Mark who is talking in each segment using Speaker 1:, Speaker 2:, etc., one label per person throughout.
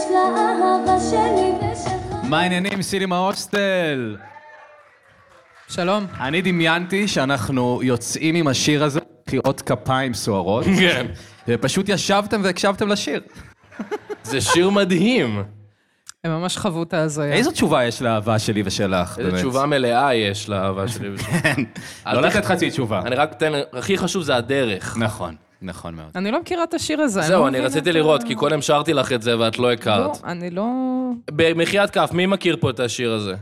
Speaker 1: האהבה שלי ושלך.
Speaker 2: מה העניינים, סילים ההוסטל?
Speaker 3: שלום.
Speaker 2: אני דמיינתי שאנחנו יוצאים עם השיר הזה, בחירות כפיים סוערות,
Speaker 4: כן.
Speaker 2: ופשוט ישבתם והקשבתם לשיר.
Speaker 4: זה שיר מדהים.
Speaker 3: הם ממש חוו את ההזיה.
Speaker 2: איזו תשובה יש לאהבה שלי ושלך, באמת?
Speaker 4: איזו תשובה מלאה יש לאהבה שלי.
Speaker 2: לא לתת חצי תשובה.
Speaker 4: אני רק אתן, הכי חשוב זה הדרך.
Speaker 2: נכון, נכון מאוד.
Speaker 3: אני לא מכירה את השיר הזה.
Speaker 4: זהו,
Speaker 3: לא
Speaker 4: אני
Speaker 3: מבינה
Speaker 4: רציתי
Speaker 3: את ה-
Speaker 4: לראות, כי קודם שרתי לך את זה ואת לא
Speaker 3: לא,
Speaker 4: הכרת.
Speaker 3: אני לא...
Speaker 4: במחיית כף, מי מכיר פה את השיר הזה?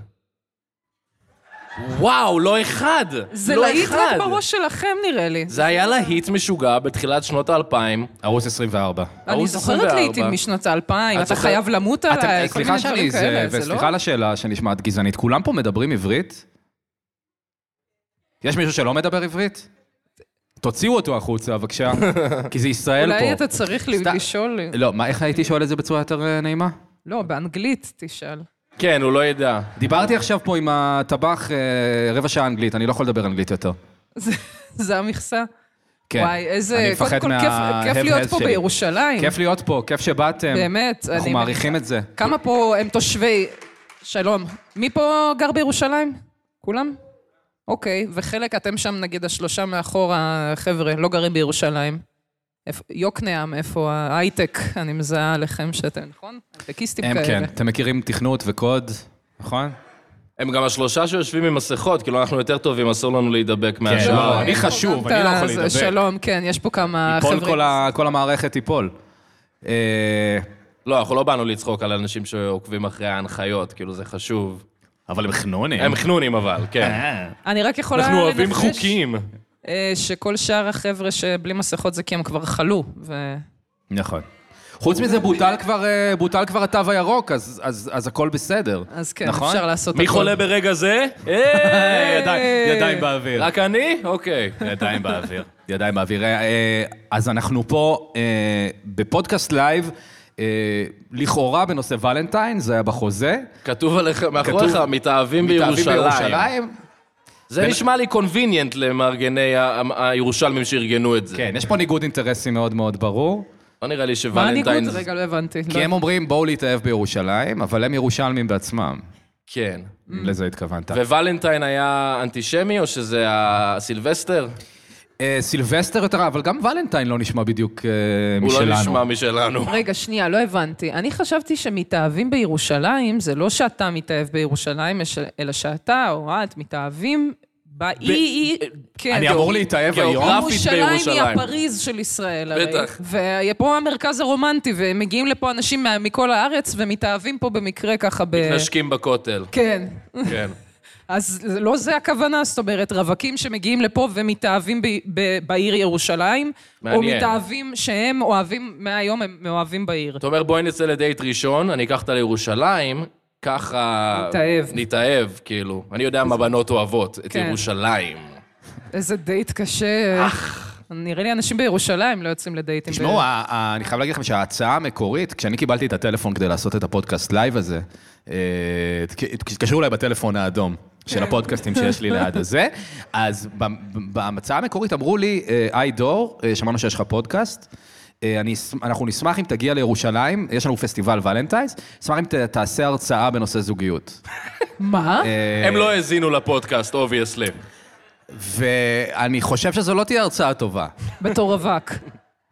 Speaker 4: וואו, לא אחד!
Speaker 3: זה
Speaker 4: לא
Speaker 3: להיט
Speaker 4: אחד.
Speaker 3: רק בראש שלכם, נראה לי.
Speaker 4: זה היה להיט משוגע בתחילת שנות האלפיים.
Speaker 2: ערוץ 24.
Speaker 3: אני
Speaker 4: ערוץ
Speaker 3: זוכרת
Speaker 4: 24.
Speaker 3: לעיתים משנות האלפיים,
Speaker 4: את
Speaker 3: אתה
Speaker 4: זוכרת-
Speaker 3: חייב למות
Speaker 2: אתם-
Speaker 3: עליי, כל
Speaker 2: סליחה
Speaker 3: מיני
Speaker 2: שלי,
Speaker 3: דברים כאלה, זה לא...
Speaker 2: וסליחה על השאלה שנשמעת גזענית, כולם פה מדברים עברית? יש מישהו שלא מדבר עברית? תוציאו אותו החוצה, בבקשה, כי זה ישראל פה.
Speaker 3: אולי אתה צריך
Speaker 2: סתם-
Speaker 3: לשאול...
Speaker 2: לא, מה, איך הייתי שואל את זה בצורה יותר אה, נעימה?
Speaker 3: לא, באנגלית תשאל.
Speaker 4: כן, הוא לא ידע.
Speaker 2: דיברתי עכשיו פה עם הטבח אה, רבע שעה אנגלית, אני לא יכול לדבר אנגלית יותר.
Speaker 3: זה- זה המכסה.
Speaker 2: כן.
Speaker 3: וואי, איזה...
Speaker 2: אני מפחד
Speaker 3: קודם כל, כיף-
Speaker 2: מה-
Speaker 3: כיף
Speaker 2: have
Speaker 3: להיות
Speaker 2: health
Speaker 3: פה
Speaker 2: שלי.
Speaker 3: בירושלים.
Speaker 2: כיף להיות פה, כיף שבאתם.
Speaker 3: באמת,
Speaker 2: אנחנו
Speaker 3: אני-
Speaker 2: מעריכים את זה.
Speaker 3: כמה פה הם תושבי... שלום. מי פה גר בירושלים? כולם? אוקיי, וחלק אתם שם, נגיד, השלושה מאחור, החבר'ה, לא גרים בירושלים. איפה- יוקנעם, איפה ההייטק, אני מזהה עליכם שאתם, נכון? הייטקיסטים
Speaker 2: הם
Speaker 3: כאלה.
Speaker 2: כן, אתם מכירים תכנות וקוד, נכון?
Speaker 4: הם גם השלושה שיושבים עם מסכות, כאילו אנחנו יותר טובים, אסור לנו להידבק מהשאר.
Speaker 2: לא, אני
Speaker 3: פה גם
Speaker 2: חשוב,
Speaker 3: את
Speaker 2: אני לא יכול
Speaker 3: הזה,
Speaker 2: להידבק.
Speaker 3: שלום, כן, יש פה כמה
Speaker 2: ייפול כל
Speaker 3: חבר'ה.
Speaker 2: ה- כל המערכת תיפול. אה,
Speaker 4: לא, אנחנו לא באנו לצחוק על אנשים שעוקבים אחרי ההנחיות, כאילו זה חשוב.
Speaker 2: אבל הם חנונים.
Speaker 4: הם חנונים אבל, כן.
Speaker 3: אני רק יכולה
Speaker 4: אנחנו אוהבים
Speaker 3: לנחש,
Speaker 4: חוקים.
Speaker 3: אה, שכל שאר החבר'ה שבלי מסכות זה כי הם כבר חלו, ו...
Speaker 2: נכון. חוץ מזה, בוטל כבר, אה, בוטל כבר התו הירוק, אז, אז, אז הכל בסדר.
Speaker 3: אז כן,
Speaker 2: נכון?
Speaker 3: אפשר לעשות
Speaker 4: מי חולה ברגע זה? אה, היי, ידיים.
Speaker 2: ידיים באוויר.
Speaker 4: רק אני? אוקיי.
Speaker 2: ידיים באוויר. ידיים באוויר. אה, אה, אז אנחנו פה אה, בפודקאסט לייב, אה, לכאורה בנושא ולנטיין, זה היה בחוזה.
Speaker 4: כתוב עליך, מאחוריך,
Speaker 2: כתוב,
Speaker 4: מתאהבים
Speaker 2: מתאהבים
Speaker 4: בירושלים.
Speaker 2: בירושלים.
Speaker 4: זה נשמע לי קונביניאנט למארגני ה- ה- הירושלמים שארגנו את זה.
Speaker 2: כן, יש פה ניגוד אינטרסים מאוד מאוד ברור.
Speaker 4: לא נראה לי
Speaker 3: מה הניגוד?
Speaker 4: שוולנטיין...
Speaker 3: רגע, לא הבנתי. לא-
Speaker 2: כי הם אומרים, בואו להתאהב בירושלים, אבל הם ירושלמים בעצמם.
Speaker 4: כן.
Speaker 2: אם לזה התכוונת.
Speaker 4: וולנטיין היה אנטישמי, או שזה הסילבסטר?
Speaker 2: אה, סילבסטר יותר, אבל גם ולנטיין לא נשמע בדיוק אה,
Speaker 4: הוא
Speaker 2: משלנו.
Speaker 4: לא נשמע משלנו.
Speaker 3: רגע, שנייה, לא הבנתי. אני חשבתי שמתאהבים בירושלים, זה לא שאתה מתאהב בירושלים, יש- אלא שאתה או את מתאהבים באי... כן,
Speaker 2: אני אמור להתאהב היום?
Speaker 4: גיאוגרפית
Speaker 3: ירושלים היא
Speaker 4: בירושלים.
Speaker 3: הפריז של ישראל, הרי.
Speaker 4: בטח.
Speaker 3: ופה המרכז הרומנטי, ומגיעים לפה אנשים מה- מכל הארץ, ומתאהבים פה במקרה ככה ב...
Speaker 4: נשקים בכותל.
Speaker 3: כן.
Speaker 4: כן.
Speaker 3: אז לא זה הכוונה, זאת אומרת, רווקים שמגיעים לפה ומתאהבים ב- ב- בעיר ירושלים, או
Speaker 4: מעניין.
Speaker 3: מתאהבים שהם אוהבים, מהיום הם מאוהבים בעיר.
Speaker 4: אתה אומר, בואי נצא לדייט ראשון, אני אקח אותה לירושלים, ככה...
Speaker 3: נתאהב.
Speaker 4: נתאהב, כאילו. אני יודע מה בנות אוהבות, את
Speaker 3: כן.
Speaker 4: ירושלים.
Speaker 3: איזה דייט קשה. נראה לי אנשים בירושלים לא יוצאים לדייטים.
Speaker 2: תשמעו,
Speaker 3: ב-
Speaker 2: ה- ה- אני חייב להגיד לכם שההצעה המקורית, כשאני קיבלתי את הטלפון כדי לעשות את הפודקאסט לייב הזה, אה, התק- התקשרו אליי בטלפון האדום של הפודקאסטים שיש לי ליד הזה, אז במ- בהמצאה המקורית אמרו לי, אה, היי דור, אה, שמענו שיש לך פודקאסט. אה, אני, אש- אנחנו נשמח אם תגיע לירושלים, יש לנו פסטיבל ולנטיינס, נשמח אם ת- תעשה הרצאה בנושא זוגיות.
Speaker 3: מה?
Speaker 2: אה,
Speaker 4: הם לא האזינו לפודקאסט, אובייסלי.
Speaker 2: ואני חושב שזו לא תהיה הרצאה טובה.
Speaker 3: בתור רווק. כן.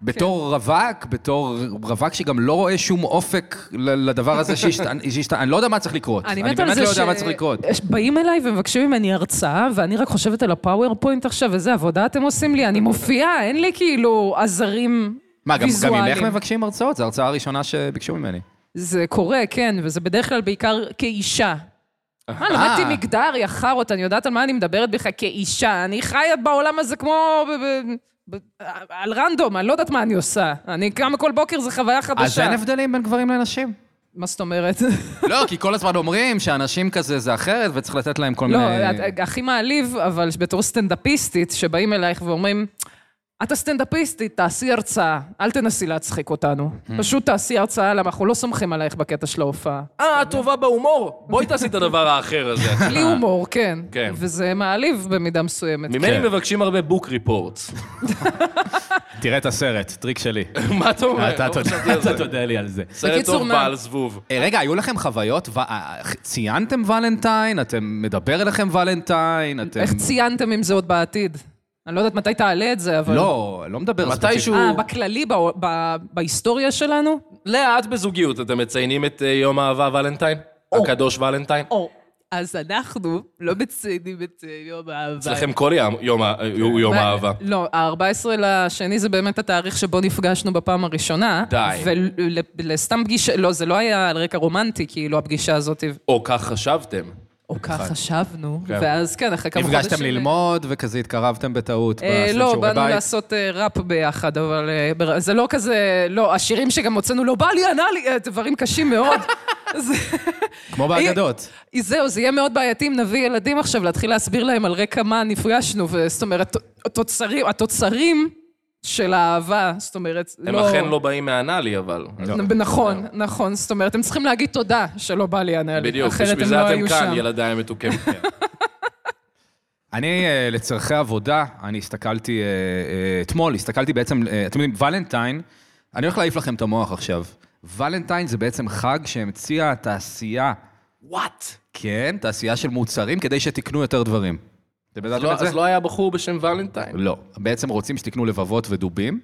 Speaker 2: בתור רווק, בתור רווק שגם לא רואה שום אופק ל- לדבר הזה שהשתנה, אני לא יודע מה צריך לקרות.
Speaker 3: אני מתה על
Speaker 2: באמת
Speaker 3: זה
Speaker 2: לא
Speaker 3: ש...
Speaker 2: יודע מה צריך לקרות.
Speaker 3: יש- באים אליי ומבקשים ממני הרצאה, ואני רק חושבת על הפאורפוינט עכשיו, איזה עבודה אתם עושים לי, אני מופיעה, אין לי כאילו עזרים
Speaker 2: מה, גם גם
Speaker 3: ויזואליים.
Speaker 2: ממך מבקשים הרצאות? זו ההרצאה הראשונה שביקשו ממני.
Speaker 3: זה קורה, כן, וזה בדרך כלל בעיקר כאישה. מה, למדתי מגדר, יא חארות, אני יודעת על מה אני מדברת בכלל כאישה. אני חיה בעולם הזה כמו... ב- ב- ב- על רנדום, אני לא יודעת מה אני עושה. אני קמה כל בוקר, זו חוויה חדשה.
Speaker 2: אז אין הבדלים בין גברים לנשים.
Speaker 3: מה זאת אומרת?
Speaker 2: לא, כי כל הזמן אומרים שאנשים כזה זה אחרת וצריך לתת להם כל מיני...
Speaker 3: לא, את- הכי מעליב, אבל בתור סטנדאפיסטית, שבאים אלייך ואומרים, את הסטנדאפיסטית, תעשי הרצאה, אל תנסי להצחיק אותנו.
Speaker 4: Hmm.
Speaker 3: פשוט תעשי הרצאה, למה אנחנו לא סומכים עלייך בקטע של ההופעה.
Speaker 4: אה, את טובה בהומור? בואי תעשי את הדבר האחר הזה.
Speaker 3: בלי הומור, כן.
Speaker 4: כן.
Speaker 3: וזה מעליב במידה מסוימת.
Speaker 4: ממני
Speaker 2: כן.
Speaker 4: מבקשים הרבה בוק ריפורטס.
Speaker 2: תראה את הסרט, טריק שלי.
Speaker 4: מה אתה אומר?
Speaker 2: אתה
Speaker 4: לא
Speaker 2: תודה-
Speaker 4: חשבתי על זה.
Speaker 2: אתה תודה לי על זה.
Speaker 4: סרט
Speaker 3: בקיצור,
Speaker 4: טוב
Speaker 3: מה?
Speaker 4: בעל זבוב.
Speaker 2: אוקיי, אה, רגע, היו לכם חוויות? ו- אה, ציינתם ולנטיין? אתם מדבר אליכם ולנטיין? אתם...
Speaker 3: איך ציינתם אם זה עוד בעתיד? אני לא יודעת מתי תעלה את זה, אבל...
Speaker 2: לא, לא מדבר
Speaker 4: מתישהו...
Speaker 3: אה, בכללי, בעו- ב- בהיסטוריה שלנו?
Speaker 4: לאה, את בזוגיות, אתם מציינים את אה, יום האהבה ולנטיין? הקדוש ולנטיין?
Speaker 3: או. אז אנחנו לא מציינים את אה, יום האהבה.
Speaker 4: אצלכם כל יום- יום ה- הוא יום
Speaker 3: כן. מה-
Speaker 4: האהבה.
Speaker 3: לא, ה-14 לשני זה באמת התאריך שבו נפגשנו בפעם הראשונה.
Speaker 4: די.
Speaker 3: ולסתם פגישה, לא, זה לא היה על רקע רומנטי, כאילו, הפגישה הזאת.
Speaker 4: או כך חשבתם.
Speaker 3: או כך חשבנו,
Speaker 4: כן.
Speaker 3: ואז כן, אחרי כמה חודשים...
Speaker 2: נפגשתם ללמוד וכזה התקרבתם בטעות
Speaker 3: אה,
Speaker 2: בשביל
Speaker 3: לא,
Speaker 2: שיעורי
Speaker 3: באנו
Speaker 2: בית?
Speaker 3: לעשות אה, ראפ ביחד, אבל אה, בר- זה לא כזה, לא, השירים שגם הוצאנו, לא בא לי, ענה לי, אה, דברים קשים מאוד. זה-
Speaker 2: כמו
Speaker 3: אה,
Speaker 2: באגדות.
Speaker 3: זהו, זה יהיה מאוד בעייתי אם נביא ילדים עכשיו להתחיל להסביר להם על רקע מה נפגשנו, וזאת אומרת, התוצרים, התוצרים של האהבה, זאת אומרת,
Speaker 4: הם אכן לא באים מהנאלי, אבל.
Speaker 3: נכון,
Speaker 4: לא.
Speaker 3: נכון, זאת אומרת, הם צריכים להגיד תודה שלא בא לי ענה לי,
Speaker 4: בדיוק,
Speaker 3: אחרת
Speaker 4: בשביל
Speaker 3: הם לא
Speaker 4: זה
Speaker 3: היו
Speaker 4: אתם כאן,
Speaker 3: שם.
Speaker 4: ילדיי המתוקים. כן.
Speaker 2: אני, אה, לצורכי עבודה, אני הסתכלתי, אה, אה, אתמול הסתכלתי בעצם, אה, אתם יודעים, ולנטיין, אני הולך להעיף לכם את המוח עכשיו. ולנטיין זה בעצם חג שהמציאה התעשייה,
Speaker 4: וואט?
Speaker 2: כן, תעשייה של מוצרים, כדי שתקנו יותר דברים. אתם ידעתם את זה?
Speaker 4: אז לא היה בחור בשם ולנטיין.
Speaker 2: לא. בעצם רוצים שתקנו לבבות ודובים,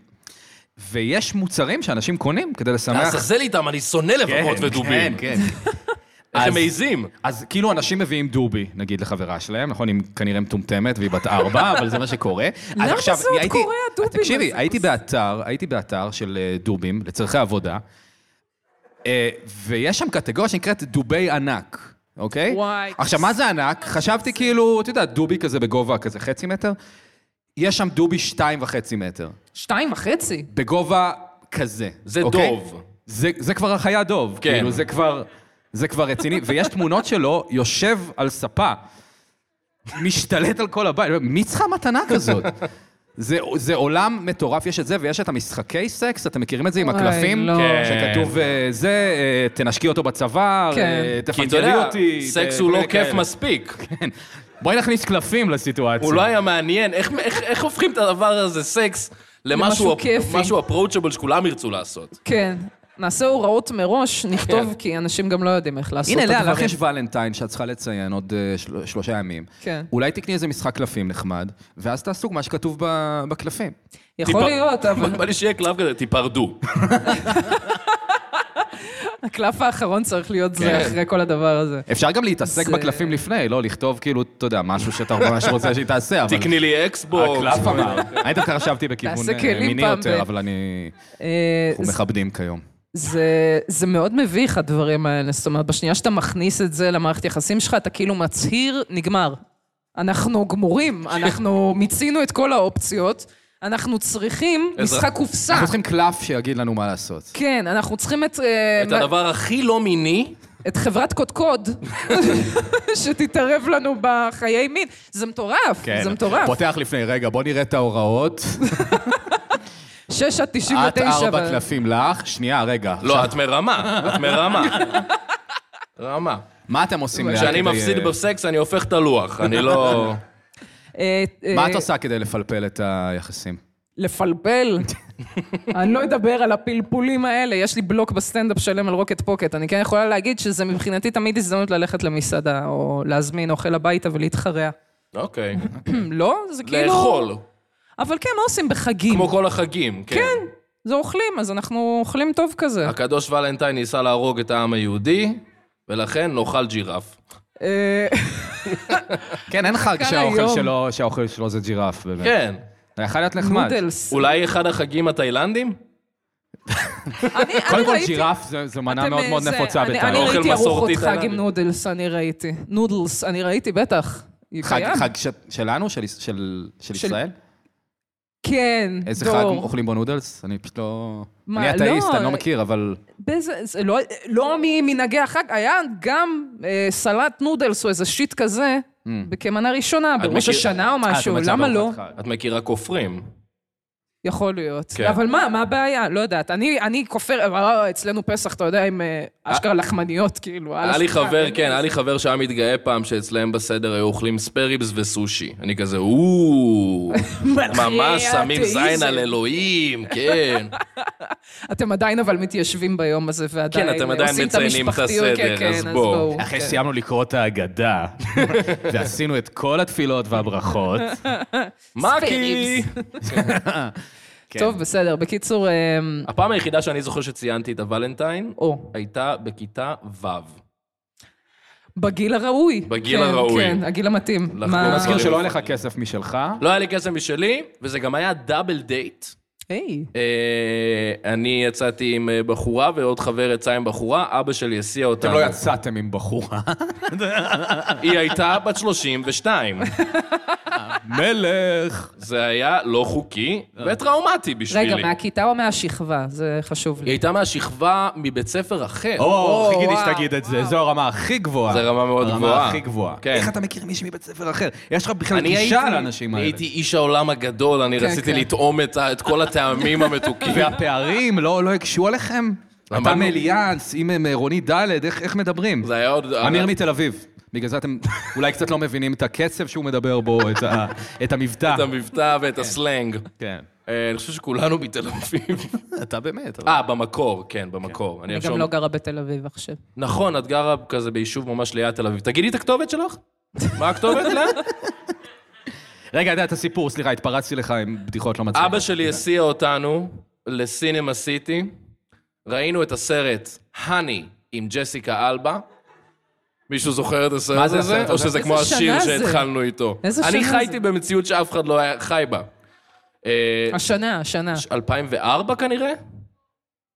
Speaker 2: ויש מוצרים שאנשים קונים כדי לשמח...
Speaker 4: לעזאזל איתם, אני שונא לבבות ודובים.
Speaker 2: כן, כן.
Speaker 4: איך הם
Speaker 2: אז-
Speaker 4: מעיזים?
Speaker 2: אז כאילו אנשים מביאים דובי, נגיד, לחברה שלהם, נכון? היא כנראה מטומטמת והיא בת ארבע, אבל זה מה שקורה. אז
Speaker 3: למה
Speaker 2: עכשיו,
Speaker 3: זה עוד
Speaker 2: אני הייתי-
Speaker 3: קורה, הדובים
Speaker 2: אז תקשיבי,
Speaker 3: הזה?
Speaker 2: הייתי באתר, הייתי באתר של אה, דובים, לצורכי עבודה, אה, ויש שם קטגוריה שנקראת דובי ענק, אוקיי?
Speaker 3: וואי,
Speaker 2: עכשיו, מה זה ענק? חשבתי כאילו, אתה יודע, דובי כזה בגובה כזה חצי מטר, יש שם דובי שתיים וחצי מטר,
Speaker 3: שתיים וחצי.
Speaker 2: בגובה כזה.
Speaker 4: זה
Speaker 2: אוקיי?
Speaker 4: דוב.
Speaker 2: זה, זה כבר החיה דוב,
Speaker 4: כן.
Speaker 2: כן. כאילו, זה כבר, זה כבר רציני. ויש תמונות שלו יושב על ספה, משתלט על כל הבית. מי צריכה מתנה כזאת? זה, זה עולם מטורף, יש את זה, ויש את המשחקי סקס, אתם מכירים את זה עם
Speaker 3: אוי,
Speaker 2: הקלפים?
Speaker 3: לא.
Speaker 4: כן.
Speaker 2: שכתוב אה, זה, אה, תנשקי אותו בצוואר,
Speaker 3: כן.
Speaker 2: אה,
Speaker 4: כי אתה יודע,
Speaker 2: תפנגלי אותי.
Speaker 4: סקס
Speaker 2: אה,
Speaker 4: הוא
Speaker 2: כל
Speaker 4: לא
Speaker 2: מיני
Speaker 4: כיף
Speaker 2: כאלה.
Speaker 4: מספיק.
Speaker 2: כן. בואי נכניס קלפים לסיטואציה.
Speaker 4: הוא לא היה מעניין. איך- איך איך הופכים את הדבר הזה, סקס,
Speaker 3: למשהו
Speaker 4: למשהו
Speaker 3: כיפי.
Speaker 4: משהו approachable שכולם ירצו לעשות?
Speaker 3: כן. נעשה הוראות מראש, נכתוב,
Speaker 4: כן.
Speaker 3: כי אנשים גם לא יודעים איך לעשות את
Speaker 2: הנה,
Speaker 3: הדברים.
Speaker 2: לאה, לך יש ולנטיין שאת צריכה לציין עוד אה, של- שלושה ימים.
Speaker 3: כן.
Speaker 2: אולי תקני איזה משחק קלפים נחמד, ואז תעשו מה שכתוב ב- בקלפים.
Speaker 3: יכול
Speaker 4: טיפה-
Speaker 3: להיות,
Speaker 4: בא
Speaker 3: אבל
Speaker 4: לי שיהיה קלף כזה, תיפרדו.
Speaker 3: הקלף האחרון צריך להיות
Speaker 4: כן.
Speaker 3: זה אחרי כל הדבר הזה.
Speaker 2: אפשר גם להתעסק
Speaker 3: זה-
Speaker 2: בקלפים לפני, לא לכתוב כאילו, אתה יודע, משהו שאתה ממש רוצה שהיא תעשה, אבל...
Speaker 4: תקני לי אקסבוקס.
Speaker 2: הקלף אמר. אני דווקא חשבתי בכיוון
Speaker 3: תעשה
Speaker 2: אה,
Speaker 3: כלים
Speaker 2: מיני
Speaker 3: פעם ב-
Speaker 2: יותר, אבל אני...
Speaker 3: אה,
Speaker 2: אנחנו מכבדים כיום.
Speaker 3: זה, זה מאוד מביך, הדברים האלה. זאת אומרת, בשנייה שאתה מכניס את זה למערכת יחסים שלך, אתה כאילו מצהיר, נגמר. אנחנו גמורים,
Speaker 4: כן.
Speaker 3: אנחנו מיצינו את כל האופציות, אנחנו צריכים
Speaker 4: עזרה.
Speaker 3: משחק קופסה.
Speaker 2: אנחנו צריכים קלף שיגיד לנו מה לעשות.
Speaker 3: כן, אנחנו צריכים את, אה,
Speaker 4: את
Speaker 3: מה-
Speaker 4: הדבר הכי לא מיני,
Speaker 3: את חברת קודקוד שתתערב לנו בחיי מין. זה מטורף,
Speaker 4: כן.
Speaker 3: זה מטורף.
Speaker 2: פותח לפני, רגע, כן. בוא נראה את ההוראות.
Speaker 3: 6 עד
Speaker 2: את
Speaker 3: 99.
Speaker 2: ארבע
Speaker 3: אבל-
Speaker 2: קלפים לך. שנייה, רגע.
Speaker 4: לא, את מרמה, את מרמה. רמה.
Speaker 2: מה אתם עושים? לאה,
Speaker 4: כשאני
Speaker 2: כדי, אה,
Speaker 4: מפסיד בסקס, אני הופך את הלוח, אני לא...
Speaker 3: אה, אה,
Speaker 2: מה את עושה כדי לפלפל את היחסים?
Speaker 3: לפלפל. אני לא אדבר על הפלפולים האלה, יש לי בלוק בסטנדאפ שלם על רוקט פוקט. אני כן יכולה להגיד שזה מבחינתי תמיד הזדמנות ללכת למסעדה, או להזמין אוכל הביתה ולהתחרע.
Speaker 4: אוקיי.
Speaker 3: לא? זה כאילו...
Speaker 4: לאכול,
Speaker 3: אבל כן, מה עושים בחגים?
Speaker 4: כמו כל החגים. כן.
Speaker 3: זה אוכלים, אז אנחנו אוכלים טוב כזה.
Speaker 4: הקדוש ולנטיין ניסה להרוג את העם היהודי, ולכן נאכל ג'ירף.
Speaker 3: אה,
Speaker 2: כן, אין חג
Speaker 3: כאן
Speaker 2: שהאוכל
Speaker 3: היום.
Speaker 2: שלו, שהאוכל שלו זה ג'ירף, באמת.
Speaker 4: כן.
Speaker 2: זה יכול להיות נחמד.
Speaker 3: נודלס.
Speaker 4: אולי אחד החגים התאילנדים?
Speaker 3: אני- אני
Speaker 2: קודם כל,
Speaker 3: ראיתי-
Speaker 2: ג'ירף זה- זו מנה
Speaker 3: אתם,
Speaker 2: מאוד
Speaker 3: אה,
Speaker 2: מאוד
Speaker 3: זה-
Speaker 2: נפוצה
Speaker 3: אני-
Speaker 2: בתאילנד.
Speaker 3: אני
Speaker 4: אוכל
Speaker 3: ראיתי ארוחות
Speaker 4: מסורתי
Speaker 3: חג
Speaker 4: תאילנדי.
Speaker 3: עם נודלס, אני ראיתי. נודלס, אני ראיתי, בטח. היא
Speaker 2: חג,
Speaker 3: קיים.
Speaker 2: חג ש... שלנו? של, יש- של, של
Speaker 3: של-
Speaker 2: ישראל?
Speaker 3: כן,
Speaker 2: איזה
Speaker 3: דור.
Speaker 2: חג אוכלים בו נודלס? אני פשוט לא...
Speaker 3: מה,
Speaker 2: אני אתאיסט,
Speaker 3: לא,
Speaker 2: אני לא מכיר, אבל...
Speaker 3: באיזה, זה לא, לא ממנהגי החג, היה גם אה, סלט נודלס או איזה שיט כזה, כמנה ראשונה, בראש
Speaker 4: מכיר-
Speaker 3: השנה או
Speaker 2: אה,
Speaker 3: משהו,
Speaker 2: אתה מצא
Speaker 3: למה
Speaker 2: בארוחת
Speaker 3: לא?
Speaker 2: חג.
Speaker 4: את מכירה כופרים.
Speaker 3: יכול להיות.
Speaker 4: כן.
Speaker 3: אבל מה, מה הבעיה? לא יודעת. אני, אני כופר, אה, אצלנו פסח, אתה יודע, עם אה, אשכרה לחמניות, כאילו, על
Speaker 4: היה לי
Speaker 3: השולחן.
Speaker 4: חבר, כן, היה לי חבר שהיה מתגאה פעם שאצלהם בסדר היו אוכלים ספריבס וסושי. אני כזה, "או,
Speaker 3: מלכי
Speaker 4: ממש שמים זין
Speaker 3: האתאיזם.
Speaker 4: על אלוהים, כן.
Speaker 3: אתם עדיין אבל מתיישבים ביום הזה, ועדיין
Speaker 4: כן, אתם עדיין
Speaker 3: עושים את
Speaker 4: מציינים את
Speaker 3: המשפחתיות.
Speaker 4: הסדר,
Speaker 3: כן, כן,
Speaker 4: אז
Speaker 3: אז
Speaker 4: בואו.
Speaker 3: בואו.
Speaker 2: אחרי
Speaker 3: כן.
Speaker 2: שסיימנו לקרוא את ההגדה, ועשינו את כל התפילות והברכות.
Speaker 4: מקי!
Speaker 2: כן.
Speaker 3: טוב, בסדר. בקיצור, אה,
Speaker 4: הפעם היחידה שאני זוכר שציינתי את הוולנטיין,
Speaker 3: או,
Speaker 4: הייתה בכיתה ו'.
Speaker 3: בגיל הראוי.
Speaker 4: בגיל
Speaker 3: כן,
Speaker 4: הראוי.
Speaker 3: כן, הגיל המתאים.
Speaker 4: לחגוג
Speaker 3: מה-
Speaker 2: אני מזכיר
Speaker 4: דברים
Speaker 2: שלא היה לך כסף משלך.
Speaker 4: לא היה לי כסף משלי, וזה גם היה דאבל דייט.
Speaker 3: היי.
Speaker 4: אה, אני יצאתי עם אה, בחורה ועוד חבר יצא עם בחורה, אבא שלי הסיע
Speaker 2: אתם
Speaker 4: אותנו.
Speaker 2: לא יצאתם עם בחורה.
Speaker 4: היא הייתה בת 32.
Speaker 2: מלך.
Speaker 4: זה היה לא חוקי וטראומטי בשבילי.
Speaker 3: רגע, מהכיתה או מהשכבה? זה חשוב
Speaker 4: היא
Speaker 3: לי.
Speaker 4: הייתה מהשכבה מבית ספר אחר.
Speaker 2: או,
Speaker 3: או,
Speaker 2: חיכיתי
Speaker 3: וואו,
Speaker 2: שתגיד את זה, זו הרמה הכי גבוהה.
Speaker 4: זו רמה מאוד
Speaker 2: הרמה
Speaker 4: גבוהה.
Speaker 2: הכי גבוהה.
Speaker 4: כן.
Speaker 2: איך אתה מכיר מישהי מבית ספר אחר? יש לך בכלל
Speaker 4: אני
Speaker 2: גישה
Speaker 4: הייתי-
Speaker 2: לאנשים
Speaker 4: אני
Speaker 2: האלה.
Speaker 4: הייתי איש העולם הגדול, אני
Speaker 3: כן,
Speaker 4: רציתי
Speaker 3: כן.
Speaker 4: לטעום את ה- את כל הטעמים המתוקים.
Speaker 2: והפערים לא לא הקשו עליכם? אתה
Speaker 4: אמרנו-
Speaker 2: מאליאנס, אם הם אה, רונית ד', איך איך מדברים?
Speaker 4: זה היה עוד...
Speaker 2: אמיר מתל אביב. בגלל זה אתם אולי קצת לא מבינים את הקצב שהוא מדבר בו, את ה- את המבטא.
Speaker 4: את המבטא ואת הסלנג.
Speaker 2: כן.
Speaker 4: אה, אני חושב שכולנו מתל אביב.
Speaker 2: אתה באמת.
Speaker 4: אה, במקור, כן, במקור.
Speaker 3: אני
Speaker 4: אני ארשום-
Speaker 3: גם לא גרה בתל אביב עכשיו.
Speaker 4: נכון, את גרה כזה ביישוב ממש ליד תל אביב. תגידי את הכתובת שלך. מה הכתובת לה?
Speaker 2: רגע, יודע את הסיפור, סליחה, התפרצתי לך עם בדיחות לא מצליחות.
Speaker 4: אבא שלי הסיע אותנו לסינמה סיטי, ראינו את הסרט "האני" עם ג'סיקה אלבה. מישהו זוכר את הסרט
Speaker 2: זה הסרט
Speaker 4: הזה? או
Speaker 2: הזה?
Speaker 4: שזה כמו
Speaker 3: איזה
Speaker 4: השיר
Speaker 3: שנה זה?
Speaker 4: שהתחלנו איתו.
Speaker 3: איזה
Speaker 4: אני
Speaker 3: שנה
Speaker 4: חייתי
Speaker 3: זה?
Speaker 4: במציאות שאף אחד לא היה חי בה. אה,
Speaker 3: השנה, השנה.
Speaker 4: 2004 כנראה?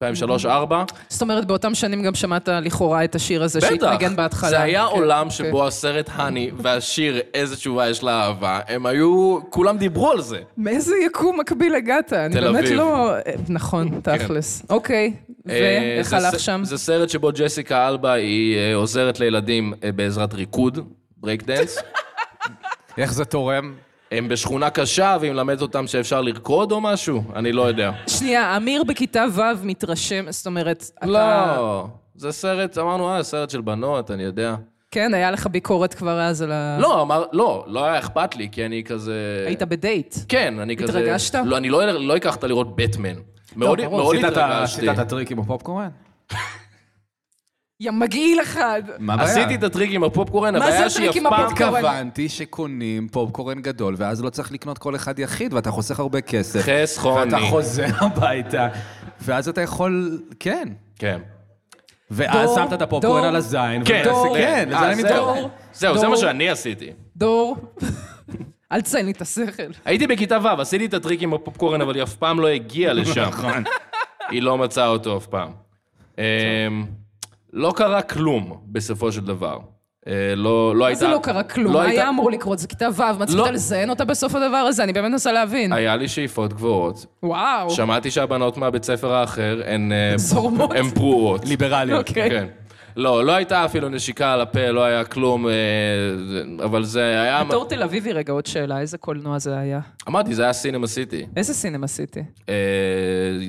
Speaker 4: 2003-2004?
Speaker 3: זאת אומרת, באותם שנים גם שמעת לכאורה את השיר הזה שהתנגן
Speaker 4: בטח,
Speaker 3: בהתחלה.
Speaker 4: זה היה
Speaker 3: כן,
Speaker 4: עולם
Speaker 3: אוקיי.
Speaker 4: שבו הסרט האני והשיר איזה תשובה יש לאהבה, הם היו, כולם דיברו על זה.
Speaker 3: מאיזה יקום מקביל הגעת? אני
Speaker 4: תל
Speaker 3: באמת
Speaker 4: אביב. כן.
Speaker 3: לא... אה, נכון, תכלס. אוקיי,
Speaker 4: אה,
Speaker 3: ואיך
Speaker 4: זה
Speaker 3: הלך
Speaker 4: ס-
Speaker 3: שם?
Speaker 4: זה סרט שבו ג'סיקה אלבה היא אה, עוזרת לילדים אה, בעזרת ריקוד, ברייק דנס.
Speaker 2: איך זה תורם?
Speaker 4: הם בשכונה קשה והיא מלמדת אותם שאפשר לרקוד או משהו, אני לא יודע.
Speaker 3: שנייה, אמיר בכיתה ו' מתרשם, זאת אומרת, אתה...
Speaker 4: לא, זה סרט, אמרנו, אה, סרט של בנות, אני יודע.
Speaker 3: כן, היה לך ביקורת כבר אז על ה...
Speaker 4: לא, אמר, לא, לא היה אכפת לי, כי אני כזה...
Speaker 3: אה. היית בדייט.
Speaker 4: כן, אני כזה...
Speaker 3: התרגשת? לא,
Speaker 4: לא, אני לא, לא אקח אותה לראות בטמן. מאוד,
Speaker 3: ברור.
Speaker 4: מאוד
Speaker 2: עשית את לא, ה-
Speaker 4: התרגשתי.
Speaker 2: עשית את הטריק עם הפופקורן?
Speaker 3: יא מגעיל אחד.
Speaker 2: מה הבעיה?
Speaker 4: עשיתי את הטריק עם הפופקורן,
Speaker 3: מה זה
Speaker 4: הבעיה שהיא אף
Speaker 3: הטריק עם
Speaker 4: פעם...
Speaker 3: הפופקורן?
Speaker 2: התכוונתי שקונים פופקורן גדול, ואז לא צריך לקנות כל אחד יחיד, ואתה חוסך הרבה כסף.
Speaker 4: חסכוני.
Speaker 2: ואתה חוזר הביתה, ואז אתה יכול... כן.
Speaker 4: כן.
Speaker 2: ואז
Speaker 3: דור,
Speaker 2: שמת את הפופקורן
Speaker 3: דור.
Speaker 2: על הזין.
Speaker 4: כן,
Speaker 2: ואתה-
Speaker 3: דור.
Speaker 2: כן, לזה
Speaker 4: אה,
Speaker 2: אני
Speaker 4: זהו.
Speaker 2: מתכוון.
Speaker 4: זהו, זה
Speaker 3: דור.
Speaker 4: מה שאני עשיתי.
Speaker 3: דור, אל תציין לי את השכל.
Speaker 4: הייתי בכיתה ו', עשיתי את הטריק עם הפופקורן, אבל היא אף פעם לא הגיעה לשם.
Speaker 2: נכון.
Speaker 4: היא לא מצאה אותו אף פעם. אמ, לא קרה כלום, בסופו של דבר. אה, לא לא
Speaker 3: מה
Speaker 4: הייתה...
Speaker 3: זה לא קרה כלום? מה
Speaker 4: הייתה-
Speaker 3: היה אמור לקרות? זה כיתה ו', מה צריכת
Speaker 4: לא.
Speaker 3: לזיין אותה בסוף הדבר הזה? אני באמת מנסה להבין.
Speaker 4: היה לי שאיפות גבוהות.
Speaker 3: וואו.
Speaker 4: שמעתי שהבנות מהבית ספר האחר הן... אה,
Speaker 3: זורמות.
Speaker 4: הן פרועות.
Speaker 2: ליברליות.
Speaker 3: אוקיי.
Speaker 4: כן. לא, לא הייתה אפילו נשיקה על הפה, לא היה כלום, אה, זה- אבל זה היה...
Speaker 3: בתור תל אביבי רגע, עוד שאלה, איזה קולנוע זה היה?
Speaker 4: אמרתי, זה היה סינמה סיטי.
Speaker 3: איזה סינמה סיטי?
Speaker 4: אה,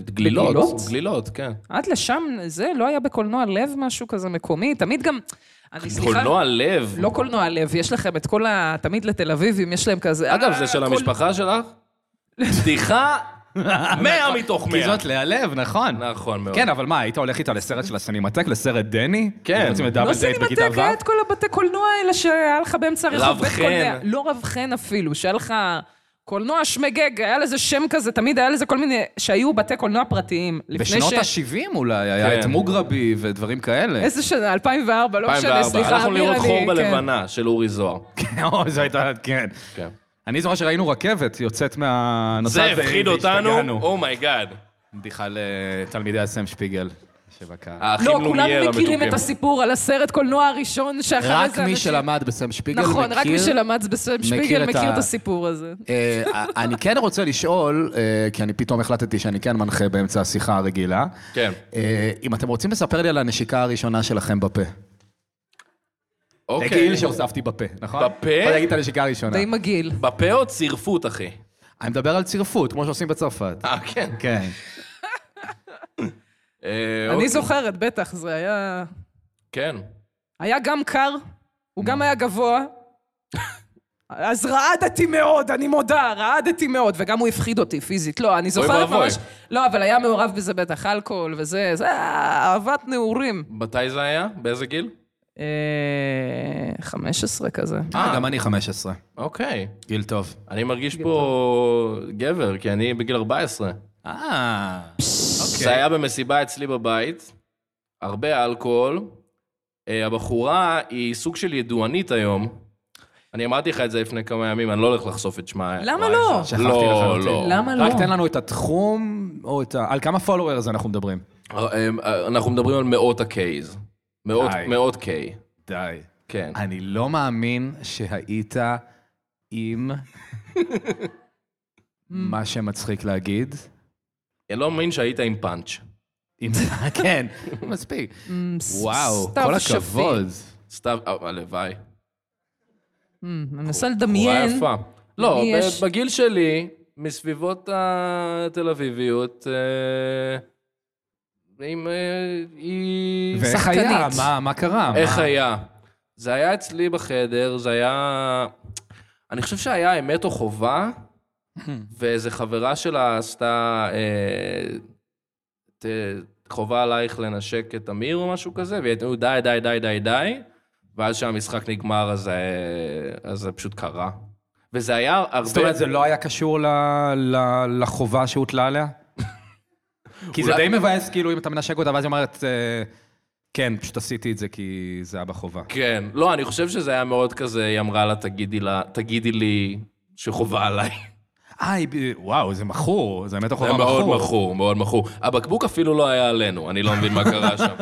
Speaker 4: גלילות.
Speaker 3: בגלילות?
Speaker 4: גלילות, כן.
Speaker 3: עד לשם, זה לא היה בקולנוע לב משהו כזה מקומי? תמיד גם... אני סליחה...
Speaker 4: קולנוע לב.
Speaker 3: לא קולנוע לב, יש לכם את כל ה... תמיד לתל אביבים יש להם כזה...
Speaker 4: אגב,
Speaker 3: "אה,
Speaker 4: זה של
Speaker 3: קול-
Speaker 4: המשפחה שלך? בדיחה
Speaker 3: נכון.
Speaker 4: 100 מתוך 100.
Speaker 2: כי זאת להלב, נכון.
Speaker 4: נכון מאוד.
Speaker 2: כן, אבל מה, היית הולך איתה לסרט של הסינמטק, לסרט דני?
Speaker 4: כן.
Speaker 2: אתם רוצים לדאבל
Speaker 3: לא
Speaker 2: דייט
Speaker 3: סינמטק,
Speaker 2: בכיתה
Speaker 3: היה את
Speaker 2: ו'?
Speaker 3: כל הבתי קולנוע האלה שהיה לך באמצע הרחוב
Speaker 4: רב
Speaker 3: בית
Speaker 4: חן.
Speaker 3: קולנוע. לא רב חן אפילו, שהיה לך קולנוע שמגג, היה לזה שם כזה, תמיד היה לזה כל מיני... שהיו בתי קולנוע פרטיים. לפני
Speaker 2: בשנות
Speaker 3: ש-
Speaker 2: ה-70 אולי, היה
Speaker 4: כן.
Speaker 2: את מוגרבי ודברים כאלה.
Speaker 3: איזה שנה? 2004, לא משנה,
Speaker 4: 2004.
Speaker 3: סליחה,
Speaker 4: הלכנו
Speaker 3: אמיר,
Speaker 4: לראות
Speaker 3: אני...
Speaker 4: חור
Speaker 3: כן.
Speaker 4: בלבנה של אורי זוהר.
Speaker 2: כן, או, זו הייתה, כן.
Speaker 4: כן.
Speaker 2: אני זוכר שראינו רכבת יוצאת מהנוסעת
Speaker 4: זה הפחיד אותנו, Oh
Speaker 2: והשתגענו.
Speaker 4: אומייגאד.
Speaker 2: בדיחה לתלמידי הסם שפיגל שבקהל.
Speaker 3: לא,
Speaker 4: האחים
Speaker 3: כולם
Speaker 4: לומיאר
Speaker 3: מכירים
Speaker 4: המתוקים.
Speaker 3: את הסיפור על הסרט קולנוע הראשון שאחרי זה
Speaker 2: רק מי
Speaker 3: אנשים-
Speaker 2: שלמד בסם שפיגל מכיר...
Speaker 3: נכון, רק מי שלמד בסם שפיגל
Speaker 2: את
Speaker 3: מכיר
Speaker 2: ה-
Speaker 3: את הסיפור הזה.
Speaker 2: אה, אני כן רוצה לשאול, אה, כי אני פתאום החלטתי שאני כן מנחה באמצע השיחה הרגילה.
Speaker 4: כן.
Speaker 2: אה, אם אתם רוצים לספר לי על הנשיקה הראשונה שלכם בפה.
Speaker 4: אוקיי.
Speaker 2: כאילו שהוספתי בפה, נכון?
Speaker 4: בפה?
Speaker 2: יכול להגיד את הנשיקה הראשונה.
Speaker 3: די מגעיל.
Speaker 4: בפה או צירפות, אחי?
Speaker 2: אני מדבר על צירפות, כמו שעושים בצרפת.
Speaker 4: אה, כן.
Speaker 2: כן.
Speaker 4: אה, אוקיי.
Speaker 3: אני זוכרת, בטח, זה היה...
Speaker 4: כן.
Speaker 3: היה גם קר, הוא גם היה גבוה. אז רעדתי מאוד, אני מודה, רעדתי מאוד, וגם הוא הפחיד אותי פיזית. לא, אני זוכרת
Speaker 4: ואבוי.
Speaker 3: ממש... לא, אבל היה מעורב בזה בטח, אלכוהול וזה, זה אה, אהבת נעורים.
Speaker 4: מתי זה היה? באיזה גיל?
Speaker 3: אה, 15 כזה.
Speaker 2: אה, גם אני 15.
Speaker 4: אוקיי.
Speaker 2: גיל טוב.
Speaker 4: אני מרגיש פה גבר, כי אני בגיל
Speaker 3: כן.
Speaker 4: 14.
Speaker 2: אה,
Speaker 4: זה היה במסיבה אצלי בבית, הרבה אלכוהול. אה, הבחורה היא סוג של ידוענית היום. אני אמרתי לך את זה לפני כמה ימים, אני לא הולך לחשוף את שמה.
Speaker 3: למה לא?
Speaker 2: שכחתי
Speaker 4: לא,
Speaker 2: לחלוטין.
Speaker 4: לא.
Speaker 3: למה לא?
Speaker 2: רק תן לנו את התחום, או את ה... על כמה followers אנחנו מדברים?
Speaker 4: אה, אה, אנחנו מדברים על מאות הקייז. מאות-
Speaker 2: די.
Speaker 4: מאות קיי.
Speaker 2: די.
Speaker 4: כן.
Speaker 2: אני לא מאמין שהיית עם מה שמצחיק להגיד.
Speaker 4: אני לא מאמין שהיית עם פאנץ'.
Speaker 2: עם... כן, מספיק. וואו,
Speaker 3: אה, סתיו
Speaker 2: כל
Speaker 3: שפיר.
Speaker 2: הכבוד.
Speaker 4: סתיו, אה, הלוואי.
Speaker 3: אמ, אני מנסה
Speaker 4: בחורה
Speaker 3: לדמיין.
Speaker 4: יפה. לא,
Speaker 3: לי
Speaker 4: ב-
Speaker 3: יש-
Speaker 4: בגיל שלי, מסביבות התל אביביות, אה, עם... אה, היא...
Speaker 2: ואיך
Speaker 3: שחקנית.
Speaker 2: היה? מה- מה קרה?
Speaker 4: איך
Speaker 2: מה-
Speaker 4: היה? זה היה אצלי בחדר, זה היה... אני חושב שהיה אמת או חובה, ואיזה חברה שלה עשתה... אה, ת- חובה עלייך לנשק את אמיר או משהו כזה, והיא הייתה, די, די, די, די, די, ואז כשהמשחק נגמר, אז, אה, אז זה פשוט קרה. וזה היה הרבה...
Speaker 2: זאת אומרת, זה לא היה קשור ל- ל- לחובה שהוטלה עליה? כי זה
Speaker 4: אולי-
Speaker 2: די מבאס, כאילו, אם אתה מנשק אותה, ואז היא אומרת, אה, כן, פשוט עשיתי את זה כי זה היה בחובה.
Speaker 4: כן. לא, אני חושב שזה היה מאוד כזה, היא אמרה לה, תגידי לה, תגידי לי שחובה עליי.
Speaker 2: אה, היא ב- וואו, זה מכור, זה באמת
Speaker 4: זה
Speaker 2: החובה
Speaker 4: מאוד
Speaker 2: מכור.
Speaker 4: מכור, מאוד מכור. הבקבוק אפילו לא היה עלינו, אני לא מבין מה קרה שם.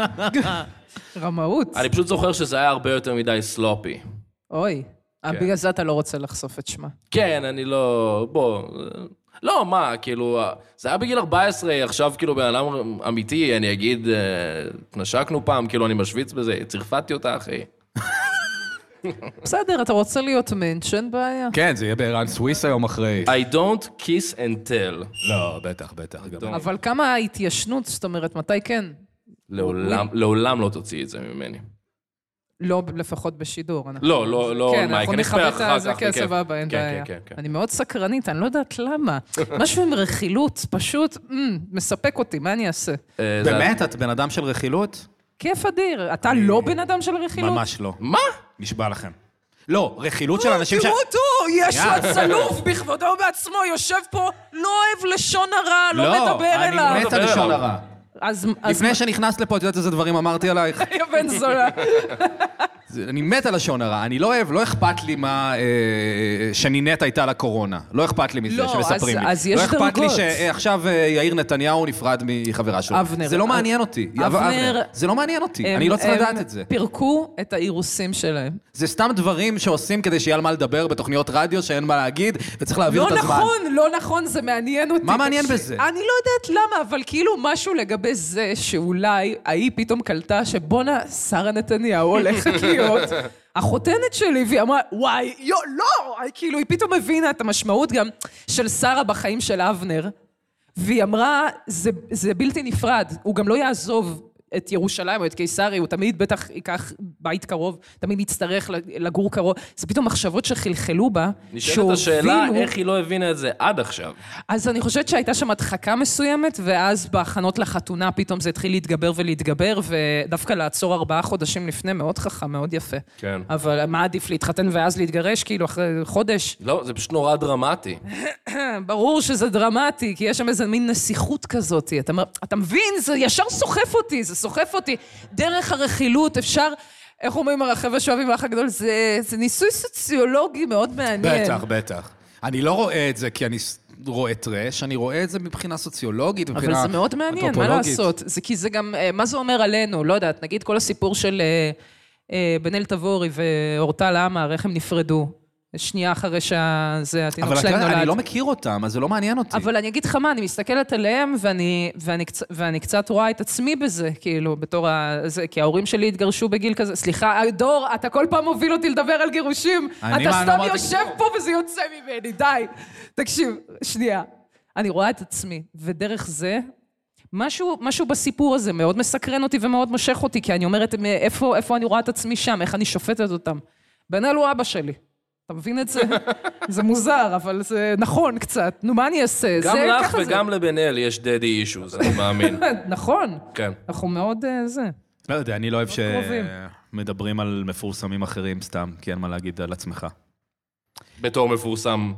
Speaker 3: רמאות.
Speaker 4: אני פשוט זוכר שזה היה הרבה יותר מדי סלופי.
Speaker 3: אוי.
Speaker 2: כן.
Speaker 3: אה, בגלל זה אתה לא רוצה לחשוף את שמה.
Speaker 4: כן, אני לא... בוא... לא, מה, כאילו, זה היה בגיל 14, עכשיו כאילו בן אדם אמיתי, אני אגיד, אה, נשקנו פעם, כאילו, אני משוויץ בזה, צרפתי אה. אותה, אחי.
Speaker 3: בסדר, אתה רוצה להיות מנץ', אין בעיה.
Speaker 2: כן, זה יהיה בערן סוויס היום אחרי.
Speaker 4: I don't kiss and tell.
Speaker 2: לא, בטח, בטח. גם אני.
Speaker 3: אבל כמה ההתיישנות, זאת אומרת, מתי כן?
Speaker 4: לעולם, לעולם לא תוציאי את זה ממני.
Speaker 3: לא לפחות בשידור. אנחנו-
Speaker 4: לא, לא, לא,
Speaker 3: כן,
Speaker 4: מה,
Speaker 3: אנחנו
Speaker 4: ייכנס
Speaker 3: נכבה
Speaker 4: בערך אחר
Speaker 3: את זה
Speaker 4: כך,
Speaker 3: כסף
Speaker 4: כן.
Speaker 3: הבא, אין
Speaker 4: כן,
Speaker 3: בעיה.
Speaker 4: כן, כן, כן.
Speaker 3: אני מאוד סקרנית, אני לא יודעת למה. משהו עם רכילות, פשוט אמ, מספק אותי, מה אני אעשה?
Speaker 4: אה, זה-
Speaker 2: באמת? את בן אדם של רכילות?
Speaker 3: כיף אדיר. אתה לא בן אדם של רכילות?
Speaker 2: ממש לא.
Speaker 4: מה?
Speaker 2: נשבע לכם. לא, רכילות של אנשים ש...
Speaker 3: תראו אותו, יש
Speaker 2: שנייה.
Speaker 3: לו צלוף בכבודו ובעצמו, יושב פה, לא אוהב לשון הרע, לא מדבר
Speaker 2: אני
Speaker 3: אליו.
Speaker 2: מת על
Speaker 4: מדבר
Speaker 2: לשון
Speaker 4: אליו.
Speaker 2: הרע.
Speaker 3: אז אז
Speaker 2: לפני שנכנסת לפה, את יודעת איזה דברים אמרתי עלייך?
Speaker 3: יא בן זונה.
Speaker 2: זה- אני מת על לשון הרע. אני לא אוהב, לא אכפת לי מה... אה, שנינט הייתה לקורונה. לא אכפת לי מזה
Speaker 3: לא,
Speaker 2: שמספרים
Speaker 3: אז-
Speaker 2: לי.
Speaker 3: אז יש
Speaker 2: לא אכפת לי
Speaker 3: דרגות.
Speaker 2: שעכשיו אה, יאיר נתניהו נפרד מחברה שלו.
Speaker 3: אבנר,
Speaker 2: זה לא
Speaker 3: אב-
Speaker 2: מעניין אותי.
Speaker 3: אבנר-
Speaker 2: זה לא מעניין אותי.
Speaker 3: הם-
Speaker 2: אני לא צריך
Speaker 3: הם
Speaker 2: לדעת את זה.
Speaker 3: פירקו את האירוסים שלהם.
Speaker 2: זה סתם דברים שעושים כדי שיהיה על מה לדבר בתוכניות רדיו שאין מה להגיד, וצריך להעביר
Speaker 3: לא
Speaker 2: את הזמן.
Speaker 3: נכון, לא נכון, זה מעניין אותי.
Speaker 2: מה מעניין
Speaker 3: תקשיב.
Speaker 2: בזה?
Speaker 3: אני לא יודעת למה, אבל כאילו משהו לגבי זה שאולי ההיא פתאום קלטה שבואנה, שרה נתניהו הולכת להיות החותנת שלי, והיא אמרה, וואי, יו, לא! כאילו, היא פתאום הבינה את המשמעות גם של שרה בחיים של אבנר, והיא אמרה, זה, זה בלתי נפרד, הוא גם לא יעזוב. את ירושלים או את קיסריה, הוא תמיד בטח ייקח בית קרוב, תמיד יצטרך לגור קרוב. זה פתאום מחשבות שחלחלו בה,
Speaker 4: נשאלת השאלה
Speaker 3: שהובילו-
Speaker 4: איך היא לא הבינה את זה עד עכשיו.
Speaker 3: אז אני חושבת שהייתה שם הדחקה מסוימת, ואז בהכנות לחתונה פתאום זה התחיל להתגבר ולהתגבר, ודווקא לעצור ארבעה חודשים לפני, מאוד חכם, מאוד יפה.
Speaker 4: כן.
Speaker 3: אבל מה עדיף, להתחתן ואז להתגרש, כאילו, אחרי חודש? אה,
Speaker 4: לא, זה פשוט נורא דרמטי.
Speaker 3: ברור שזה דרמטי, כי יש שם איזה מין נסיכות כזאת. אתה, מ- אתה מבין? זה ישר סוחף אותי, זה סוחף אותי. דרך הרכילות אפשר... איך אומרים החבר'ה שאוהבים האח הגדול? זה, זה ניסוי סוציולוגי מאוד מעניין.
Speaker 2: בטח, בטח. אני לא רואה את זה כי אני ס- רואה טרש, אני רואה את זה מבחינה סוציולוגית, מבחינה
Speaker 3: אבל זה מאוד מעניין, מה
Speaker 2: אנתרופולוגית.
Speaker 3: לעשות? זה כי זה גם, אה, מה זה אומר עלינו? לא יודעת, נגיד כל הסיפור של אה, אה, בן אל תבורי ואורטל עמר, איך הם נפרדו. שנייה אחרי שזה, התינוק
Speaker 2: אבל את
Speaker 3: שלהם
Speaker 2: יודעת,
Speaker 3: נולד.
Speaker 2: אני לא מכיר אותם, אז זה לא מעניין אותי.
Speaker 3: אבל אני אגיד לך מה, אני מסתכלת עליהם, ואני, ואני, קצ- ואני קצת רואה את עצמי בזה, כאילו, בתור ה... זה, כי ההורים שלי התגרשו בגיל כזה. סליחה, דור, אתה כל פעם מוביל אותי לדבר על גירושים.
Speaker 2: אני
Speaker 3: אתה
Speaker 2: מה, אני
Speaker 3: סתם
Speaker 2: אמרתי
Speaker 3: יושב פה וזה יוצא ממני, די. תקשיב, שנייה. אני רואה את עצמי, ודרך זה, משהו, משהו בסיפור הזה מאוד מסקרן אותי ומאוד מושך אותי, כי אני אומרת, "מ- איפה, איפה אני רואה את עצמי שם, איך אני שופטת אותם. בן-אל הוא אבא שלי. אתה מבין את זה? זה מוזר, אבל זה נכון קצת. נו, מה אני אעשה?
Speaker 4: גם
Speaker 3: זה,
Speaker 4: לך
Speaker 3: ככה זה.
Speaker 4: וגם לבן אל יש דדי אישוז, אני מאמין.
Speaker 3: נכון.
Speaker 4: כן.
Speaker 3: אנחנו מאוד אה, זה.
Speaker 2: לא יודע, אני לא אוהב
Speaker 3: קרובים.
Speaker 2: שמדברים על מפורסמים אחרים סתם, כי אין מה להגיד על עצמך.
Speaker 4: בתור מפורסם,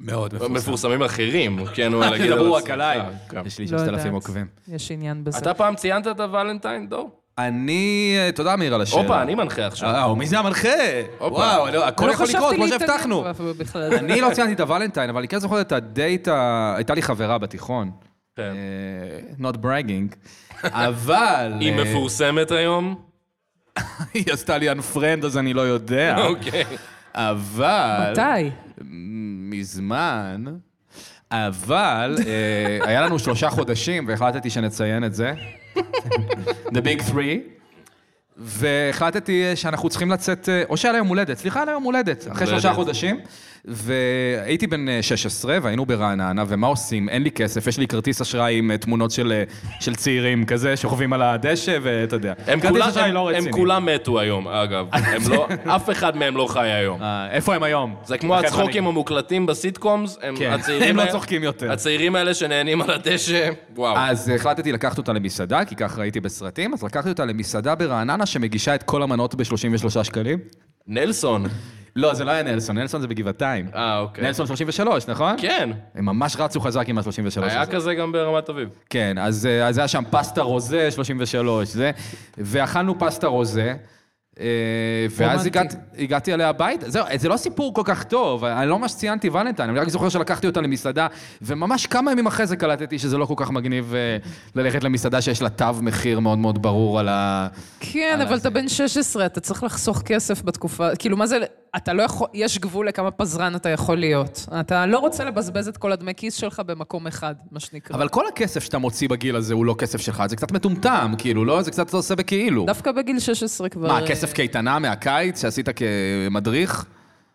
Speaker 2: מאוד
Speaker 4: מפורסמים אחרים, כן, הוא להגיד על
Speaker 2: תדברו רק
Speaker 4: עצמך,
Speaker 2: עליי.
Speaker 4: כן.
Speaker 2: יש לי
Speaker 3: לא
Speaker 2: 6,000
Speaker 3: יודעת.
Speaker 2: עוקבים.
Speaker 3: יש עניין בזה.
Speaker 4: אתה פעם ציינת את הוולנטיין, דור?
Speaker 2: אני... אה, תודה, אמיר, על השאלה.
Speaker 4: הופה, אני מנחה עכשיו.
Speaker 2: וואו, מי זה המנחה?
Speaker 4: הופה.
Speaker 2: אה, וואו, לא, הכל
Speaker 3: לא
Speaker 2: יכול
Speaker 3: חשבתי
Speaker 2: לקרות, כמו
Speaker 3: להתעניין
Speaker 2: שהבטחנו.
Speaker 3: בכלל.
Speaker 2: אני לא ציינתי את הוולנטיין, אבל אני כן זוכר את הדייט ה... הייתה לי חברה בתיכון.
Speaker 4: כן.
Speaker 2: אה, not bragging, אבל...
Speaker 4: היא
Speaker 2: אה,
Speaker 4: מפורסמת היום?
Speaker 2: היא עשתה לי unfriend, אז אני לא יודע.
Speaker 4: אוקיי.
Speaker 2: אבל...
Speaker 3: מתי?
Speaker 2: מזמן, אבל אה, היה לנו שלושה חודשים והחלטתי שנציין את זה. The big three. והחלטתי אה, שאנחנו צריכים לצאת, אה, או שעל היום הולדת, סליחה, על היום הולדת, אחרי שלושה
Speaker 4: הולדת.
Speaker 2: חודשים. והייתי בן אה, 16 והיינו ברעננה, ומה עושים? אין לי כסף, יש לי כרטיס אשראי עם אה, תמונות של, אה, של צעירים כזה, שוכבים על הדשא, ואתה יודע.
Speaker 4: הם
Speaker 2: כרטיס
Speaker 4: כולם-
Speaker 2: אשראי
Speaker 4: הם-
Speaker 2: לא
Speaker 4: הם
Speaker 2: רציני.
Speaker 4: כולם מתו היום, אגב. הם לא- אף אחד מהם לא חי היום.
Speaker 2: אה, איפה הם היום?
Speaker 4: זה כמו
Speaker 2: החבר'ה
Speaker 4: הצחוקים המוקלטים בסיטקומס, הם
Speaker 2: אוקיי, כן.
Speaker 4: הצעירים
Speaker 2: הם לא
Speaker 4: האלה-
Speaker 2: צוחקים יותר. אה,
Speaker 4: הצעירים האלה שנהנים על הדשא, וואו.
Speaker 2: אז החלטתי לקחת אותה למסעדה, כי כך ראיתי בסרטים, אז לקחתי אותה למסעדה ברעננה שמגישה את כל המנות ב-33 שקלים.
Speaker 4: נלסון.
Speaker 2: לא, זה לא היה נלסון, נלסון זה בגבעתיים.
Speaker 4: אה, אוקיי.
Speaker 2: נלסון 33, נכון?
Speaker 4: כן.
Speaker 2: הם ממש רצו חזק עם ה-33 הזה.
Speaker 4: היה כזה גם ברמת אביב.
Speaker 2: כן, אז אה, אז היה שם פסטה רוזה 33, זה, ואכלנו פסטה רוזה. אה, ואז
Speaker 3: רומנטי.
Speaker 2: הגעת, הגעתי אליה הביתה. זהו, זה לא סיפור כל כך טוב, אני לא ממש ציינתי ולנטיין, אני רק זוכר שלקחתי אותה למסעדה, וממש כמה ימים אחרי זה קלטתי שזה לא כל כך מגניב אה, ללכת למסעדה שיש לה תו מחיר מאוד מאוד ברור על ה... אה,
Speaker 3: כן, אבל אתה בן 16, אתה צריך לחסוך כסף בתקופה, כאילו, מה זה, אתה לא יכול, יש גבול לכמה פזרן אתה יכול להיות. אתה לא רוצה לבזבז את כל הדמי כיס שלך במקום אחד, מה שנקרא.
Speaker 2: אבל כל הכסף שאתה מוציא בגיל הזה הוא לא כסף שלך, זה קצת מטומטם, כאילו, לא? זה קצת אתה עושה בכאילו.
Speaker 3: דווקא בגיל 16 כבר...
Speaker 2: מה,
Speaker 3: אה,
Speaker 2: כסף קייטנה מהקיץ שעשית כמדריך?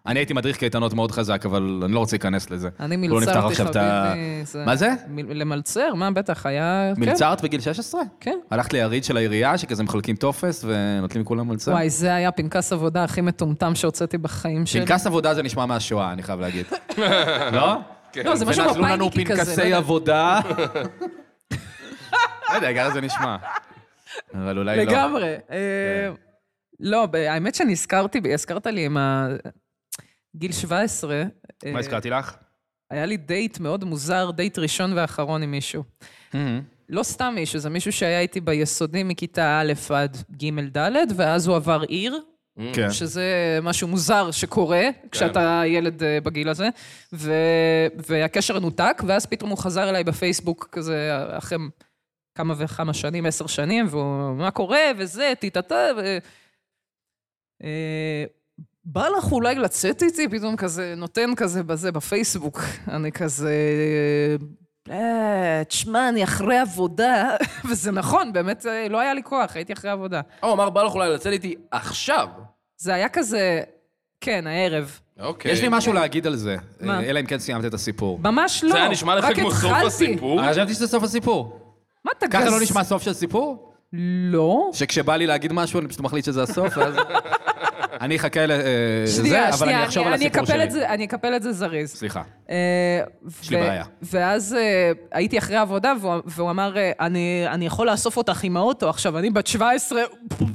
Speaker 2: אני הייתי מדריך קייטנות מאוד חזק, אבל אני לא רוצה להיכנס לזה.
Speaker 3: אה, אני
Speaker 2: לא נפתח
Speaker 3: מלצרתי
Speaker 2: עכשיו את ה-
Speaker 3: חביבי.
Speaker 2: מה זה?
Speaker 3: מ- למלצר, מה, בטח, היה... כן.
Speaker 2: מלצרת בגיל 16?
Speaker 3: כן.
Speaker 2: הלכת ליריד של העירייה, שכזה מחלקים טופס ונותנים לכולם מלצר?
Speaker 3: וואי, זה היה פנקס עבודה הכי מטומטם שהוצאתי בחיים שלי.
Speaker 2: פנקס עבודה זה נשמע מהשואה, אני חייב להגיד. לא?
Speaker 3: לא, זה משהו
Speaker 2: ונתנו לנו
Speaker 3: מפאיניקי כזה. לא
Speaker 2: פנקסי
Speaker 3: יודע.
Speaker 2: עבודה. לא יודע, ככה זה נשמע. אבל אולי לא.
Speaker 3: לגמרי. אה, לא, ב- האמת שנזכרתי, בי- הזכרת לי עם ה... גיל 17. אה,
Speaker 2: מה הזכרתי לך?
Speaker 3: היה לי דייט מאוד מוזר, דייט ראשון ואחרון עם מישהו. לא סתם מישהו, זה מישהו שהיה איתי ביסודי מכיתה א' עד ג'-ד', ואז הוא עבר עיר,
Speaker 2: כן.
Speaker 3: שזה משהו מוזר שקורה כשאתה ילד אה, בגיל הזה, ו... והקשר נותק, ואז פתאום הוא חזר אליי בפייסבוק כזה אחרי כמה וכמה שנים, עשר שנים, והוא, מה קורה, וזה, טיטטה, ו... אה, בא לך אולי לצאת איתי? פתאום כזה, נותן כזה בזה, בפייסבוק. אני כזה... אה, תשמע, אני אחרי עבודה, וזה נכון, באמת, אה, לא היה לי כוח, הייתי אחרי עבודה.
Speaker 4: או, אמר, בא לך אולי לצאת איתי עכשיו.
Speaker 3: זה היה כזה, כן, הערב.
Speaker 4: אוקיי.
Speaker 2: יש לי משהו להגיד על זה.
Speaker 3: כן. מה?
Speaker 2: אלא אם כן סיימת את הסיפור.
Speaker 3: ממש לא,
Speaker 4: זה היה נשמע לך
Speaker 3: רק
Speaker 4: כמו סוף
Speaker 3: התחלתי.
Speaker 4: הסיפור?
Speaker 2: אני אה, חשבתי שזה סוף הסיפור.
Speaker 3: מה אתה גס?
Speaker 2: ככה לא נשמע סוף של סיפור?
Speaker 3: לא.
Speaker 2: שכשבא לי להגיד משהו, אני פשוט מחליט שזה הסוף, ואז... אני אחכה לזה,
Speaker 3: שנייה,
Speaker 2: אבל אני
Speaker 3: שנייה,
Speaker 2: אחשוב על
Speaker 3: אני- אני
Speaker 2: הסיפור
Speaker 3: אקפל
Speaker 2: שלי.
Speaker 3: את זה- אני אקפל את זה זריז.
Speaker 2: סליחה.
Speaker 3: אה,
Speaker 2: יש לי
Speaker 3: ו-
Speaker 2: בעיה.
Speaker 3: ואז אה, הייתי אחרי העבודה, והוא- והוא אמר, אה, אני אני יכול לאסוף אותך עם האוטו עכשיו, אני בת 17,
Speaker 4: אוקיי.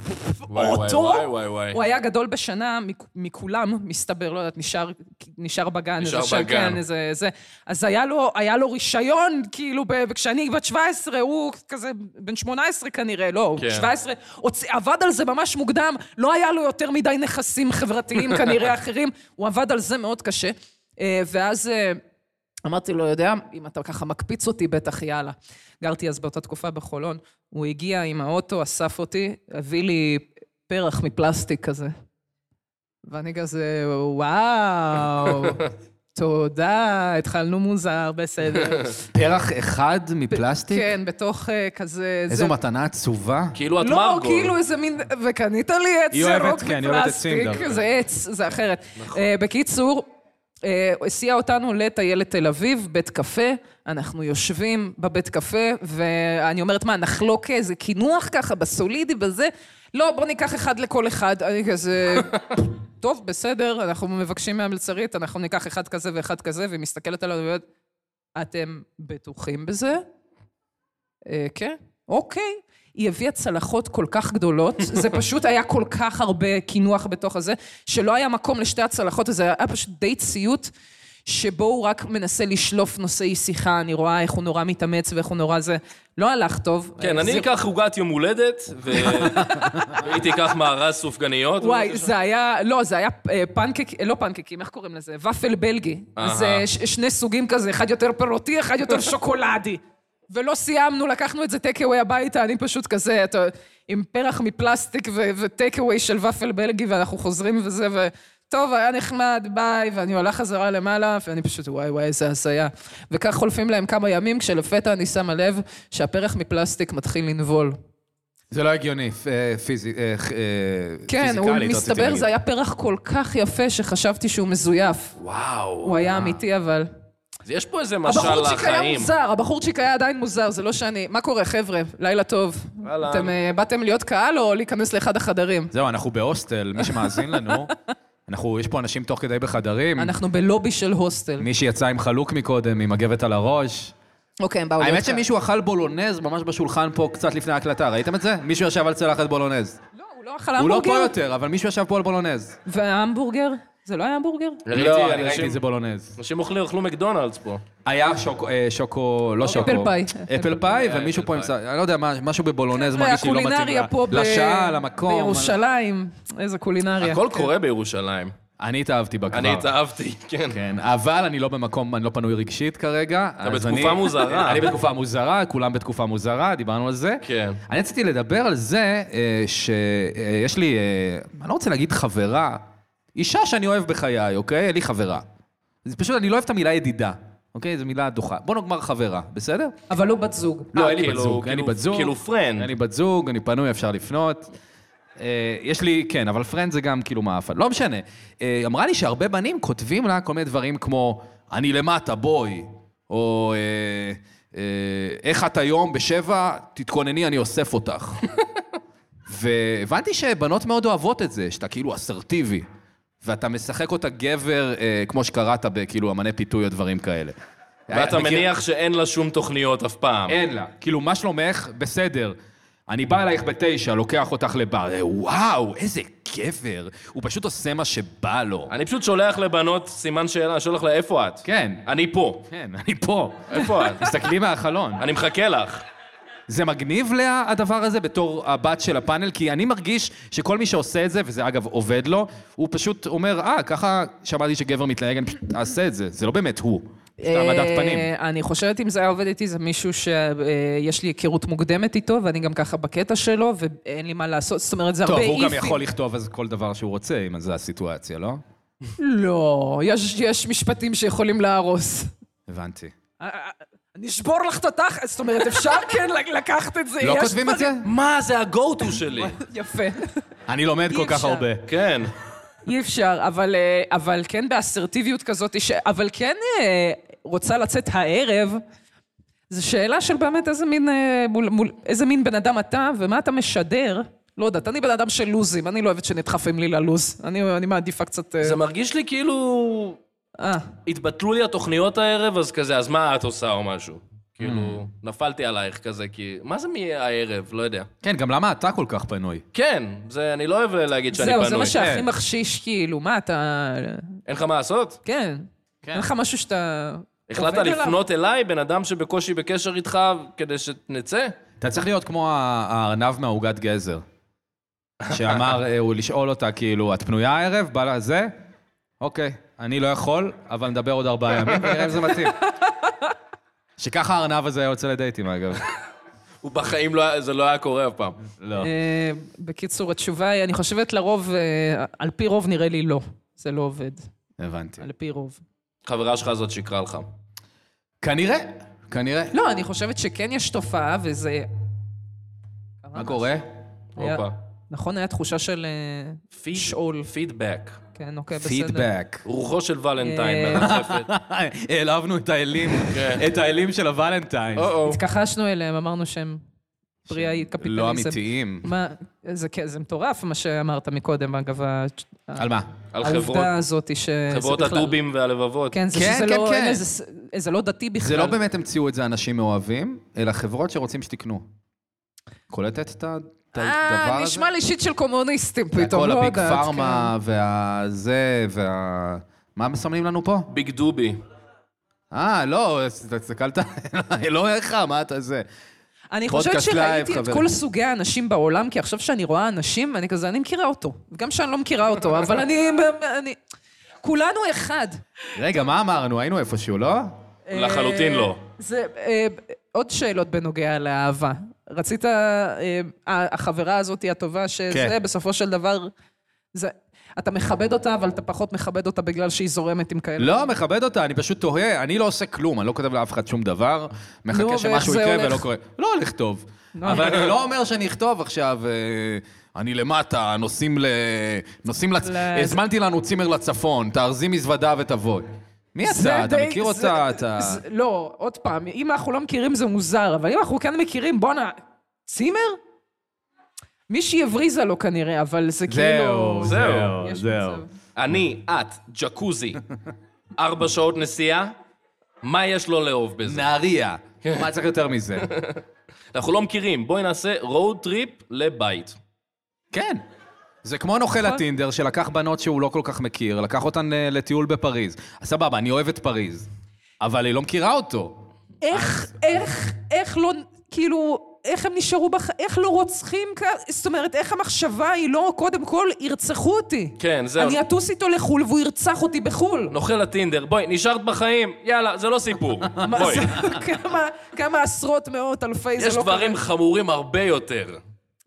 Speaker 4: וואי, וואי,
Speaker 3: אותו?
Speaker 4: וואי, וואי, וואי.
Speaker 3: הוא היה גדול בשנה מכ- מכולם, מסתבר, לא יודעת, נשאר, נשאר בגן,
Speaker 4: נשאר
Speaker 3: איזה שם,
Speaker 4: בגן.
Speaker 3: כן, איזה, זה. אז היה לו, היה לו רישיון, כאילו, ב- וכשאני בת 17, הוא כזה בן 18 כנראה, לא, הוא
Speaker 4: כן.
Speaker 3: 17, הוצ... עבד על זה ממש מוקדם, לא היה לו יותר מדי נכסים חברתיים כנראה אחרים, הוא עבד על זה מאוד קשה. אה, ואז אה, אמרתי לו, "לא יודע, אם אתה ככה מקפיץ אותי, בטח יאללה. גרתי אז באותה תקופה בחולון. הוא הגיע עם האוטו, אסף אותי, הביא לי פרח מפלסטיק כזה. ואני כזה, וואו, תודה, התחלנו מוזר, בסדר.
Speaker 2: פרח אחד מפלסטיק?
Speaker 3: כן, בתוך אה, כזה...
Speaker 2: איזו
Speaker 3: זה-
Speaker 2: מתנה עצובה.
Speaker 4: כאילו את
Speaker 3: לא,
Speaker 4: מרגול.
Speaker 3: כאילו איזה מין... וקנית לי עץ
Speaker 2: היא אוהבת,
Speaker 3: ירוק
Speaker 2: כן, היא אוהבת עצים
Speaker 3: מפלסטיק,
Speaker 2: דווקא.
Speaker 3: זה עץ, זה אחרת. אה, בקיצור, אה, הסיע אותנו לטיילת תל אביב, בית קפה. אנחנו יושבים בבית קפה, ואני אומרת, מה, נחלוק איזה קינוח ככה, בסולידי, בזה? לא, בוא ניקח אחד לכל אחד. אני כזה... טוב, בסדר, אנחנו מבקשים מהמלצרית, אנחנו ניקח אחד כזה ואחד כזה, והיא מסתכלת עלינו ואומרת, אתם בטוחים בזה? אה, כן, אוקיי. היא הביאה צלחות כל כך גדולות, זה פשוט היה כל כך הרבה קינוח בתוך הזה, שלא היה מקום לשתי הצלחות, וזה היה פשוט די ציות, שבו הוא רק מנסה לשלוף נושאי שיחה, אני רואה איך הוא נורא מתאמץ ואיך הוא נורא זה. לא הלך טוב.
Speaker 4: כן, אני
Speaker 3: זה-
Speaker 4: אקח עוגת יום הולדת, ו- והיא תיקח מארז סופגניות.
Speaker 3: וואי,
Speaker 4: בבקשה.
Speaker 3: זה היה, לא, זה היה אה, פנקק, לא פנקקים, איך קוראים לזה? ופל בלגי.
Speaker 4: אהה.
Speaker 3: זה ש- שני סוגים כזה, אחד יותר פירותי, אחד יותר שוקולדי. ולא סיימנו, לקחנו את זה טקאווי הביתה, אני פשוט כזה, אתה, עם פרח מפלסטיק ו- וטקאווי של ופל בלגי, ואנחנו חוזרים וזה, ו... טוב, היה נחמד, ביי, ואני עולה חזרה למעלה, ואני פשוט, וואי, וואי, איזה הזיה. וכך חולפים להם כמה ימים, כשלפתע אני שמה לב שהפרח מפלסטיק מתחיל לנבול.
Speaker 2: זה לא הגיוני, פ- אה, פיזי- אה, ח- אה,
Speaker 3: כן, הוא
Speaker 2: פיזיקלית, לא רציתי
Speaker 3: מסתבר,
Speaker 2: להגיד.
Speaker 3: זה היה פרח כל כך יפה שחשבתי שהוא מזויף.
Speaker 4: וואו.
Speaker 3: הוא
Speaker 2: אה.
Speaker 3: היה אמיתי, אבל...
Speaker 4: אז יש פה איזה משל
Speaker 3: הבחורצ'יק היה
Speaker 4: לחיים.
Speaker 3: מוזר, הבחורצ'יק היה עדיין מוזר, זה לא שאני... מה קורה, חבר'ה? לילה טוב.
Speaker 4: אהלן.
Speaker 3: אתם אה, באתם להיות קהל או להיכנס לאחד החדרים?
Speaker 2: זהו, אנחנו בהוסטל, מי שמאזין לנו, אנחנו, יש פה אנשים תוך כדי בחדרים.
Speaker 3: אנחנו בלובי של הוסטל.
Speaker 2: מי שיצא עם חלוק מקודם, עם מגבת על הראש.
Speaker 3: אוקיי, הם באו להיות
Speaker 2: האמת
Speaker 3: קהל.
Speaker 2: שמישהו אכל בולונז ממש בשולחן פה קצת לפני ההקלטה, ראיתם את זה? מישהו ישב על צלחת בולונז.
Speaker 3: לא, הוא לא אכל
Speaker 2: הוא לא פה
Speaker 3: המבורגר?
Speaker 2: יותר, אבל מישהו ישב פה על בולונז.
Speaker 3: וההמבורגר? זה לא היה המבורגר?
Speaker 2: לא, אני
Speaker 4: אנשים-
Speaker 2: ראיתי את זה בולונז.
Speaker 4: אנשים אוכלו אוכלו מקדונלדס פה.
Speaker 2: היה שוקו, אה, שוקו, לא שוקו.
Speaker 3: אוקיי. פאי.
Speaker 2: אפל פאי, ומישהו
Speaker 4: אפל
Speaker 2: פה עם...
Speaker 4: פאי.
Speaker 2: צ- אני לא יודע, מה- משהו בבולונז מרגיש לי לא מתאים
Speaker 3: והקולינריה
Speaker 2: לה-
Speaker 3: פה ב-
Speaker 2: לשעה, למקום.
Speaker 3: בירושלים. איזה קולינריה.
Speaker 4: הכל קורה בירושלים.
Speaker 2: אני התאהבתי בה כבר.
Speaker 4: אני התאהבתי, כן.
Speaker 2: כן, אבל אני לא במקום, אני לא פנוי רגשית כרגע. אתה
Speaker 4: בתקופה מוזרה.
Speaker 2: אני בתקופה מוזרה, כולם בתקופה מוזרה, דיברנו על זה.
Speaker 4: כן.
Speaker 2: אני רציתי לדבר על זה שיש לי, אה, אני לא רוצה להגיד חברה, אישה שאני אוהב בחיי, אוקיי? אין לי חברה. זה פשוט, אני לא אוהב את המילה ידידה, אוקיי? זו מילה דוחה. בוא נאמר חברה, בסדר?
Speaker 3: אבל הוא בת זוג.
Speaker 2: לא,
Speaker 4: לא,
Speaker 2: אין לי בת
Speaker 4: כאילו-
Speaker 2: זוג, אין לי
Speaker 4: כאילו-
Speaker 2: בת זוג.
Speaker 4: כאילו friend.
Speaker 2: אין לי בת זוג, אני פנוי, אפשר לפנות. אה, יש לי, כן, אבל פרנד זה גם כאילו מעפן. לא משנה. אה, אמרה לי שהרבה בנים כותבים לה כל מיני דברים כמו, אני למטה, בואי, או אה, אה, איך את היום בשבע, תתכונני, אני אוסף אותך. והבנתי שבנות מאוד אוהבות את זה, שאתה כאילו אסרטיבי, ואתה משחק אותה גבר, אה, כמו שקראת, בכאילו אמני פיתוי או דברים כאלה.
Speaker 4: ואתה
Speaker 2: מכיר-
Speaker 4: מניח שאין לה שום תוכניות אף פעם.
Speaker 2: אין לה. כאילו, מה שלומך? בסדר. אני בא אלייך בתשע, לוקח אותך לבר. אה, וואו, איזה גבר. הוא פשוט עושה מה שבא לו.
Speaker 4: אני פשוט שולח לבנות סימן שאלה, שולח לה, איפה את?
Speaker 2: כן.
Speaker 4: אני פה.
Speaker 2: כן, אני פה.
Speaker 4: איפה את?
Speaker 2: תסתכלי מהחלון.
Speaker 4: אני מחכה לך.
Speaker 2: זה מגניב, לאה, הדבר הזה, בתור הבת של הפאנל? כי אני מרגיש שכל מי שעושה את זה, וזה אגב עובד לו, הוא פשוט אומר, אה, ככה שמעתי שגבר מתנהג, אני פשוט אעשה את זה. זה לא באמת הוא. פשוט העמדת פנים.
Speaker 3: אה, אני חושבת אם זה היה עובד איתי, זה מישהו שיש לי היכרות מוקדמת איתו, ואני גם ככה בקטע שלו, ואין לי מה לעשות. זאת אומרת, זה הרבה
Speaker 2: טוב,
Speaker 3: איפים.
Speaker 2: הוא גם יכול לכתוב אז כל דבר שהוא רוצה, אם זו הסיטואציה, לא?
Speaker 3: לא, יש- יש משפטים שיכולים להרוס.
Speaker 2: הבנתי.
Speaker 3: נשבור לך את התחת, זאת אומרת, אפשר כן לקחת את זה.
Speaker 2: לא
Speaker 3: יש
Speaker 2: כותבים את זה?
Speaker 3: דברים-
Speaker 4: מה, זה ה-go-to שלי.
Speaker 3: יפה.
Speaker 2: אני לומד כל כך
Speaker 3: אפשר.
Speaker 2: הרבה.
Speaker 4: כן.
Speaker 3: אי אפשר, אבל, אה, אבל כן באסרטיביות כזאת, ש... אבל כן אה, רוצה לצאת הערב, זו שאלה של באמת איזה מין, אה, מול, מול, איזה מין בן אדם אתה ומה אתה משדר. לא יודעת, אני בן אדם של לוזים, אני לא אוהבת שנדחפים לי ללוז. אני, אני מעדיפה קצת... אה,
Speaker 4: זה מרגיש לי כאילו...
Speaker 3: אה,
Speaker 4: התבטלו לי התוכניות הערב, אז כזה, אז מה את עושה או משהו? כאילו, נפלתי עלייך כזה, כי... מה זה מהערב? לא יודע.
Speaker 2: כן, גם למה אתה כל כך פנוי?
Speaker 4: כן, זה, אני לא אוהב להגיד שאני
Speaker 3: זהו,
Speaker 4: פנוי.
Speaker 3: זה מה שהכי
Speaker 2: כן.
Speaker 3: מחשיש, כאילו, מה אתה...
Speaker 4: אין לך מה לעשות?
Speaker 3: כן. אין לך משהו שאתה...
Speaker 4: החלטת
Speaker 3: עובד עליו?
Speaker 4: לפנות אליי, בן אדם שבקושי בקשר איתך, כדי שנצא?
Speaker 2: אתה צריך להיות כמו ה- הארנב מהעוגת גזר, שאמר, אה, הוא לשאול אותה, כאילו, את פנויה הערב? בא לה זה? אוקיי, אני לא יכול, אבל נדבר עוד ארבעה ימים, ונראה אם זה מתאים. שככה הארנב הזה היה יוצא לדייטים, אגב.
Speaker 4: הוא בחיים לא היה, זה לא היה קורה אף פעם.
Speaker 2: לא.
Speaker 3: אה, בקיצור, התשובה היא, אני חושבת לרוב, אה, על פי רוב נראה לי לא. זה לא עובד,
Speaker 2: הבנתי.
Speaker 3: על פי רוב.
Speaker 4: חברה שלך הזאת שיקרה לך.
Speaker 2: כנראה, כנראה.
Speaker 3: לא, אני חושבת שכן יש תופעה, וזה...
Speaker 2: מה קורה?
Speaker 3: אוקיי, היה-
Speaker 4: הופה.
Speaker 3: נכון, היה תפישה של... אה,
Speaker 4: פיד-
Speaker 3: שאול.
Speaker 4: פידבק.
Speaker 3: כן, אוקיי, בסדר.
Speaker 2: פידבק.
Speaker 4: רוחו של ולנטיין
Speaker 3: אה.
Speaker 4: מרחפת.
Speaker 2: העלבנו את האלים,
Speaker 4: כן.
Speaker 2: את האלים של הוולנטיין.
Speaker 4: או-או.
Speaker 3: התכחשנו אליהם, אמרנו שהם פרי הקפיטליזם.
Speaker 2: לא אמיתיים.
Speaker 3: מה, זה, כן, זה מטורף מה שאמרת מקודם, אגב. ה-
Speaker 2: על מה?
Speaker 4: על חברות,
Speaker 3: העובדה הזאת ש... אה, זה
Speaker 4: חברות
Speaker 3: בכלל-
Speaker 4: הדובים והלבבות.
Speaker 3: כן, זה
Speaker 2: כן,
Speaker 3: שזה
Speaker 2: כן,
Speaker 3: לא...
Speaker 2: כן.
Speaker 3: אין איזה ס- זה לא דתי בכלל.
Speaker 2: זה לא באמת המציאו את זה אנשים מאוהבים, אלא חברות שרוצים שתקנו. קולטת את ה- את הדבר
Speaker 3: אה,
Speaker 2: הזה?
Speaker 3: נשמע לי שיט של קומוניסטים
Speaker 2: זה
Speaker 3: פתאום,
Speaker 2: הכל
Speaker 3: לא יודעת. כן.
Speaker 2: הביג פארמה והזה וה... מה מסמנים לנו פה?
Speaker 4: ביג דובי.
Speaker 2: אה, לא, אתה הסתכלת עליי, לא איך, מה אתה זה?
Speaker 3: כן. אני
Speaker 2: פודקאסט
Speaker 3: חושבת
Speaker 2: לייב,
Speaker 3: שראיתי את
Speaker 2: חברים.
Speaker 3: כל סוגי האנשים בעולם, כי עכשיו שאני רואה אנשים, ואני כזה, אני מכירה אותו. גם שאני לא מכירה אותו, אבל אני... אני- כולנו אחד.
Speaker 2: רגע, מה אמרנו? היינו איפשהו, לא?
Speaker 4: לחלוטין
Speaker 3: אה,
Speaker 4: לא.
Speaker 3: זה, אה, עוד שאלות בנוגע לאהבה. רצית, אה, החברה הזאת היא הטובה, שזה
Speaker 2: כן.
Speaker 3: בסופו של דבר, זה, אתה מכבד אותה, אבל אתה פחות מכבד אותה בגלל שהיא זורמת עם כאלה.
Speaker 2: לא, מכבד אותה, אני פשוט תוהה, אני לא עושה כלום, אני לא כותב לאף אחד שום דבר,
Speaker 3: נו,
Speaker 2: מחכה
Speaker 3: ואיך
Speaker 2: שמשהו
Speaker 3: זה
Speaker 2: יקרה
Speaker 3: הולך?
Speaker 2: ולא קורה. לא הולך טוב.
Speaker 3: נו.
Speaker 2: אבל אני לא אומר שאני אכתוב עכשיו, אה, אני למטה, נוסעים ל... נוסעים לצ...
Speaker 3: ל-
Speaker 2: הזמנתי לנו צימר לצפון, תארזי מזוודה ותבואי. מי
Speaker 3: זה
Speaker 2: אתה? אתה
Speaker 3: די-
Speaker 2: מכיר
Speaker 3: זה-
Speaker 2: אותה? אתה...
Speaker 3: זה- לא, עוד פעם, אם אנחנו לא מכירים זה מוזר, אבל אם אנחנו כן מכירים, בואנה, צימר? מישהי הבריזה לו כנראה, אבל זה כאילו...
Speaker 4: זהו,
Speaker 3: יש מצב.
Speaker 4: אני, את, ג'קוזי, ארבע שעות נסיעה, מה יש לו לאהוב בזה?
Speaker 2: נהריה. מה צריך יותר מזה?
Speaker 4: אנחנו לא מכירים, בואי נעשה road trip לבית.
Speaker 2: כן. זה כמו נוכל הטינדר שלקח בנות שהוא לא כל כך מכיר, לקח אותן אה, לטיול בפריז. אז סבבה, אני אוהב את פריז, אבל היא לא מכירה אותו.
Speaker 3: איך, איך, איך לא, כאילו, איך הם נשארו בח... איך לא רוצחים כ- זאת אומרת, איך המחשבה היא לא, קודם כל, ירצחו אותי.
Speaker 4: כן, זהו.
Speaker 3: אני אטוס איתו לחו"ל והוא ירצח אותי בחו"ל.
Speaker 4: נוכל הטינדר, בואי, נשארת בחיים, יאללה, זה לא סיפור.
Speaker 3: מה
Speaker 4: בואי,
Speaker 3: זה- כמה, כמה עשרות, מאות, אלפי, זה
Speaker 4: יש
Speaker 3: לא...
Speaker 4: דברים
Speaker 3: קורה.
Speaker 4: חמורים הרבה יותר.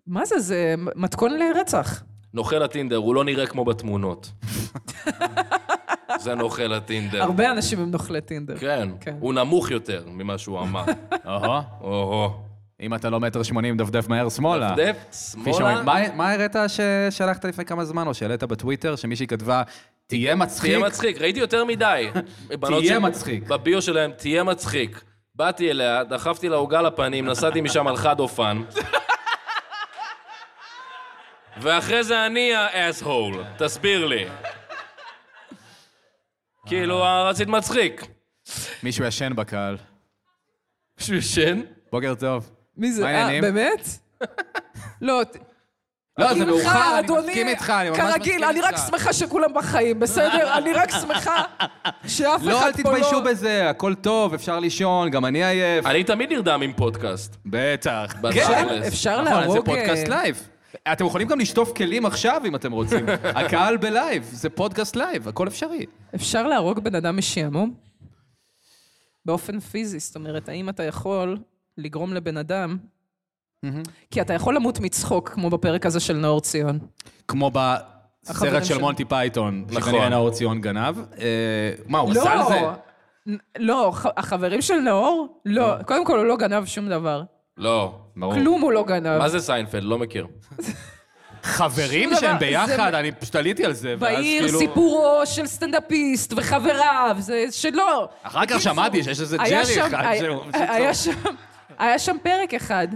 Speaker 3: מה זה, זה מתכון לרצח.
Speaker 4: נוכל הטינדר, הוא לא נראה כמו בתמונות. זה נוכל הטינדר.
Speaker 3: הרבה אנשים הם נוכלי טינדר.
Speaker 4: כן,
Speaker 3: כן.
Speaker 4: הוא נמוך יותר ממה שהוא אמר.
Speaker 2: אוהו.
Speaker 4: או-הו.
Speaker 2: אם אתה לא מטר שמונים, דפדף מהר שמאלה.
Speaker 4: דף,
Speaker 2: כפי שאומרים,
Speaker 4: שמאלה,
Speaker 2: מה- מה הראת ששלחת לפני כמה זמן, או שהעלית בטוויטר, שמישהי כתבה, תהיה מצחיק?
Speaker 4: תהיה מצחיק, ראיתי יותר מדי. בנות ש-
Speaker 2: מצחיק.
Speaker 4: בביו שלהם, תהיה מצחיק. באתי אליה, דחפתי לה עוגה לפנים, נסעתי משם על חד אופן. ואחרי זה אני האס-הול, תסביר לי. כאילו,
Speaker 3: אה.
Speaker 4: רצית מצחיק.
Speaker 2: מישהו ישן בקהל.
Speaker 4: מישהו ישן?
Speaker 2: בוקר טוב.
Speaker 3: מי זה?
Speaker 2: מה
Speaker 3: אה,
Speaker 2: העניינים?
Speaker 3: באמת? לא, ת-
Speaker 2: לא, זה
Speaker 3: איתך,
Speaker 2: מאוחר, אני
Speaker 3: אדוני,
Speaker 2: מסכים איתך, אני ממש מסכים איתך.
Speaker 3: כרגיל, אני רק שמחה שכולם בחיים, בסדר? אני רק שמחה שאף אחד פה לא...
Speaker 2: לא, אל תתביישו בזה, הכל טוב, אפשר לישון, גם אני עייף.
Speaker 4: אני תמיד נרדם עם פודקאסט.
Speaker 2: בטח.
Speaker 4: כן.
Speaker 3: אפשר- אפשר
Speaker 2: נכון, אז
Speaker 3: להרוג...
Speaker 2: זה פודקאסט
Speaker 3: אה,
Speaker 2: לייב. אתם יכולים גם לשטוף כלים עכשיו, אם אתם רוצים. הקהל בלייב, זה פודקאסט לייב, הכל אפשרי.
Speaker 3: אפשר להרוג בן אדם משעמום? באופן פיזי, זאת אומרת, האם אתה יכול לגרום לבן אדם... כי אתה יכול למות מצחוק, כמו בפרק הזה של נאור ציון.
Speaker 2: כמו
Speaker 3: החברים
Speaker 2: בסרט של
Speaker 3: שלו.
Speaker 2: מונטי פייתון,
Speaker 4: נכון.
Speaker 2: שכנראה נאור ציון גנב. אה, מה, הוא
Speaker 3: לא,
Speaker 2: עשה על זה?
Speaker 3: נ- לא, ח- החברים של נאור? לא. קודם כל, הוא לא גנב שום דבר.
Speaker 4: לא.
Speaker 2: ברור.
Speaker 3: כלום הוא לא גנב.
Speaker 4: מה זה סיינפלד? לא מכיר.
Speaker 2: חברים
Speaker 3: שום דבר,
Speaker 2: שהם
Speaker 3: זה-
Speaker 2: ביחד, אני פשוט עליתי על זה, ואז
Speaker 3: בעיר
Speaker 2: כאילו...
Speaker 3: סיפורו של סטנדאפיסט וחבריו, זה שלא.
Speaker 2: אחר כך שמעתי שיש איזה
Speaker 3: היה
Speaker 2: ג'רי
Speaker 3: שם-
Speaker 2: אחד
Speaker 3: היה-
Speaker 2: שהוא...
Speaker 3: היה שם- היה שם פרק אחד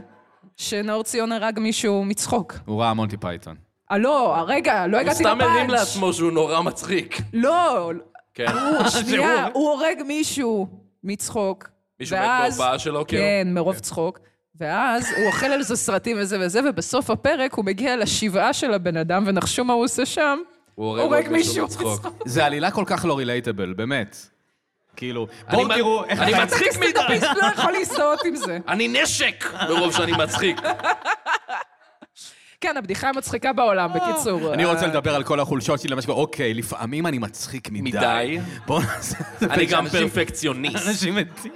Speaker 3: שנאור ציון הרג מישהו מצחוק.
Speaker 2: הוא ראה מונטי פייתון.
Speaker 3: אה, לא, רגע, לא
Speaker 4: הוא
Speaker 3: הגעתי
Speaker 4: סתם הרים
Speaker 3: לפאנץ'.
Speaker 4: לעצמו שהוא נורא מצחיק.
Speaker 3: לא,
Speaker 4: כן.
Speaker 3: שנייה, הוא הורג מישהו מצחוק.
Speaker 4: מישהו מת
Speaker 3: ואז-
Speaker 4: בהופעה שלו, כאילו?
Speaker 3: כן, מרוב צחוק. ואז הוא אוכל על זה סרטים וזה וזה, ובסוף הפרק הוא מגיע לשבעה של הבן אדם, ונחשו מה הוא עושה שם.
Speaker 4: הוא
Speaker 3: הורג
Speaker 4: עוד
Speaker 3: מישהו
Speaker 4: בצחוק.
Speaker 2: זה עלילה כל כך לא רילייטבל, באמת. כאילו,
Speaker 4: אני
Speaker 2: בואו
Speaker 4: מ-
Speaker 2: תראו איך...
Speaker 4: אני
Speaker 2: אתה-
Speaker 4: מצחיק מדי.
Speaker 3: סטנדאפיסט לא יכול להזדהות עם זה.
Speaker 4: אני נשק! מרוב שאני מצחיק.
Speaker 3: כן, הבדיחה המצחיקה בעולם,
Speaker 4: אה,
Speaker 3: בקיצור.
Speaker 2: אני רוצה לדבר על כל החולשות שלי, למה שקורה, אוקיי, לפעמים אני מצחיק מדי.
Speaker 4: מדי.
Speaker 2: בואו נעשה את זה.
Speaker 4: אני גם
Speaker 2: שאנשים-
Speaker 4: פרפקציוניסט.
Speaker 2: אנשים מתים.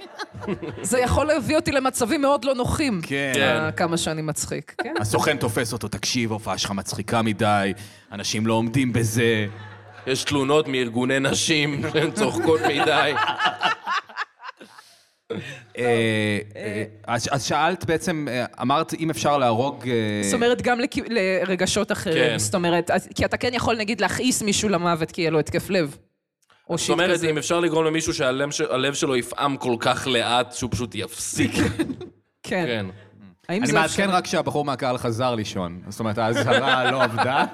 Speaker 3: אה, זה יכול להביא אותי למצבים מאוד לא נוחים.
Speaker 2: כן.
Speaker 4: כן.
Speaker 3: אה, כמה שאני מצחיק, כן.
Speaker 2: הסוכן תופס אותו, תקשיב, ההופעה שלך מצחיקה מדי, אנשים לא עומדים בזה.
Speaker 4: יש תלונות מארגוני נשים שהן צוחקות מדי.
Speaker 2: אה, אה, אז אז שאלת בעצם, אה, אמרת אם אפשר להרוג... אה,
Speaker 3: זאת אומרת, גם לכי- לרגשות אחרים.
Speaker 4: כן.
Speaker 3: זאת אומרת, אז- כי אתה כן יכול, נגיד, להכעיס מישהו למוות כי יהיה לו התקף לב. או
Speaker 4: זאת
Speaker 3: שיט
Speaker 4: אומרת,
Speaker 3: כזה.
Speaker 4: אם אפשר לגרום למישהו שהלב ש- הלב שלו יפעם כל כך לאט, שהוא פשוט יפסיק.
Speaker 3: כן.
Speaker 4: כן.
Speaker 3: האם
Speaker 2: אני
Speaker 3: זה
Speaker 2: מעדכן
Speaker 3: אפשרי?
Speaker 2: רק שהבחור מהקהל חזר לישון. זאת אומרת, האזהרה לא עבדה.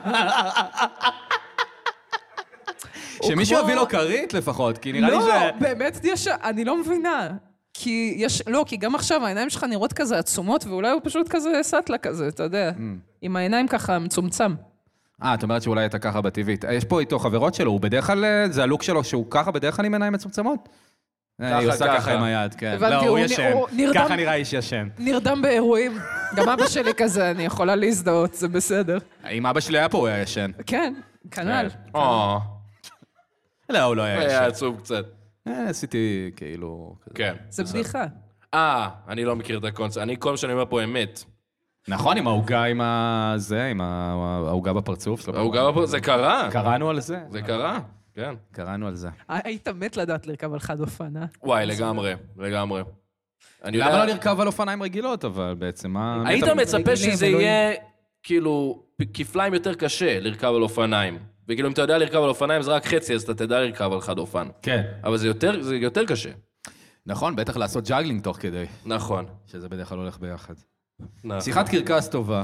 Speaker 2: שמישהו
Speaker 3: כמו-
Speaker 2: יביא לו כרית לפחות, כי נראה לי
Speaker 3: לא,
Speaker 2: ש...
Speaker 3: באמת, יש... אני לא מבינה. כי יש... לא, כי גם עכשיו העיניים שלך נראות כזה עצומות, ואולי הוא פשוט כזה סטלה כזה, אתה יודע.
Speaker 2: Mm.
Speaker 3: עם העיניים ככה מצומצם.
Speaker 2: אה, את אומרת שאולי אתה ככה בטבעית. אה, יש פה איתו חברות שלו, הוא בדרך כלל, אה, זה הלוק שלו שהוא ככה בדרך כלל עם עיניים מצומצמות? אה, היא
Speaker 4: ככה,
Speaker 2: עושה
Speaker 4: ככה.
Speaker 2: ככה עם היד, כן.
Speaker 3: הבנתי,
Speaker 2: לא,
Speaker 3: הוא
Speaker 2: הוא
Speaker 3: נ-
Speaker 2: ישן.
Speaker 3: הוא נרדם.
Speaker 2: ככה נראה איש ישן.
Speaker 3: נרדם באירועים. גם אבא שלי כזה, אני יכולה להזדהות, זה בסדר.
Speaker 2: אם אבא שלי היה פה, הוא היה ישן.
Speaker 3: כן, כנ"ל.
Speaker 2: אה.
Speaker 4: או,
Speaker 2: לא, הוא לא היה
Speaker 4: היה
Speaker 2: ישן.
Speaker 4: עצוב אה, קצת.
Speaker 2: אה, עשיתי כאילו... כזה.
Speaker 4: כן.
Speaker 3: זה בדיחה.
Speaker 4: אה, אני לא מכיר את הקונספט. אני, כל מה שאני אומר פה אמת.
Speaker 2: נכון, עם העוגה עם ה... זה, עם ה- העוגה בפרצוף שלו.
Speaker 4: הוא גר פה, זה קרה.
Speaker 2: קראנו על זה.
Speaker 4: זה קרה, כן.
Speaker 2: קראנו על זה.
Speaker 3: היית מת לדעת לרכב על חד אופן, אה?
Speaker 4: וואי, לגמרי, לגמרי. אני יודע-
Speaker 2: למה לא לרכב על אופניים רגילות, אבל בעצם, מה... מי
Speaker 4: היית
Speaker 2: אתה-
Speaker 4: מצפה
Speaker 3: רגילים,
Speaker 4: שזה
Speaker 3: אלוהים.
Speaker 4: יהיה, כאילו, פ- כפליים יותר קשה לרכב על אופניים. וכאילו, אם אתה יודע לרכב על אופניים זה רק חצי, אז אתה תדע לרכב על חד אופן.
Speaker 2: כן.
Speaker 4: אבל זה יותר, זה יותר קשה.
Speaker 2: נכון, בטח לעשות ג'אגלינג תוך כדי,
Speaker 4: נכון.
Speaker 2: שזה בדרך כלל הולך ביחד.
Speaker 4: נכון.
Speaker 2: שיחת קרקס טובה.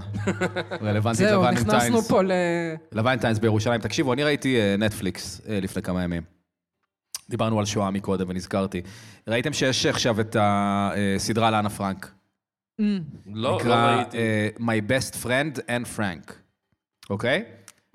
Speaker 2: רלוונטית
Speaker 3: זהו,
Speaker 2: לוונטיינס.
Speaker 3: נכנסנו פה ל...
Speaker 2: לוונטיינס בירושלים. תקשיבו, אני ראיתי אה, נטפליקס אה, לפני כמה ימים. דיברנו על שואה מקודם ונזכרתי. ראיתם שיש עכשיו את הסדרה על אנה פרנק.
Speaker 4: לא, לא
Speaker 2: נקרא
Speaker 4: ראיתי.
Speaker 2: אה, My Best Friend and Frank, אוקיי?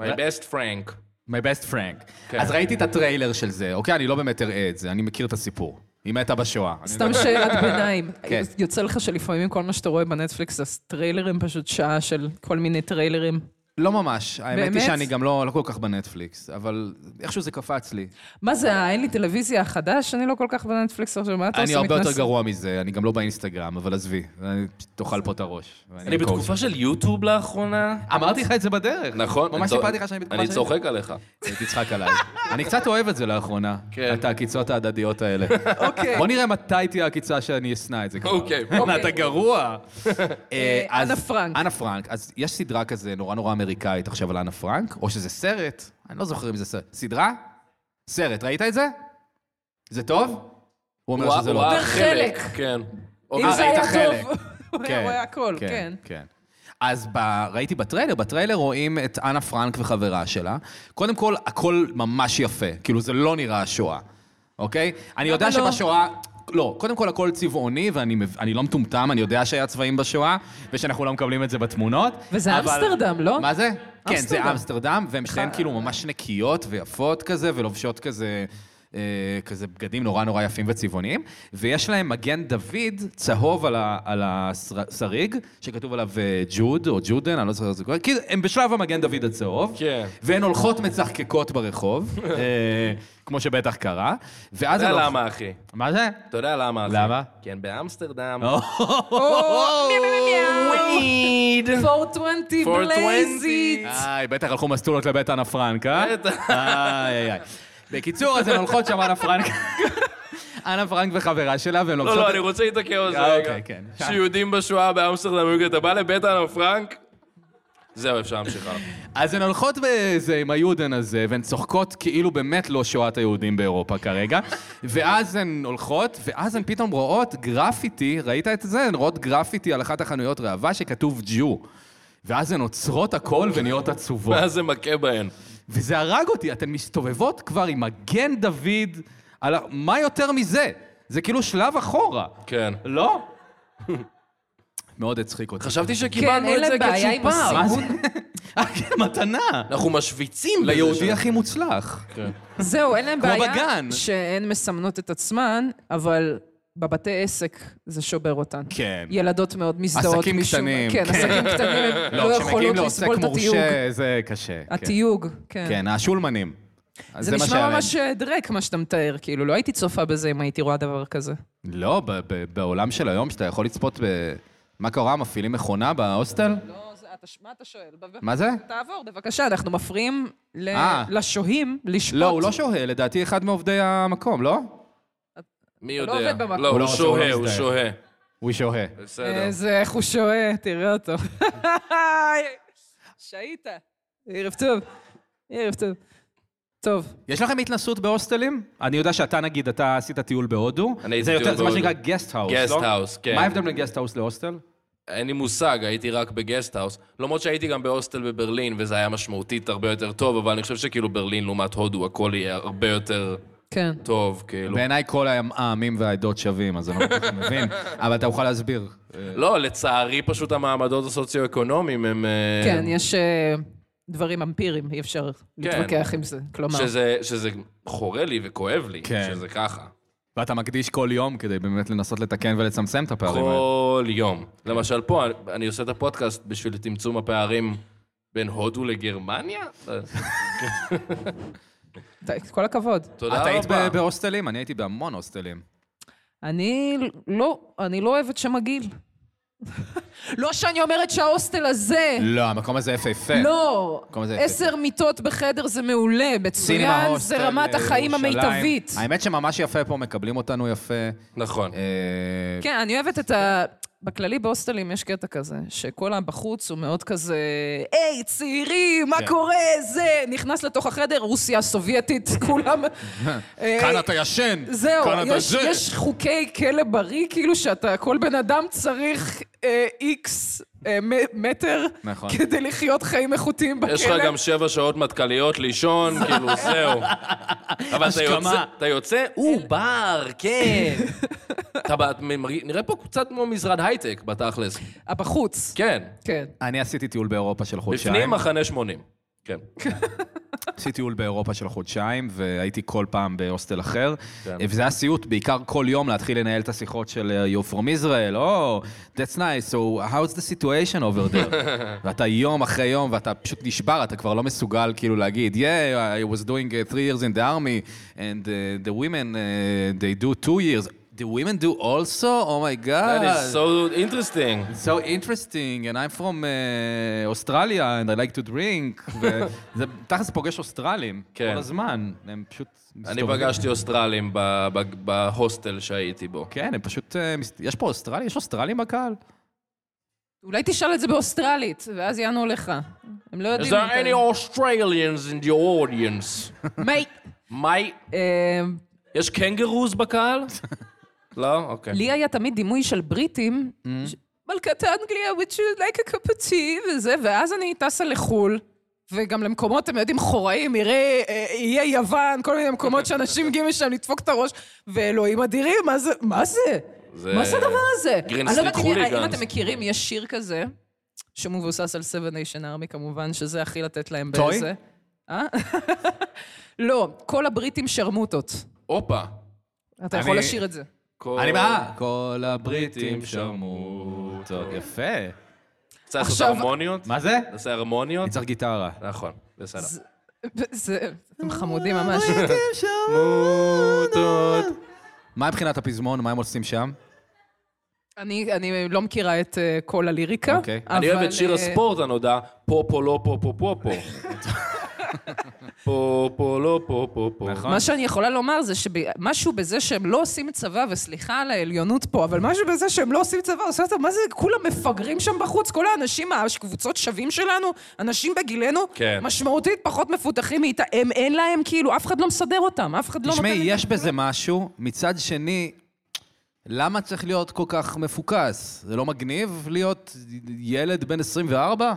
Speaker 4: My best Frank.
Speaker 2: My best friend.
Speaker 4: כן.
Speaker 2: אז ראיתי את הטריילר של זה, אוקיי? אני לא באמת אראה את זה, אני מכיר את הסיפור. היא מתה בשואה. אני
Speaker 3: סתם שאלת ביניים.
Speaker 2: כן.
Speaker 3: יוצא לך שלפעמים כל מה שאתה רואה בנטפליקס זה טריילרים, פשוט שעה של כל מיני טריילרים.
Speaker 2: לא ממש. האמת היא
Speaker 3: באמת?
Speaker 2: שאני גם לא לא כל כך בנטפליקס, אבל איכשהו זה קפץ לי.
Speaker 3: מה זה, אה, אין לי טלוויזיה החדש? אני לא כל כך בנטפליקס עכשיו, מה אתה עושה?
Speaker 2: אני הרבה יותר
Speaker 3: מתנשא?
Speaker 2: גרוע מזה, אני גם לא באינסטגרם, אבל עזבי, אני פשוט תאכל פה את הראש. ואני
Speaker 4: אני
Speaker 2: בקורס.
Speaker 4: בתקופה של יוטיוב לאחרונה.
Speaker 2: אמרתי לך את זה בדרך.
Speaker 4: נכון. אני
Speaker 2: ממש
Speaker 4: צוח-
Speaker 2: סיפרתי לך שאני בתקופה
Speaker 4: אני צוחק עליך.
Speaker 2: תצחק עליי. אני קצת אוהב את זה לאחרונה,
Speaker 4: כן.
Speaker 2: את העקיצות ההדדיות האלה.
Speaker 3: אוקיי.
Speaker 2: בוא נראה מתי תהיה העקיצה שאני אשנא את זה כבר.
Speaker 4: אוקיי.
Speaker 2: מה, אתה גרוע. אה, אז-
Speaker 3: אנה פרנק.
Speaker 2: אנה פרנק. אז יש סדרה כזה נורא נורא אמריקאית עכשיו על אנה פרנק, או שזה סרט, אני לא זוכר אם זה סרט. סדרה? סרט, ראית את זה? זה טוב? הוא אומר שזה לא.
Speaker 4: הוא ראה
Speaker 3: זה חלק.
Speaker 4: כן.
Speaker 3: אם
Speaker 4: אה,
Speaker 3: זה
Speaker 2: ראית
Speaker 3: היה
Speaker 2: חלק.
Speaker 3: טוב, הוא היה רואה הכל, כן.
Speaker 2: כן. אז ב... ראיתי בטריילר, בטריילר רואים את אנה פרנק וחברה שלה. קודם כל, הכל ממש יפה. כאילו, זה לא נראה השואה, אוקיי? אני יודע
Speaker 3: למה לא?
Speaker 2: שבשואה... לא, קודם כל הכל צבעוני, ואני מב- אני לא מטומטם, אני יודע שהיה צבעים בשואה, ושאנחנו לא מקבלים את זה בתמונות.
Speaker 3: וזה
Speaker 2: אבל-
Speaker 3: אמסטרדם, לא?
Speaker 2: מה זה? כן, זה
Speaker 3: אמסטרדם.
Speaker 2: אמסטרדם, והן שתיהן כאילו ממש נקיות ויפות כזה, ולובשות כזה... אה, כזה בגדים נורא נורא יפים וצבעוניים, ויש להם מגן דוד צהוב על, ה, על השריג, שכתוב עליו אה, ג'וד או ג'ודן, אני לא זוכר איך זה קורה, כאילו, הם בשלב המגן דוד הצהוב,
Speaker 4: כן.
Speaker 2: והן הולכות מצחקקות ברחוב, אה, כמו שבטח קרה, ואז...
Speaker 4: אתה יודע
Speaker 2: הן הולכ-
Speaker 4: למה, אחי.
Speaker 2: מה זה?
Speaker 4: אתה יודע למה, אחי.
Speaker 2: לא- למה?
Speaker 4: כי הם באמסטרדם.
Speaker 3: או, מי, מי, מי,
Speaker 4: אוקיי.
Speaker 3: מי,
Speaker 4: וויד.
Speaker 3: 420 בלייזית.
Speaker 2: איי, בטח הלכו מסטולות לבית אנה פרנק, אה?
Speaker 4: בטח.
Speaker 2: איי, איי, איי. בקיצור, אז הן הולכות שם אנה פרנק. אנה פרנק וחברה שלה, והן
Speaker 4: לא,
Speaker 2: לובשות...
Speaker 4: לא, אני רוצה להתעכב על זה
Speaker 2: אה,
Speaker 4: רגע.
Speaker 2: אוקיי, כן.
Speaker 4: שיהודים בשואה באמסטרדם היו כאלה, אתה בא לבית אנה פרנק? זהו, אפשר להמשיך הלאה.
Speaker 2: אז הן הולכות בזה, עם היודן הזה, והן צוחקות כאילו באמת לא שואת היהודים באירופה כרגע. ואז הן הולכות, ואז הן פתאום רואות גרפיטי, ראית את זה? הן רואות גרפיטי על אחת החנויות ראווה שכתוב ג'ו. ואז הן עוצרות הכל ונהיות עצובות.
Speaker 4: ואז זה מכה בהן.
Speaker 2: וזה הרג אותי, אתן מסתובבות כבר עם מגן דוד, על... ה- מה יותר מזה? זה כאילו שלב אחורה.
Speaker 4: כן.
Speaker 2: לא? מאוד הצחיק אותי.
Speaker 4: חשבתי
Speaker 3: כן,
Speaker 4: שקיבלנו
Speaker 3: אין
Speaker 4: את זה
Speaker 3: להם בעיה עם
Speaker 4: כצ'ופר.
Speaker 2: מה
Speaker 3: הסיבוב.
Speaker 2: זה? אה, כן, מתנה.
Speaker 4: אנחנו משוויצים בזה
Speaker 2: ליהודי
Speaker 4: שם.
Speaker 2: הכי מוצלח.
Speaker 3: לא זהו, אין להם
Speaker 2: כמו
Speaker 3: בעיה
Speaker 2: בגן.
Speaker 3: שהן מסמנות את עצמן, אבל בבתי עסק זה שובר אותן.
Speaker 2: כן.
Speaker 3: ילדות מאוד מזדהות
Speaker 2: עסקים
Speaker 3: משום...
Speaker 2: קטנים,
Speaker 3: כן,
Speaker 2: כן.
Speaker 3: עסקים קטנים, הם לא יכולות לסבול את התיוג.
Speaker 2: מורשה, זה קשה. כן.
Speaker 3: התיוג, כן.
Speaker 2: כן, השולמנים. אז
Speaker 3: זה
Speaker 2: מה
Speaker 3: נשמע
Speaker 2: שהיה להם.
Speaker 3: ממש אה, דרק, מה שאתה מתאר, כאילו, לא הייתי צופה בזה אם הייתי רואה דבר כזה.
Speaker 2: לא, ב- ב- בעולם של היום, שאתה יכול לצפות ב... מה קרה, מפעילים מכונה בהוסטל?
Speaker 3: לא, מה אתה שואל?
Speaker 2: מה זה?
Speaker 3: תעבור, בבקשה, אנחנו מפריעים ל-
Speaker 2: אה.
Speaker 3: לשוהים לשפוט.
Speaker 2: לא, הוא לא שוהה, לדעתי אחד מעובדי המקום, לא?
Speaker 4: מי
Speaker 3: אתה לא
Speaker 4: יודע?
Speaker 3: עובד במקום.
Speaker 4: לא,
Speaker 2: הוא
Speaker 4: הוא
Speaker 2: לא- הוא
Speaker 4: שוהה,
Speaker 2: לא
Speaker 4: הוא
Speaker 2: מזדהה.
Speaker 4: שוהה.
Speaker 2: הוא שוהה.
Speaker 4: בסדר.
Speaker 3: איזה, אה, איך הוא שוהה, תראה אותו. שהית. ערב טוב. ערב טוב. טוב.
Speaker 2: יש לכם התנסות בהוסטלים? אני יודע שאתה, נגיד, אתה עשית טיול בהודו.
Speaker 4: אני הייתי
Speaker 2: זה יותר-
Speaker 4: טיול
Speaker 2: זה מה
Speaker 4: בהודו.
Speaker 2: שנקרא גסט האוס, לא?
Speaker 4: גסט האוס, כן.
Speaker 2: מה ההבדל בין גסט האוס להוסטל?
Speaker 4: אין לי מושג, הייתי רק בגסטהאוס. למרות שהייתי גם בהוסטל בברלין, וזה היה משמעותית הרבה יותר טוב, אבל אני חושב שכאילו ברלין לעומת הודו, הכל יהיה הרבה יותר
Speaker 3: כן.
Speaker 4: טוב, כאילו.
Speaker 2: בעיניי כל העם- העמים והעדות שווים, אז אני לא כל כך מבין, אבל אתה יכול להסביר.
Speaker 4: לא, לצערי פשוט המעמדות הסוציו-אקונומיים הם... אה,
Speaker 3: כן, יש אה, דברים אמפיריים, אי אפשר
Speaker 2: כן.
Speaker 3: להתווכח עם זה. כלומר,
Speaker 4: שזה, שזה חורה לי וכואב לי,
Speaker 2: כן.
Speaker 4: שזה ככה.
Speaker 2: ואתה מקדיש כל יום כדי באמת לנסות לתקן ולצמצם את הפערים האלה.
Speaker 4: כל יום. למשל פה, אני- אני עושה את הפודקאסט בשביל צמצום הפערים בין הודו לגרמניה?
Speaker 3: ת- כל הכבוד.
Speaker 4: תודה רבה.
Speaker 2: את היית ב- בהוסטלים? אני הייתי בהמון הוסטלים.
Speaker 3: אני לא, אני לא אוהבת שם הגיל. לא שאני אומרת שההוסטל הזה...
Speaker 2: לא, המקום הזה יפהפה.
Speaker 3: לא,
Speaker 2: במקום הזה יפה.
Speaker 3: עשר מיטות בחדר זה מעולה,
Speaker 2: סינמה
Speaker 3: מצוין,
Speaker 2: הוסטל,
Speaker 3: זה רמת החיים
Speaker 2: ירושלים.
Speaker 3: המיטבית.
Speaker 2: האמת שממש יפה פה, מקבלים אותנו יפה.
Speaker 4: נכון.
Speaker 2: אה,
Speaker 3: כן, אני אוהבת את ה... בכללי בהוסטלים יש קטע כזה, שכל העם בחוץ הוא מאוד כזה, היי, צעירים, מה
Speaker 2: כן.
Speaker 3: קורה, זה, נכנס לתוך החדר, רוסיה הסובייטית, כולם... אה,
Speaker 2: כאן אתה ישן,
Speaker 3: זהו,
Speaker 2: כאן אתה
Speaker 3: יש,
Speaker 2: זה.
Speaker 3: יש חוקי כלא בריא, כאילו שאתה, כל בן אדם צריך אה, איקס אה, מ- מטר
Speaker 2: נכון.
Speaker 3: כדי לחיות חיים איכותיים בכלא.
Speaker 4: יש לך
Speaker 2: אוקיי.
Speaker 4: גם שבע שעות מטכליות לישון, כאילו, זהו. אבל אתה יוצא,
Speaker 2: השכמה.
Speaker 4: אתה יוצא, הוא בר, כן. אתה בא- מרגיש- נראה פה קצת כמו משרד הייטק בתכלס.
Speaker 3: אה, בחוץ.
Speaker 4: כן.
Speaker 3: כן.
Speaker 2: אני עשיתי טיול באירופה של חודשיים.
Speaker 4: בפנים מחנה 80. כן.
Speaker 2: עשיתי טיול באירופה של חודשיים, והייתי כל פעם בהוסטל אחר.
Speaker 4: כן.
Speaker 2: וזה היה סיוט, בעיקר כל יום להתחיל לנהל את השיחות של אה, You're from Israel, או, oh, that's nice, so how's the situation over there? ואתה יום אחרי יום, ואתה פשוט נשבר, אתה כבר לא מסוגל כאילו להגיד, yeah, I was doing uh, three years in the army, and uh, the women, uh, they do two years. The women do also? Oh my god.
Speaker 4: That is so interesting.
Speaker 2: so interesting, and I'm from uh, Australia, and I like to drink. וזה תכלס פוגש אוסטרלים
Speaker 4: כן.
Speaker 2: כל הזמן, הם פשוט
Speaker 4: אני
Speaker 2: מסתובבים.
Speaker 4: פגשתי אוסטרלים ב- ב- בהוסטל שהייתי בו.
Speaker 2: כן, הם פשוט... אה, מס- יש פה אוסטרלים? יש אוסטרלים בקהל?
Speaker 3: אולי תשאל את זה באוסטרלית, ואז יענו לך. הם לא
Speaker 4: Is
Speaker 3: יודעים...
Speaker 4: there any Australians in the audience?
Speaker 3: מייט.
Speaker 4: מי?
Speaker 3: אה,
Speaker 4: יש קנגרוס בקהל? לא? אוקיי.
Speaker 3: לי היה תמיד דימוי של בריטים,
Speaker 4: Mm.
Speaker 3: ש- מלכת אנגליה, would you like a cup of tea וזה, ואז אני טסה לחו"ל. וגם למקומות, אתם יודעים, חוראים, יראה, אה, איי יוון, כל מיני מקומות שאנשים מגיעים משם לדפוק את הראש, ואלוהים אדירים, מה זה? מה זה?
Speaker 4: זה-
Speaker 3: מה זה הדבר הזה?
Speaker 4: Green
Speaker 3: אני לא
Speaker 4: Street
Speaker 3: יודעת אם-
Speaker 4: Hooligans.
Speaker 3: אם אתם מכירים, יש שיר כזה, שמבוסס על 7 Nation Army כמובן, שזה הכי לתת להם
Speaker 2: טוי?
Speaker 3: באיזה. אה? לא, כל הבריטים שרמוטות.
Speaker 4: הופה.
Speaker 3: אתה
Speaker 2: אני-
Speaker 3: יכול לשיר את זה.
Speaker 4: כל-
Speaker 2: אני מה? כל הבריטים שרמו אותו. יפה.
Speaker 4: צריך לעשות
Speaker 3: עכשיו-
Speaker 4: הרמוניות?
Speaker 2: מה זה?
Speaker 4: נעשה הרמוניות?
Speaker 2: אני צריך גיטרה.
Speaker 4: נכון, בסדר.
Speaker 3: זה... אתם חמודים ממש.
Speaker 2: מה מבחינת הפזמון? מה הם עושים שם?
Speaker 3: אני, אני לא מכירה את אה, כל הליריקה.
Speaker 2: אוקיי.
Speaker 3: אבל,
Speaker 4: אני אוהב את שיר
Speaker 3: אה,
Speaker 4: הספורט הנודע, פה פה לא פה פה פה פה. פה פה לא פה פה פה.
Speaker 2: נכון.
Speaker 3: מה שאני יכולה לומר זה שמשהו בזה שהם לא עושים צבא, וסליחה על העליונות פה, אבל משהו בזה שהם לא עושים צבא, עושה את זה, מה זה, כולם מפגרים שם בחוץ, כל האנשים, הקבוצות שווים שלנו, אנשים בגילנו,
Speaker 4: כן.
Speaker 3: משמעותית פחות מפותחים מאיתה, הם אין להם, כאילו, אף אחד לא מסדר אותם, אף אחד לא
Speaker 2: תשמעי,
Speaker 3: נותן...
Speaker 2: יש בזה משהו. מצד שני, למה צריך להיות כל כך מפוקס? זה לא מגניב להיות ילד בן 24?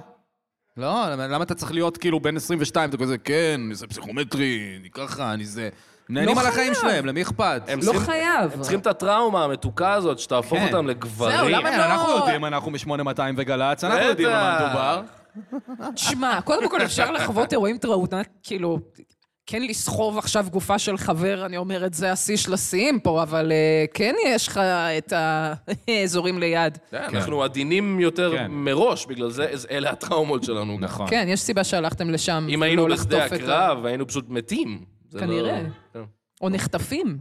Speaker 2: לא, למה אתה צריך להיות כאילו בן 22? אתה כזה, כן, אני זה פסיכומטרי, אני ככה, אני זה... הם נהנים על
Speaker 3: לא חייב.
Speaker 2: החיים שלהם, למי אכפת?
Speaker 4: הם
Speaker 3: לא
Speaker 4: צריכים-
Speaker 3: חייב.
Speaker 4: הם צריכים את הטראומה המתוקה הזאת, שתהפוך
Speaker 2: כן.
Speaker 4: אותם לגברים.
Speaker 3: זהו, למה-
Speaker 2: כן,
Speaker 3: לא-
Speaker 2: אנחנו יודעים, אנחנו מ-8200 וגל"צ, אנחנו
Speaker 4: בטח.
Speaker 2: יודעים על מה מדובר.
Speaker 3: תשמע, קודם כל אפשר לחוות אירועים טראומה, אה? כאילו... כן לסחוב עכשיו גופה של חבר, אני אומרת, זה השיא של השיאים פה, אבל אה, כן יש לך את האזורים ליד.
Speaker 4: כן, אנחנו עדינים יותר
Speaker 2: כן.
Speaker 4: מראש, בגלל זה אז אלה הטראומות שלנו. גם.
Speaker 2: נכון.
Speaker 3: כן, יש סיבה שהלכתם לשם.
Speaker 4: אם
Speaker 3: ולא
Speaker 4: היינו
Speaker 3: לחטוף
Speaker 4: בשדה
Speaker 3: את ה-
Speaker 4: הקרב, היינו פשוט מתים. זה לא-
Speaker 3: כנראה.
Speaker 4: כן.
Speaker 3: או נחטפים.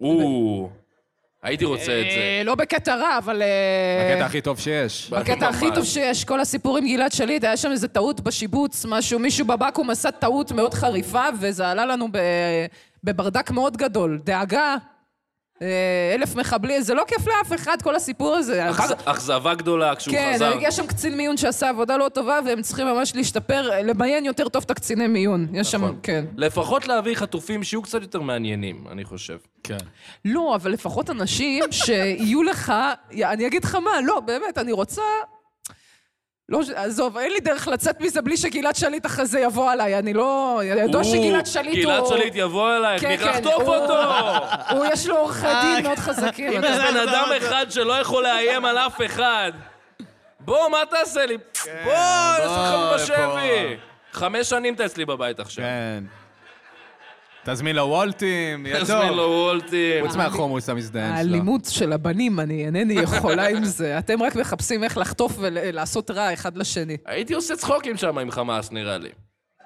Speaker 4: או, הייתי רוצה את זה.
Speaker 3: אה, לא בקטע רע, אבל... אה,
Speaker 2: הקטע הכי טוב שיש.
Speaker 3: הקטע הכי
Speaker 4: ממש.
Speaker 3: טוב שיש, כל הסיפור עם גלעד שליט, היה שם איזה טעות בשיבוץ, משהו, מישהו בבקו"ם עשה טעות מאוד חריפה, וזה עלה לנו ב- בברדק מאוד גדול. דאגה, אה, אלף מחבלים, זה לא כיף לאף אחד, כל הסיפור הזה.
Speaker 4: אכז- אכזבה גדולה כשהוא
Speaker 3: אה, כן,
Speaker 4: חזר.
Speaker 3: יש שם קצין מיון שעשה עבודה לא טובה, והם צריכים ממש להשתפר, למיין יותר טוב את הקציני מיון. יש שם, כן.
Speaker 4: לפחות להביא חטופים שיהיו קצת יותר מעניינים, אני חושב.
Speaker 2: כן.
Speaker 3: לא, אבל לפחות אנשים שיהיו לך, אני אגיד לך מה, לא, באמת, אני רוצה... לא, ש- עזוב, אין לי דרך לצאת מזה בלי שגלעד שליט אחרי זה יבוא עליי, אני לא... ידוע
Speaker 4: או,
Speaker 3: שגלעד שליט הוא...
Speaker 4: גלעד שליט יבוא אלייך,
Speaker 3: כן, כן,
Speaker 4: נחטוף
Speaker 3: הוא-
Speaker 4: אותו!
Speaker 3: הוא, יש לו עורכי דין מאוד חזקים. אתה
Speaker 4: יש
Speaker 3: יודע.
Speaker 4: בן אדם אחד שלא יכול לאיים על אף אחד. בוא, מה תעשה לי?
Speaker 3: כן.
Speaker 4: בוא, נשים
Speaker 2: בוא,
Speaker 4: לך בשבי.
Speaker 2: לפה.
Speaker 4: חמש שנים אתה אצלי בבית עכשיו.
Speaker 2: כן. תזמין לו וולטים, יהיה
Speaker 4: תזמין לו
Speaker 2: כן, טוב.
Speaker 4: וולטים.
Speaker 2: חוץ מהחומוס המזדיין שלו.
Speaker 3: האלימות של הבנים, אני אינני יכולה עם זה. אתם רק מחפשים איך לחטוף ולעשות רע אחד לשני.
Speaker 4: הייתי עושה צחוקים שם עם חמאס, נראה לי.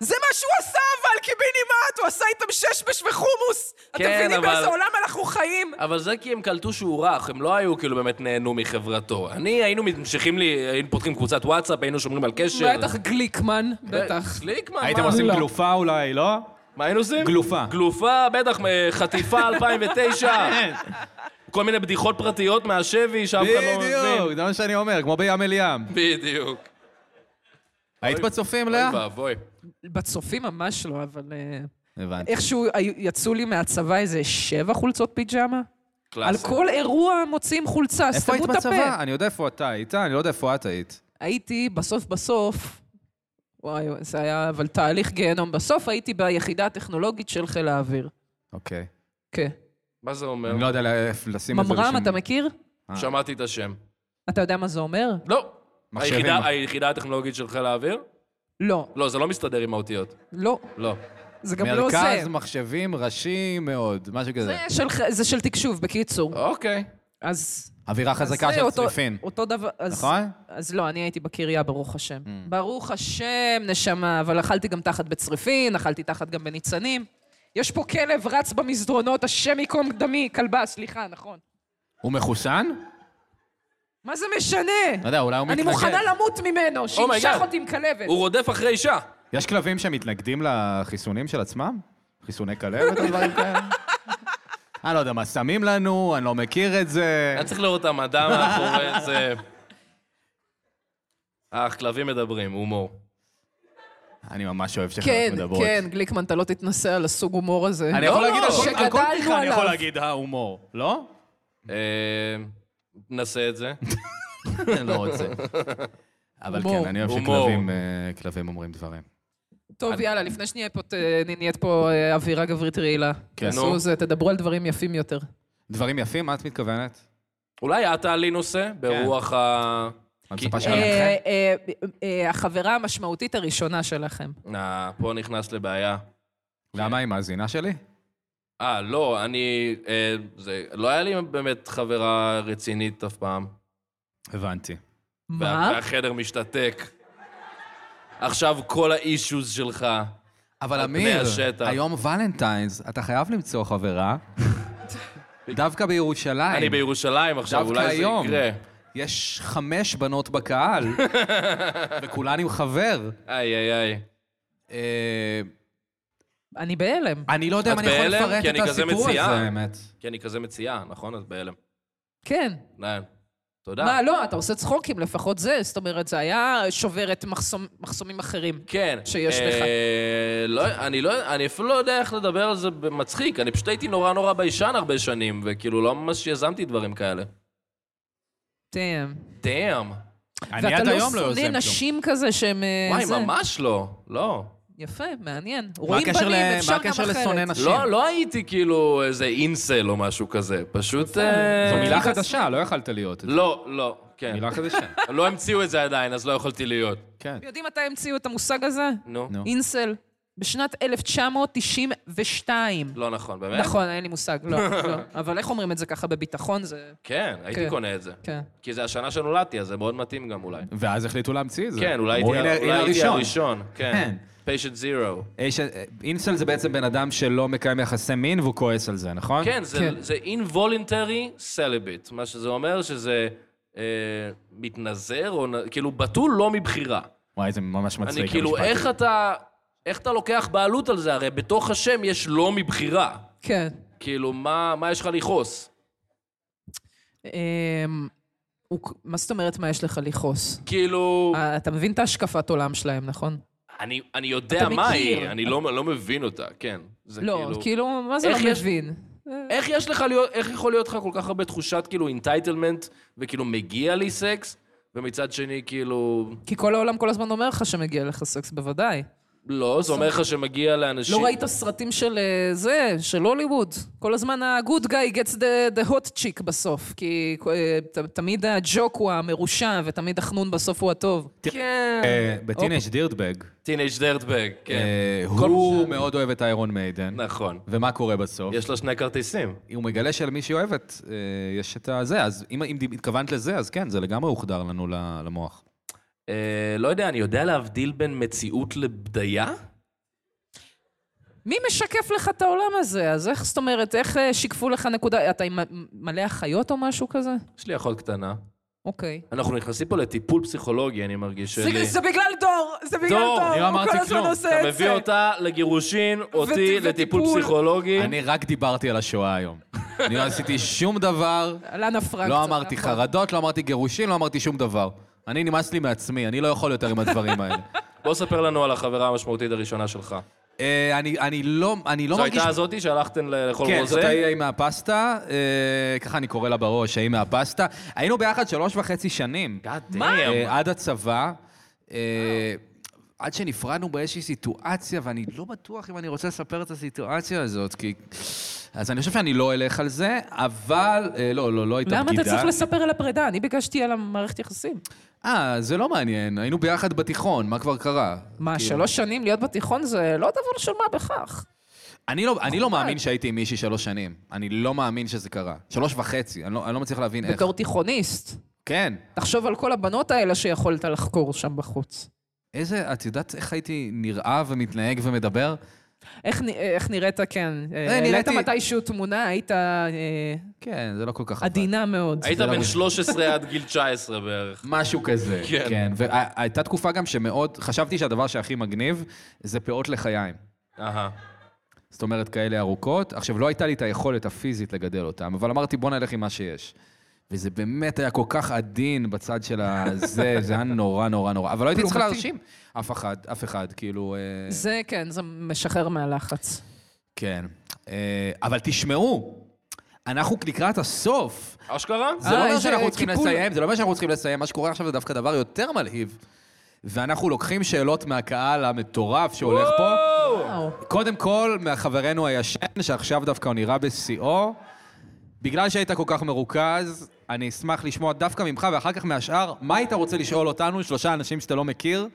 Speaker 3: זה מה שהוא עשה, אבל קיבינימט! הוא עשה איתם ששבש וחומוס! אתם
Speaker 4: כן,
Speaker 3: מבינים
Speaker 4: אבל-
Speaker 3: באיזה עולם אנחנו חיים?
Speaker 4: אבל זה כי הם קלטו שהוא רך, הם לא היו כאילו באמת נהנו מחברתו. אני, היינו ממשיכים, לי, היינו פותחים קבוצת וואטסאפ, היינו שומרים על קשר. אה,
Speaker 3: בטח גליקמן, בטח.
Speaker 4: גליק, מה?
Speaker 2: הייתם
Speaker 4: מה?
Speaker 2: עושים
Speaker 3: לא.
Speaker 2: גלופה אולי, לא?
Speaker 4: מה היינו עושים?
Speaker 2: גלופה.
Speaker 4: גלופה, בטח, מ- חטיפה 2009.
Speaker 2: כן,
Speaker 4: כל מיני בדיחות פרטיות מהשבי שאף אחד לא
Speaker 2: בדיוק,
Speaker 4: מבין.
Speaker 2: זה מה שאני אומר, כמו בים אל ים.
Speaker 4: בדיוק.
Speaker 2: היית
Speaker 3: לא.
Speaker 2: בצופים,
Speaker 4: אוי
Speaker 2: לאה?
Speaker 4: ואבוי.
Speaker 3: בצופים ממש לא, אבל... אה,
Speaker 2: הבנתי.
Speaker 3: איכשהו היו- יצאו לי מהצבא איזה שבע חולצות פיג'מה. על
Speaker 4: קלאסי.
Speaker 3: כל אירוע מוצאים חולצה,
Speaker 2: איפה היית
Speaker 3: סתמו את הפה.
Speaker 2: בצבא? אני יודע איפה אתה היית, אני לא יודע איפה את היית.
Speaker 3: הייתי בסוף בסוף, וואי, זה היה אבל תהליך גיהנום. בסוף הייתי ביחידה הטכנולוגית של חיל האוויר.
Speaker 2: אוקיי.
Speaker 3: כן.
Speaker 4: מה זה אומר?
Speaker 2: אני לא יודע לה- איפה לשים את זה.
Speaker 3: ממר"ם,
Speaker 2: בשביל-
Speaker 3: אתה מכיר?
Speaker 2: לא.
Speaker 4: שמעתי את השם.
Speaker 3: אתה יודע מה זה אומר?
Speaker 4: לא.
Speaker 2: מחשבים.
Speaker 4: היחידה- היחידה הטכנולוגית של חיל האוויר?
Speaker 3: לא,
Speaker 4: לא, זה לא מסתדר עם האותיות.
Speaker 3: לא.
Speaker 4: לא.
Speaker 3: זה גם לא זה.
Speaker 2: מרכז מחשבים ראשי מאוד, משהו כזה.
Speaker 3: זה של ח- זה של תקשוב, בקיצור.
Speaker 4: אוקיי.
Speaker 3: אז
Speaker 2: אווירה חזקה
Speaker 3: זה
Speaker 2: של
Speaker 3: אותו-
Speaker 2: צריפין.
Speaker 3: אותו דבר, אז...
Speaker 2: נכון?
Speaker 3: אז לא, אני הייתי בקריה, ברוך השם.
Speaker 2: Mm.
Speaker 3: ברוך השם, נשמה, אבל אכלתי גם תחת בצריפין, אכלתי תחת גם בניצנים. יש פה כלב רץ במסדרונות, השם ייקום דמי, כלבה, סליחה, נכון.
Speaker 2: הוא מחוסן?
Speaker 3: מה זה משנה?
Speaker 2: לא יודע, אולי הוא
Speaker 3: אני
Speaker 2: מתנגד.
Speaker 3: מוכנה למות
Speaker 2: Oh
Speaker 3: ממנו, שימשך
Speaker 4: God.
Speaker 3: אותי עם כלבת.
Speaker 4: הוא רודף אחרי אישה.
Speaker 2: יש כלבים שמתנגדים לחיסונים של עצמם? חיסוני כלבת או דברים כאלה? אני לא יודע מה שמים לנו, אני לא מכיר את זה.
Speaker 4: היה צריך לראות את המדע מאחורי זה. אה, כלבים מדברים, הומור.
Speaker 2: אני ממש אוהב שחיות
Speaker 3: כן,
Speaker 2: מדברות.
Speaker 3: כן, גליקמן, אתה לא תתנסה על הסוג הומור הזה.
Speaker 2: אני יכול
Speaker 4: לא,
Speaker 2: להגיד על כל- על כל
Speaker 3: שגדלנו
Speaker 2: בדיחה, אני יכול
Speaker 3: עליו.
Speaker 2: להגיד ההומור, לא?
Speaker 4: אה, נעשה את זה.
Speaker 2: אני לא רוצה. אבל
Speaker 3: הומור.
Speaker 2: כן, אני אוהב
Speaker 4: הומור.
Speaker 2: שכלבים אה, כלבים אומרים דברים.
Speaker 3: טוב, יאללה, לפני שנהיה פה, ת- נהיית פה אה, אווירה גברית רעילה.
Speaker 2: כן.
Speaker 4: נו.
Speaker 3: תעשו זה, תדברו על דברים יפים יותר.
Speaker 2: דברים יפים, מה את מתכוונת?
Speaker 4: אולי את תעלי נושא,
Speaker 2: כן.
Speaker 4: ברוח ה...
Speaker 2: אני
Speaker 4: כי-
Speaker 2: מצפה ש-
Speaker 3: אה,
Speaker 2: שלכם?
Speaker 3: אה, אה, החברה המשמעותית הראשונה שלכם.
Speaker 4: אה, פה נכנס לבעיה.
Speaker 2: למה היא מאזינה שלי?
Speaker 4: אה, לא, אני... אה, זה... לא היה לי באמת חברה רצינית אף פעם.
Speaker 2: הבנתי.
Speaker 4: וה-
Speaker 3: מה?
Speaker 4: והחדר משתתק. עכשיו כל האישוז שלך.
Speaker 2: אבל
Speaker 4: על
Speaker 2: אמיר,
Speaker 4: פני השטח.
Speaker 2: היום ולנטיינס, אתה חייב למצוא חברה. דווקא בירושלים.
Speaker 4: אני בירושלים עכשיו,
Speaker 2: דווקא
Speaker 4: אולי זה
Speaker 2: היום.
Speaker 4: יקרה.
Speaker 2: יש חמש בנות בקהל, וכולן עם חבר.
Speaker 4: איי, איי, איי.
Speaker 2: אה,
Speaker 3: אני בהלם.
Speaker 2: אני לא יודע אם
Speaker 4: את
Speaker 2: אני יכול
Speaker 4: בהלם?
Speaker 2: לפרט
Speaker 4: כי אני
Speaker 2: את
Speaker 4: כזה
Speaker 2: הסיפור הזה,
Speaker 4: מציאה.
Speaker 2: האמת.
Speaker 4: כי אני כזה מציעה, נכון? את בהלם.
Speaker 3: כן.
Speaker 4: נהן. תודה.
Speaker 3: מה, לא, אתה עושה צחוקים, לפחות זה. זאת אומרת, זה היה שובר את מחסום- מחסומים אחרים.
Speaker 4: כן.
Speaker 3: שיש
Speaker 4: אה,
Speaker 3: לך.
Speaker 4: לא, אני לא, אני אפילו לא יודע איך לדבר על זה במצחיק. אני פשוט הייתי נורא נורא ביישן הרבה שנים, וכאילו לא ממש יזמתי דברים כאלה.
Speaker 3: דאם.
Speaker 4: דאם.
Speaker 2: אני עד היום לא יוזם
Speaker 3: כן. ואתה לא שונא
Speaker 2: כלום.
Speaker 3: נשים כזה שהם... אה,
Speaker 4: וואי,
Speaker 3: זה.
Speaker 4: ממש לא. לא.
Speaker 3: יפה, מעניין. רואים
Speaker 2: הקשר ל-
Speaker 3: בנים,
Speaker 2: מה
Speaker 3: אפשר גם
Speaker 2: הקשר
Speaker 3: אחרת.
Speaker 2: לשונא נשים?
Speaker 4: לא, לא הייתי כאילו איזה אינסל או משהו כזה. פשוט... אה,
Speaker 2: זו מילה חדשה, לא יכלת להיות.
Speaker 4: לא, לא, כן.
Speaker 2: מילה חדשה.
Speaker 4: לא המציאו את זה עדיין, אז לא יכולתי להיות.
Speaker 2: כן. לא.
Speaker 3: יודעים מתי המציאו את המושג הזה?
Speaker 4: נו.
Speaker 2: נו.
Speaker 3: אינסל. בשנת 1992.
Speaker 4: לא נכון, באמת?
Speaker 3: נכון, אין לי מושג, לא, לא. אבל איך אומרים את זה ככה בביטחון? זה...
Speaker 4: כן, הייתי
Speaker 3: כן.
Speaker 4: קונה את זה.
Speaker 3: כן.
Speaker 4: כי זה השנה שנולדתי, אז זה מאוד מתאים גם אולי.
Speaker 2: ואז החליטו להמציא את זה.
Speaker 4: כן, אולי
Speaker 2: אמרו,
Speaker 4: הייתי
Speaker 2: לא. "הנה-
Speaker 4: אולי
Speaker 2: הנה
Speaker 4: הייתי
Speaker 2: הראשון.
Speaker 4: הראשון. כן.
Speaker 2: כן.
Speaker 4: פיישנט זירו.
Speaker 2: אה, ש- אה, אינסל זה בעצם בן אדם שלא מקיים יחסי מין והוא כועס על זה, נכון?
Speaker 4: כן, זה-
Speaker 3: כן.
Speaker 4: זה involuntary celibate, מה שזה אומר שזה אה, מתנזר, או נ- כאילו בתול לא מבחירה.
Speaker 2: וואי, זה ממש מצחיק.
Speaker 4: אני כאילו,
Speaker 2: המשפט
Speaker 4: איך
Speaker 2: הזה.
Speaker 4: אתה... איך אתה לוקח בעלות על זה? הרי בתוך השם יש לא מבחירה.
Speaker 3: כן.
Speaker 4: כאילו, מה, מה יש לך לכעוס?
Speaker 3: אמ, הוא- מה זאת אומרת מה יש לך לכעוס?
Speaker 4: כאילו,
Speaker 3: אה, אתה מבין את השקפת עולם שלהם, נכון?
Speaker 4: אני, אני יודע
Speaker 3: אתה
Speaker 4: מה
Speaker 3: מכיר.
Speaker 4: היא, אני לא, לא מבין אותה, כן. זה
Speaker 3: לא, כאילו, מה זה
Speaker 4: איך
Speaker 3: לא
Speaker 4: יש-
Speaker 3: מבין?
Speaker 4: איך יש לך להיות, איך יכול להיות לך כל כך הרבה תחושת כאילו אינטייטלמנט, וכאילו מגיע לי סקס, ומצד שני כאילו,
Speaker 3: כי כל העולם כל הזמן אומר לך שמגיע לך סקס, בוודאי.
Speaker 4: לא, זה אומר לך שמגיע לאנשים...
Speaker 3: לא ראית סרטים של אה, זה, של הוליווד. כל הזמן ה-good guy gets the, the hot chick בסוף. כי אה, ת, תמיד הג'וק הוא המרושע, ותמיד החנון בסוף הוא הטוב.
Speaker 4: כן.
Speaker 2: אה, בטינג' דירטבג,
Speaker 4: טינג' דרטבג, כן.
Speaker 2: אה,
Speaker 4: כל-
Speaker 2: הוא מאוד אוהב את איירון מיידן.
Speaker 4: נכון.
Speaker 2: ומה קורה בסוף?
Speaker 4: יש לו שני כרטיסים.
Speaker 2: הוא מגלה שלמי שהיא אוהבת אה, יש את הזה, אז אם אם התכוונת לזה, אז כן, זה לגמרי הוחדר לנו ל- למוח.
Speaker 4: אה, לא יודע, אני יודע להבדיל בין מציאות לבדיה?
Speaker 3: מי משקף לך את העולם הזה? אז איך, זאת אומרת, איך אה, שיקפו לך נקודה? אתה עם מ- מלא אחיות או משהו כזה?
Speaker 4: יש לי אחות קטנה.
Speaker 3: אוקיי.
Speaker 4: אנחנו נכנסים פה לטיפול פסיכולוגי, אני מרגיש שלי.
Speaker 3: זה, זה בגלל דור, זה בגלל
Speaker 4: דור,
Speaker 3: דור,
Speaker 4: אני
Speaker 2: לא
Speaker 3: הוא
Speaker 2: אמרתי
Speaker 3: כל הזמן
Speaker 2: כלום.
Speaker 3: עושה
Speaker 4: אתה
Speaker 3: את
Speaker 4: מביא
Speaker 3: זה.
Speaker 4: אותה לגירושין, אותי
Speaker 3: ות-
Speaker 4: לטיפול
Speaker 3: וטיפול.
Speaker 4: פסיכולוגי.
Speaker 2: אני רק דיברתי על השואה היום. אני לא עשיתי שום דבר,
Speaker 3: לנה פרנק.
Speaker 2: לא
Speaker 3: זה
Speaker 2: אמרתי
Speaker 3: נכון.
Speaker 2: חרדות, לא אמרתי גירושין, לא אמרתי שום דבר. אני נמאס לי מעצמי, אני לא יכול יותר עם הדברים האלה.
Speaker 4: בוא ספר לנו על החברה המשמעותית הראשונה שלך.
Speaker 2: אה, אני אני לא אני לא
Speaker 4: זו
Speaker 2: מרגיש...
Speaker 4: הייתה הזאתי שהלכתן ל- לכל
Speaker 2: כן, זאת
Speaker 4: רוזה?
Speaker 2: ההיא מהפסטה, אה, ככה אני קורא לה בראש, ההיא מהפסטה. היינו ביחד שלוש וחצי שנים.
Speaker 4: God damn.
Speaker 2: אה, עד הצבא. אה, עד שנפרדנו באיזושהי סיטואציה, ואני לא בטוח אם אני רוצה לספר את הסיטואציה הזאת, כי... אז אני חושב שאני לא אלך על זה, אבל... אה, לא, לא, לא הייתה בגידה.
Speaker 3: למה אתה צריך לספר על הפרידה? אני ביקשתי על המערכת יחסים.
Speaker 2: אה, זה לא מעניין, היינו ביחד בתיכון, מה כבר קרה?
Speaker 3: מה,
Speaker 2: כאילו,
Speaker 3: שלוש שנים להיות בתיכון זה לא דבר של מה בכך.
Speaker 2: אני לא, אני
Speaker 3: אה,
Speaker 2: לא מאמין שהייתי עם מישהי שלוש שנים. אני לא מאמין שזה קרה. שלוש וחצי, אני לא, אני לא מצליח להבין איך.
Speaker 3: בתור תיכוניסט.
Speaker 2: כן.
Speaker 3: תחשוב על כל הבנות האלה שיכולת לחקור שם בחוץ.
Speaker 2: איזה, את יודעת איך הייתי נראה ומתנהג ומדבר?
Speaker 3: איך, נ- איך נראית, כן. אה,
Speaker 2: נראיתי-
Speaker 3: העלית מתישהו תמונה, היית אה,
Speaker 2: כן, זה לא כל כך... עבד.
Speaker 3: עדינה מאוד.
Speaker 4: היית
Speaker 2: זה לא
Speaker 4: בן
Speaker 2: מובן.
Speaker 4: 13 עד גיל 19 בערך.
Speaker 2: משהו כזה.
Speaker 4: כן.
Speaker 2: כן. והייתה תקופה גם שמאוד, חשבתי שהדבר שהכי מגניב זה פאות לחיים.
Speaker 4: אהה.
Speaker 2: זאת אומרת, כאלה ארוכות. עכשיו, לא הייתה לי את היכולת הפיזית לגדל אותם, אבל אמרתי, בוא נלך עם מה שיש. וזה באמת היה כל כך עדין בצד של הזה, זה היה נורא נורא נורא. אבל לא הייתי צריך
Speaker 3: פלומתי.
Speaker 2: להרשים אף אחד, אף אחד, כאילו... אה,
Speaker 3: זה, כן, זה משחרר מהלחץ.
Speaker 2: כן. אה, אבל תשמעו, אנחנו לקראת הסוף.
Speaker 4: אשכרה?
Speaker 2: זה לא
Speaker 3: אה,
Speaker 2: אומר
Speaker 3: איזה
Speaker 2: שאנחנו צריכים
Speaker 3: קיפול.
Speaker 2: לסיים, זה לא אומר שאנחנו צריכים לסיים, מה שקורה עכשיו זה דווקא דבר יותר מלהיב. ואנחנו לוקחים שאלות מהקהל המטורף שהולך פה.
Speaker 3: וואו.
Speaker 2: קודם כל, מחברנו הישן, שעכשיו דווקא הוא נראה בשיאו. בגלל שהיית כל כך מרוכז, אני אשמח לשמוע דווקא ממך, ואחר כך מהשאר, מה היית רוצה לשאול אותנו, שלושה אנשים שאתה לא מכיר,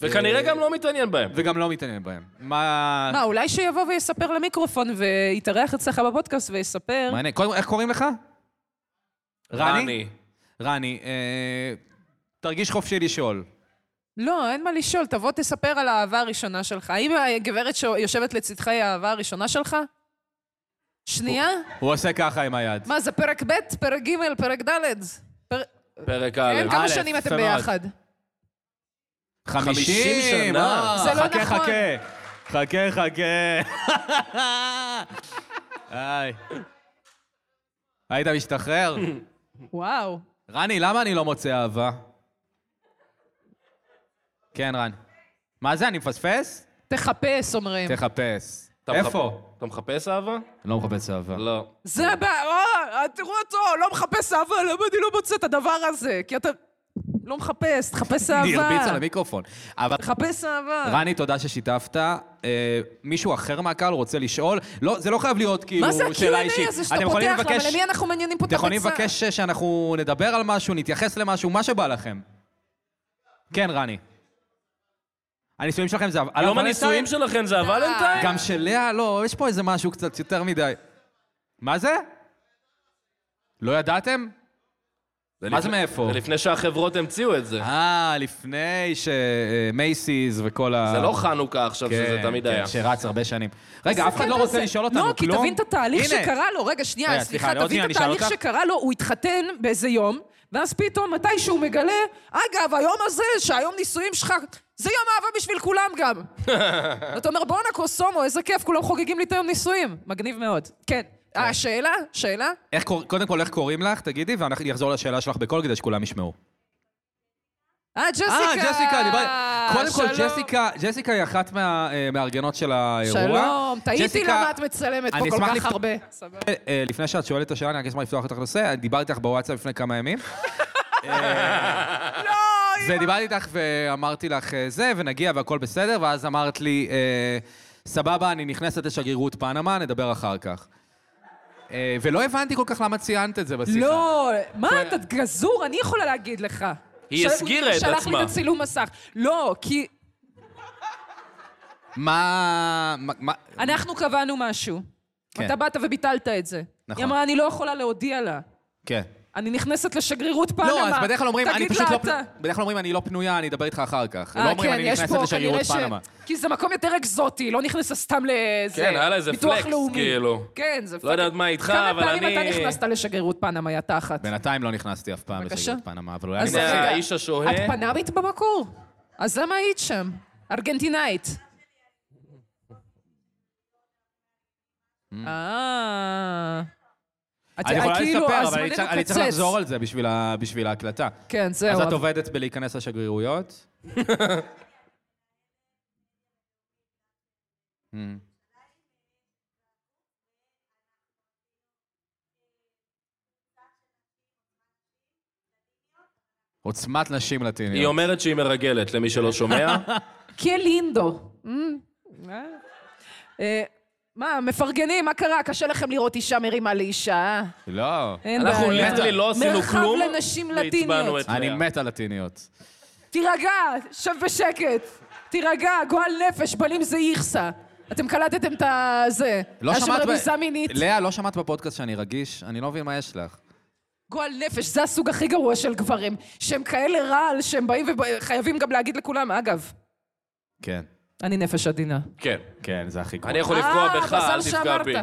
Speaker 4: וכנראה גם לא מתעניין בהם.
Speaker 2: וגם לא מתעניין בהם? מה...
Speaker 3: מה, אולי שיבוא ויספר למיקרופון ויתארח אצלך בפודקאסט ויספר.
Speaker 2: מעניין. קודם כל, איך קוראים לך?
Speaker 4: רני.
Speaker 2: רני, אה, תרגיש חופשי לשאול.
Speaker 3: לא, אין מה לשאול, תבוא תספר על האהבה הראשונה שלך. האם הגברת שיושבת לצדך היא האהבה הראשונה שלך? שנייה?
Speaker 2: הוא עושה ככה עם היד.
Speaker 3: מה, זה פרק ב', פרק ג', פרק ד'? פר-
Speaker 4: פרק
Speaker 3: כן,
Speaker 4: א'.
Speaker 3: כמה
Speaker 2: א',
Speaker 3: שנים
Speaker 2: יפה
Speaker 3: אתם
Speaker 2: מאוד.
Speaker 3: ביחד?
Speaker 4: חמישים שנה.
Speaker 2: אה,
Speaker 3: זה לא
Speaker 2: חכה,
Speaker 3: נכון.
Speaker 2: חכה, חכה, חכה. היי. היית משתחרר?
Speaker 3: וואו.
Speaker 2: רני, למה אני לא מוצא אהבה? כן, רן. מה זה, אני מפספס?
Speaker 3: תחפש, אומרים.
Speaker 2: תחפש.
Speaker 4: אתה מחפ-
Speaker 2: איפה?
Speaker 4: אתה מחפש אהבה?
Speaker 2: לא מחפש אהבה.
Speaker 4: לא.
Speaker 3: זה הבעיה, אה, תראו אותו, לא מחפש אהבה, למה אני לא מוצא את הדבר הזה? כי אתה לא מחפש, תחפש
Speaker 2: אני הרביץ על
Speaker 3: אהבה.
Speaker 2: המיקרופון. אבל
Speaker 3: תחפש אהבה.
Speaker 2: רני, תודה ששיתפת. אה, מישהו אחר מהקהל רוצה לשאול? לא, זה לא חייב להיות כאילו
Speaker 3: מה זה
Speaker 2: שאלה
Speaker 3: ה-Q&A
Speaker 2: אישית.
Speaker 3: הזה שאתה
Speaker 2: אתם
Speaker 3: פותח?
Speaker 2: יכולים
Speaker 3: למה
Speaker 2: לבקש-
Speaker 3: למי אנחנו מעניינים פה את
Speaker 2: אתם יכולים
Speaker 3: הביצה?
Speaker 2: לבקש נכון, שאנחנו נדבר על משהו, נתייחס למשהו, מה שבא לכם. כן, רני. הנישואים שלכם זה... על
Speaker 4: יום
Speaker 2: הוולנטיין?
Speaker 4: הנישואים שלכם זה הוולנטיין?
Speaker 2: גם של לאה, לא, יש פה איזה משהו קצת יותר מדי. מה זה? לא ידעתם? מה זה
Speaker 4: לפני-
Speaker 2: מאיפה?
Speaker 4: זה לפני שהחברות המציאו את זה.
Speaker 2: אה, לפני שמייסיס וכל ה... כן,
Speaker 4: זה לא חנוכה עכשיו, שזה תמיד היה.
Speaker 2: שרץ הרבה שנים. רגע, אף אחד לא רוצה לשאול אותנו כלום.
Speaker 3: לא, כי תבין את התהליך
Speaker 2: הנה,
Speaker 3: שקרה לו. רגע,
Speaker 2: רגע,
Speaker 3: שנייה,
Speaker 2: סליחה,
Speaker 3: סליחה,
Speaker 2: עוד
Speaker 3: תבין
Speaker 2: שנייה,
Speaker 3: את
Speaker 2: אני אשאל
Speaker 3: התהליך
Speaker 2: אותך.
Speaker 3: שקרה לו, הוא התחתן באיזה יום, ואז פתאום, מתי שהוא מגלה, אגב, היום הזה, שהיום נישואים שלך, זה יום אהבה בשביל כולם גם. אתה אומר, בואנה קוסומו, איזה כיף, כולם חוגגים לי את היום נישואים. מגניב מאוד. כן. אה, שאלה? שאלה?
Speaker 2: איך קור- קודם כל, איך קוראים לך? תגידי, ואני אחזור לשאלה שלך בקול כדי שכולם ישמעו.
Speaker 3: אה, ג'סיקה!
Speaker 2: אה, ג'סיקה, דיברתי. קודם כל,
Speaker 3: שלום.
Speaker 2: ג'סיקה, ג'סיקה היא אחת מהמארגנות של האירוע.
Speaker 3: שלום, תהיתי
Speaker 2: ג'סיקה,
Speaker 3: למה את מצלמת
Speaker 2: אני
Speaker 3: פה כל
Speaker 2: אשמח
Speaker 3: כך
Speaker 2: לפת-
Speaker 3: הרבה. סבבה.
Speaker 2: אה, אה, לפני שאת שואלת את השאלה, אני רק אשמח לפתוח איתך נושא. דיברתי איתך בוואטסאפ לפני כמה ימים. אה,
Speaker 3: לא,
Speaker 2: ודיברתי איתך ואמרתי לך אה, זה, ונגיע והכל בסדר, ואז אמרת לי, אה, סבבה, אני נכנסת לשגרירות פנמה, נדבר אחר כך. אה, ולא הבנתי כל כך למה ציינת את זה בשיחה.
Speaker 3: לא,
Speaker 2: כן.
Speaker 3: מה, אתה גזור, אני יכולה להגיד לך.
Speaker 4: היא
Speaker 3: ש-
Speaker 4: הסגירה
Speaker 3: הוא
Speaker 4: את
Speaker 3: שלח לי
Speaker 4: עצמה.
Speaker 3: את הצילום מסך. לא, כי
Speaker 2: מה... מה- מה...
Speaker 3: אנחנו קבענו משהו.
Speaker 2: כן.
Speaker 3: אתה באת וביטלת את זה.
Speaker 2: נכון.
Speaker 3: היא אמרה, אני לא יכולה להודיע לה.
Speaker 2: כן.
Speaker 3: אני נכנסת לשגרירות פנמה.
Speaker 2: לא, אז בדרך כלל אומרים, אני
Speaker 3: תגיד
Speaker 2: פשוט
Speaker 3: לה
Speaker 2: לא...
Speaker 3: אתה.
Speaker 2: פנו- בדרך כלל אומרים, אני לא פנויה, אני אדבר איתך אחר כך.
Speaker 3: אה,
Speaker 2: לא אומרים,
Speaker 3: כן,
Speaker 2: אני
Speaker 3: יש
Speaker 2: נכנסת
Speaker 3: פה
Speaker 2: לשגרירות
Speaker 3: כנראה ש-
Speaker 2: פנמה.
Speaker 3: כי זה מקום יותר אקזוטי, לא נכנסת סתם לאיזה...
Speaker 4: כן, היה לה איזה
Speaker 3: ביטוח
Speaker 4: פלקס,
Speaker 3: לאומי.
Speaker 4: כאילו.
Speaker 3: כן, זה פלקס.
Speaker 4: לא יודעת מה איתך,
Speaker 3: כמה
Speaker 4: אבל
Speaker 3: פעמים אתה
Speaker 4: אני-
Speaker 3: נכנסת לשגרירות פנמה, יא תחת?
Speaker 2: בינתיים לא נכנסתי אף פעם
Speaker 3: בבקשה.
Speaker 2: לשגרירות פנמה, אבל אולי
Speaker 3: אז
Speaker 2: אני...
Speaker 4: הנה
Speaker 3: רגע,
Speaker 4: האיש השוהה.
Speaker 3: את פנמית במקור? אז למה היית שם? ארגנטינאית.
Speaker 2: Mm.
Speaker 3: אה... את-
Speaker 2: אני יכולה
Speaker 3: כאילו,
Speaker 2: לספר, אבל אני
Speaker 3: הזמננו
Speaker 2: צריך- אני צריך
Speaker 3: קצץ.
Speaker 2: לחזור על זה בשביל ה- בשביל ההקלטה.
Speaker 3: כן, זהו.
Speaker 2: אז את
Speaker 3: אבל-
Speaker 2: עובדת בלהיכנס לשגרירויות? Mm. עוצמת נשים לטיניות.
Speaker 4: היא אומרת שהיא מרגלת, למי שלא שומע.
Speaker 3: כה לינדו. Mm. אה, מה, מפרגנים, מה קרה? קשה לכם לראות אישה מרימה לאישה, אה?
Speaker 2: לא.
Speaker 3: אין בעיה.
Speaker 4: אנחנו ליטרלי לא עשינו כלום,
Speaker 3: מרחב לנשים
Speaker 4: והצבענו
Speaker 3: לטיניות.
Speaker 4: את
Speaker 2: אני
Speaker 4: לאה.
Speaker 2: מת על לטיניות.
Speaker 3: תירגע, שב בשקט. תירגע, גועל נפש, בנים זה איכסה. אתם קלטתם את ה... זה.
Speaker 2: לא
Speaker 3: היה שם
Speaker 2: שמעת... ב-
Speaker 3: רמיזה מינית.
Speaker 2: לאה, לא שמעת בפודקאסט שאני רגיש? אני לא מבין מה יש לך.
Speaker 3: גועל נפש, זה הסוג הכי גרוע של גברים. שהם כאלה רעל, שהם באים וחייבים גם להגיד לכולם, אגב,
Speaker 2: כן.
Speaker 3: אני נפש עדינה.
Speaker 4: כן.
Speaker 2: כן, זה הכי גרוע.
Speaker 4: אני יכול לפגוע
Speaker 3: אה,
Speaker 4: בך,
Speaker 3: מזל
Speaker 4: אל תפגע
Speaker 3: שאמרת.
Speaker 4: בי.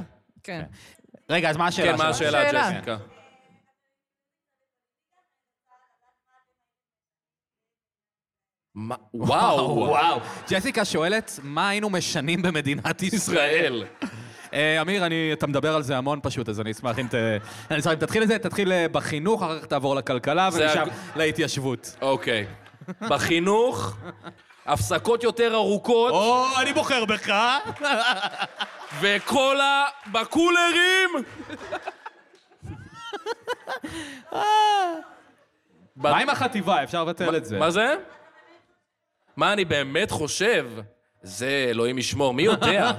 Speaker 3: כן.
Speaker 2: רגע, אז מה השאלה
Speaker 4: כן, מה
Speaker 2: שלך?
Speaker 4: השאלה,
Speaker 3: שאלה.
Speaker 4: ג'סיקה? מה- וואו, וואו.
Speaker 2: ג'סיקה שואלת, מה היינו משנים במדינת ישראל?
Speaker 4: ישראל.
Speaker 2: אה, אמיר, אני, אתה מדבר על זה המון פשוט, אז אני אשמח אם ת... אני אשמח אם תתחיל את זה, תתחיל אה, בחינוך, אחר כך תעבור לכלכלה,
Speaker 4: זה
Speaker 2: ומשם
Speaker 4: הג-
Speaker 2: להתיישבות.
Speaker 4: אוקיי. בחינוך, הפסקות יותר ארוכות,
Speaker 2: או, אני בוחר בך.
Speaker 4: וכל ה... בקולרים!
Speaker 3: אה.
Speaker 4: ב-
Speaker 2: מה עם החטיבה? אפשר לבטל את זה.
Speaker 4: מה זה? מה אני באמת חושב? זה, אלוהים ישמור, מי יודע?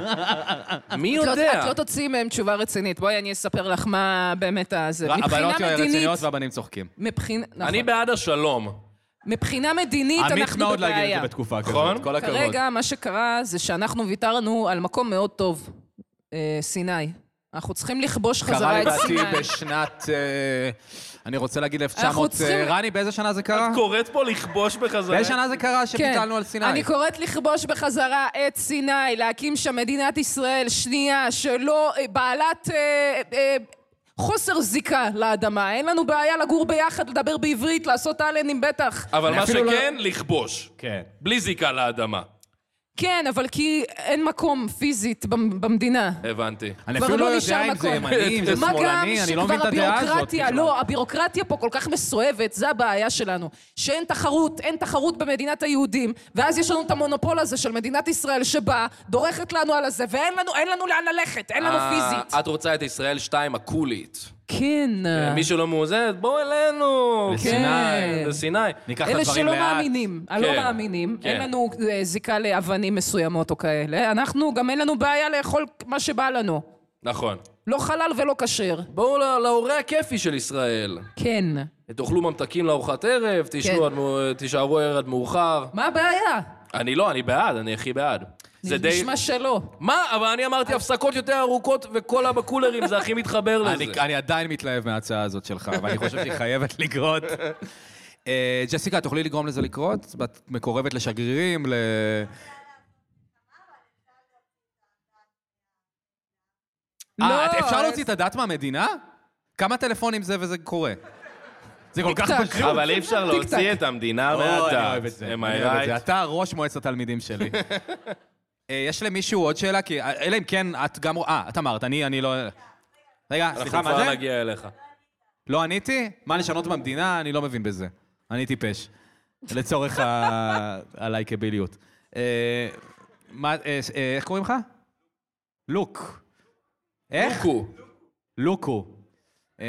Speaker 4: מי יודע?
Speaker 3: את לא תוציאי מהם תשובה רצינית. בואי, אני אספר לך מה באמת ה... זה. מבחינה
Speaker 2: הבנות
Speaker 3: מדינית...
Speaker 2: רציניות והבנים צוחקים.
Speaker 3: מבחינ- נכון.
Speaker 4: אני בעד השלום.
Speaker 3: מבחינה מדינית
Speaker 2: עמית
Speaker 3: אנחנו
Speaker 2: מאוד להגיד את
Speaker 3: בבעיה.
Speaker 2: זה בתקופה
Speaker 4: נכון?
Speaker 2: כזאת, כל הכבוד.
Speaker 3: כרגע מה שקרה זה שאנחנו ויתרנו על מקום מאוד טוב, אה, סיני. אנחנו צריכים לכבוש
Speaker 2: קרה
Speaker 3: חזרה את
Speaker 2: לדעתי
Speaker 3: סיני.
Speaker 2: בשנת... אה, אני רוצה להגיד
Speaker 3: אנחנו
Speaker 2: 1900...
Speaker 3: צריכים-
Speaker 2: אה, רני, באיזה שנה זה קרה?
Speaker 4: את קוראת פה לכבוש בחזרה?
Speaker 2: באיזה שנה זה קרה
Speaker 3: כן.
Speaker 2: שביטלנו על סיני?
Speaker 3: אני קוראת לכבוש בחזרה את סיני, להקים שם מדינת ישראל שנייה, שלא אה, בעלת אה, אה, חוסר זיקה לאדמה. אין לנו בעיה לגור ביחד, לדבר בעברית, לעשות אלנים בטח.
Speaker 4: אבל
Speaker 2: אני
Speaker 4: מה
Speaker 2: אפילו לא-
Speaker 4: שכן, לכבוש.
Speaker 2: כן.
Speaker 4: בלי זיקה לאדמה.
Speaker 3: כן, אבל כי אין מקום פיזית במ- במדינה.
Speaker 4: הבנתי.
Speaker 2: אני
Speaker 3: כבר
Speaker 2: אפילו לא
Speaker 3: לא נשאר
Speaker 2: יודע אם זה
Speaker 3: מקום.
Speaker 2: ימני, אם זה
Speaker 3: מה גם
Speaker 2: שמאלני, אני לא מבין
Speaker 3: שכבר
Speaker 2: את הדעה הזאת. כאילו.
Speaker 3: הבירוקרטיה,
Speaker 2: בכלל.
Speaker 3: לא, הבירוקרטיה פה כל כך מסואבת, זה הבעיה שלנו. שאין תחרות, אין תחרות במדינת היהודים, ואז יש לנו את המונופול הזה של מדינת ישראל שבאה, דורכת לנו על הזה, ואין לנו, אין לנו לאן ללכת, אין לנו פיזית.
Speaker 4: אה, את רוצה את ישראל 2 הקולית.
Speaker 3: כן.
Speaker 4: מי שלא מאוזנת, בואו אלינו.
Speaker 2: אה. לסיני.
Speaker 4: כן, לסיני.
Speaker 2: ניקח את
Speaker 3: אלה
Speaker 2: הדברים
Speaker 3: שלא
Speaker 2: לאט.
Speaker 3: מאמינים, הלא
Speaker 4: כן,
Speaker 3: מאמינים,
Speaker 4: כן.
Speaker 3: אין לנו אה, זיקה לאבנים מסוימות או כאלה, אנחנו, גם אין לנו בעיה לאכול מה שבא לנו.
Speaker 4: נכון.
Speaker 3: לא חלל ולא כשר.
Speaker 4: בואו ל- להורה הכיפי של ישראל.
Speaker 3: כן.
Speaker 4: תאכלו ממתקים לארוחת ערב, תשנו
Speaker 3: כן.
Speaker 4: עד מאו- תישארו ער עד מאוחר.
Speaker 3: מה הבעיה?
Speaker 4: אני לא, אני בעד, אני הכי בעד. זה די...
Speaker 3: נשמע שלא.
Speaker 4: מה? אבל אני אמרתי הפסקות יותר ארוכות וקולה בקולרים, זה הכי מתחבר לזה.
Speaker 2: אני, אני עדיין מתלהב מההצעה הזאת שלך, ואני חושב שהיא חייבת לקרות. אה, ג'סיקה, תוכלי לגרום לזה לקרות? את מקורבת לשגרירים, ל...
Speaker 3: לא,
Speaker 4: לא,
Speaker 2: אה, את- אפשר
Speaker 3: אז-
Speaker 2: להוציא את הדת מהמדינה? כמה טלפונים זה וזה קורה? זה כל כך
Speaker 3: טיק-טק.
Speaker 2: פשוט.
Speaker 4: אבל אי אפשר
Speaker 3: טיק-טק.
Speaker 4: להוציא את המדינה
Speaker 2: אוי, אני אוהב את
Speaker 4: מהדת.
Speaker 2: זה,
Speaker 4: Am
Speaker 2: אני
Speaker 4: I
Speaker 2: אוהב את זה.
Speaker 4: right?
Speaker 2: אתה ראש מועצת התלמידים שלי. אה, יש למישהו עוד שאלה? כי אה, אלא אם כן, את גם... אה, את אמרת, אני אני לא... רגע, סליחה,
Speaker 4: אנחנו
Speaker 2: מה
Speaker 4: כבר
Speaker 2: זה?
Speaker 4: נגיע אליך.
Speaker 2: לא עניתי? מה לשנות במדינה? אני לא מבין בזה. אני טיפש. לצורך ה- הלייקביליות. אה, מה, אה, אה, איך קוראים לך? לוק. איך?
Speaker 4: קו.
Speaker 2: לוקו. אה,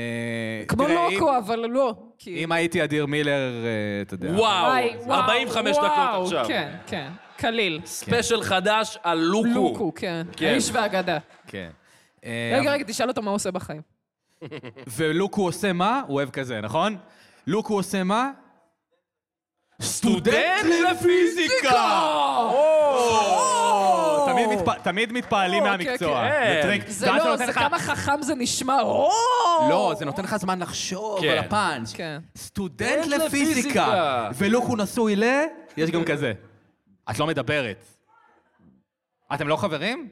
Speaker 3: כמו
Speaker 2: תראה, אם-
Speaker 3: לוקו, אבל לא. כי-
Speaker 2: אם הייתי אדיר מילר, אה, אתה יודע.
Speaker 4: וואו,
Speaker 3: וואי, וואו,
Speaker 4: 45 דקות
Speaker 3: וואו,
Speaker 4: עכשיו.
Speaker 3: כן, כן. קליל.
Speaker 4: ספיישל חדש על לוקו.
Speaker 3: לוקו, כן.
Speaker 4: כן.
Speaker 3: האיש והאגדה.
Speaker 2: כן. אה,
Speaker 3: רגע, רגע, תשאל אותו מה הוא עושה בחיים.
Speaker 2: ולוק הוא עושה מה? הוא אוהב כזה, נכון? לוק הוא עושה מה?
Speaker 4: סטודנט
Speaker 2: לפיזיקה! תמיד מתפ- תמיד מתפעלים
Speaker 3: אוקיי,
Speaker 2: מהמקצוע.
Speaker 4: כן.
Speaker 2: טריק.
Speaker 3: זה
Speaker 2: ואז
Speaker 3: לא,
Speaker 2: נותן
Speaker 3: זה
Speaker 2: לך-
Speaker 3: כמה חכם זה נשמע. או!
Speaker 2: לא, זה נותן לך זמן לחשוב
Speaker 4: כן.
Speaker 2: על הפאנץ'.
Speaker 3: כן.
Speaker 2: סטודנט
Speaker 4: סטודנט לפיזיקה.
Speaker 2: לפיזיקה, ולוק הוא נשוי ל... יש גם כזה. את לא מדברת. אתם לא חברים?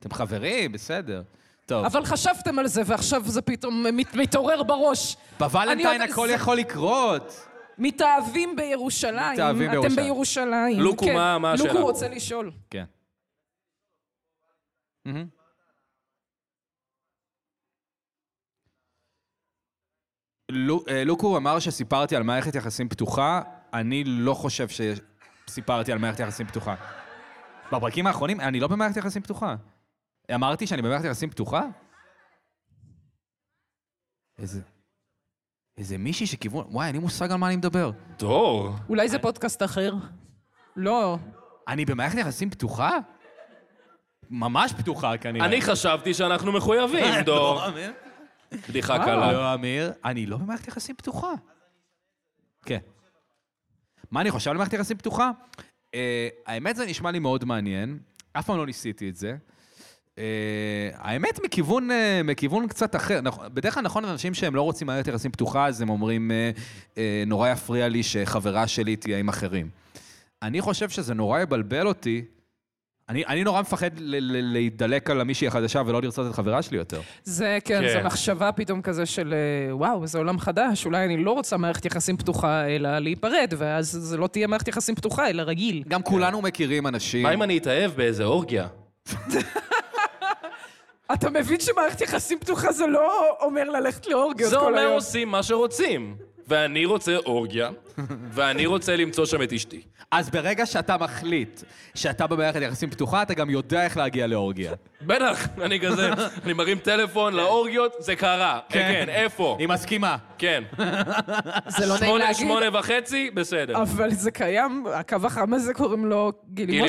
Speaker 2: אתם חברים, בסדר. טוב,
Speaker 3: אבל חשבתם על זה, ועכשיו זה פתאום מת- מתעורר בראש. אני
Speaker 2: בוולנטיין
Speaker 3: יודע-
Speaker 2: הכל
Speaker 3: זה-
Speaker 2: יכול לקרות.
Speaker 3: מתאהבים בירושלים.
Speaker 2: מתאהבים בירושלים.
Speaker 3: אתם בירושלים.
Speaker 4: לוקו,
Speaker 3: כן.
Speaker 4: מה- מה השאלה?
Speaker 3: לוקו רוצה לשאול.
Speaker 2: כן. לו- אה, לוקו אמר שסיפרתי על מערכת יחסים פתוחה, אני לא חושב שסיפרתי על מערכת יחסים פתוחה. בפרקים האחרונים, אני לא במערכת יחסים פתוחה. אמרתי שאני במערכת יחסים פתוחה? איזה... איזה מישהי שכיוון... וואי, אין לי מושג על מה אני מדבר.
Speaker 4: דור.
Speaker 3: אולי זה פודקאסט אחר? לא.
Speaker 2: אני במערכת יחסים פתוחה? ממש פתוחה כנראה.
Speaker 4: אני חשבתי שאנחנו מחויבים, דור.
Speaker 2: לא, אמיר.
Speaker 4: בדיחה קלה.
Speaker 2: לא, אמיר, אני לא במערכת יחסים פתוחה. כן. מה אני חושב על מערכת יחסים פתוחה? אה, האמת, זה נשמע לי מאוד מעניין. אף פעם לא ניסיתי את זה. אה, האמת, מכיוון, אה, מכיוון קצת אחר, נכ- בדרך כלל נכון, אנשים שהם לא רוצים מערכת יחסים פתוחה, אז הם אומרים, אה, אה, נורא יפריע לי שחברה שלי תהיה עם אחרים. אני חושב שזה נורא יבלבל אותי. אני, אני נורא מפחד ל- ל- להידלק על המישהי החדשה ולא לרצות את חברה שלי יותר.
Speaker 3: זה, כן,
Speaker 4: כן.
Speaker 3: זו מחשבה פתאום כזה של, אה, וואו, זה עולם חדש, אולי אני לא רוצה מערכת יחסים פתוחה, אלא להיפרד, ואז זה לא תהיה מערכת יחסים פתוחה, אלא רגיל.
Speaker 2: גם כולנו מכירים אנשים...
Speaker 4: כן. מה אם אני אתאהב באיזה אורגיה?
Speaker 3: אתה מבין שמערכת יחסים פתוחה זה לא אומר ללכת לאורגיות
Speaker 4: זה
Speaker 3: כל
Speaker 4: אומר
Speaker 3: היום.
Speaker 4: עושים מה שרוצים. ואני רוצה אורגיה, ואני רוצה למצוא שם את אשתי.
Speaker 2: אז ברגע שאתה מחליט שאתה במערכת יחסים פתוחה, אתה גם יודע איך להגיע לאורגיה.
Speaker 4: כן, בטח, אני כזה, אני מרים טלפון
Speaker 3: כן.
Speaker 4: לאורגיות, זה קרה. כן, כן, איפה?
Speaker 2: היא מסכימה.
Speaker 4: כן.
Speaker 3: זה לא נעים
Speaker 4: שמונה,
Speaker 3: להגיד,
Speaker 4: שמונה וחצי, בסדר.
Speaker 3: אבל זה קיים, הקו החם הזה קוראים לו גילי
Speaker 4: גילי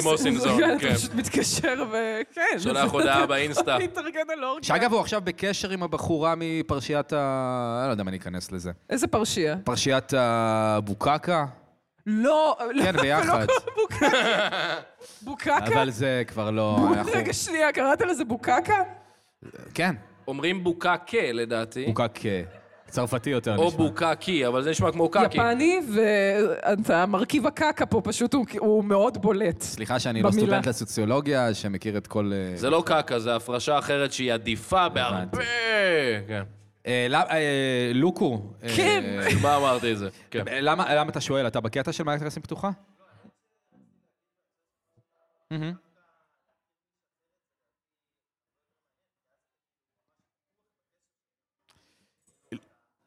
Speaker 4: מוסינזון,
Speaker 3: אתה
Speaker 4: כן.
Speaker 3: פשוט מתקשר כן, וכן.
Speaker 4: שולח הודעה באינסטה.
Speaker 3: להתארגן על אורגיה.
Speaker 4: אה.
Speaker 2: שאגב, הוא עכשיו בקשר עם הבחורה מפרשיית ה... אני לא יודע אם אני אכנס לזה.
Speaker 3: איזה פרשייה?
Speaker 2: פרשיית הבוקקה?
Speaker 3: לא, לא,
Speaker 2: כן, ביחד.
Speaker 3: בוקקה. בוקקה?
Speaker 2: אבל זה כבר לא... אנחנו-
Speaker 3: רגע, שנייה, קראת לזה בוקקה?
Speaker 2: כן,
Speaker 4: אומרים בוקקה, לדעתי.
Speaker 2: בוקק אה, צרפתי יותר
Speaker 4: או
Speaker 2: נשמע.
Speaker 4: בוקקי, אבל זה נשמע כמו קקי.
Speaker 3: יפני, והמרכיב הקקה פה פשוט הוא- הוא מאוד בולט.
Speaker 2: סליחה שאני לא
Speaker 3: במילה.
Speaker 2: סטודנט לסוציולוגיה, שמכיר את כל... אה,
Speaker 4: זה לא קקה, זה הפרשה אחרת שהיא עדיפה בהרבה. כן.
Speaker 2: אה, לא- אה, לוקו. אה,
Speaker 3: כן.
Speaker 4: מה אמרתי את זה? כן.
Speaker 2: אה, למה למה אתה שואל? אתה בקטע של מערכת יחסים פתוחה?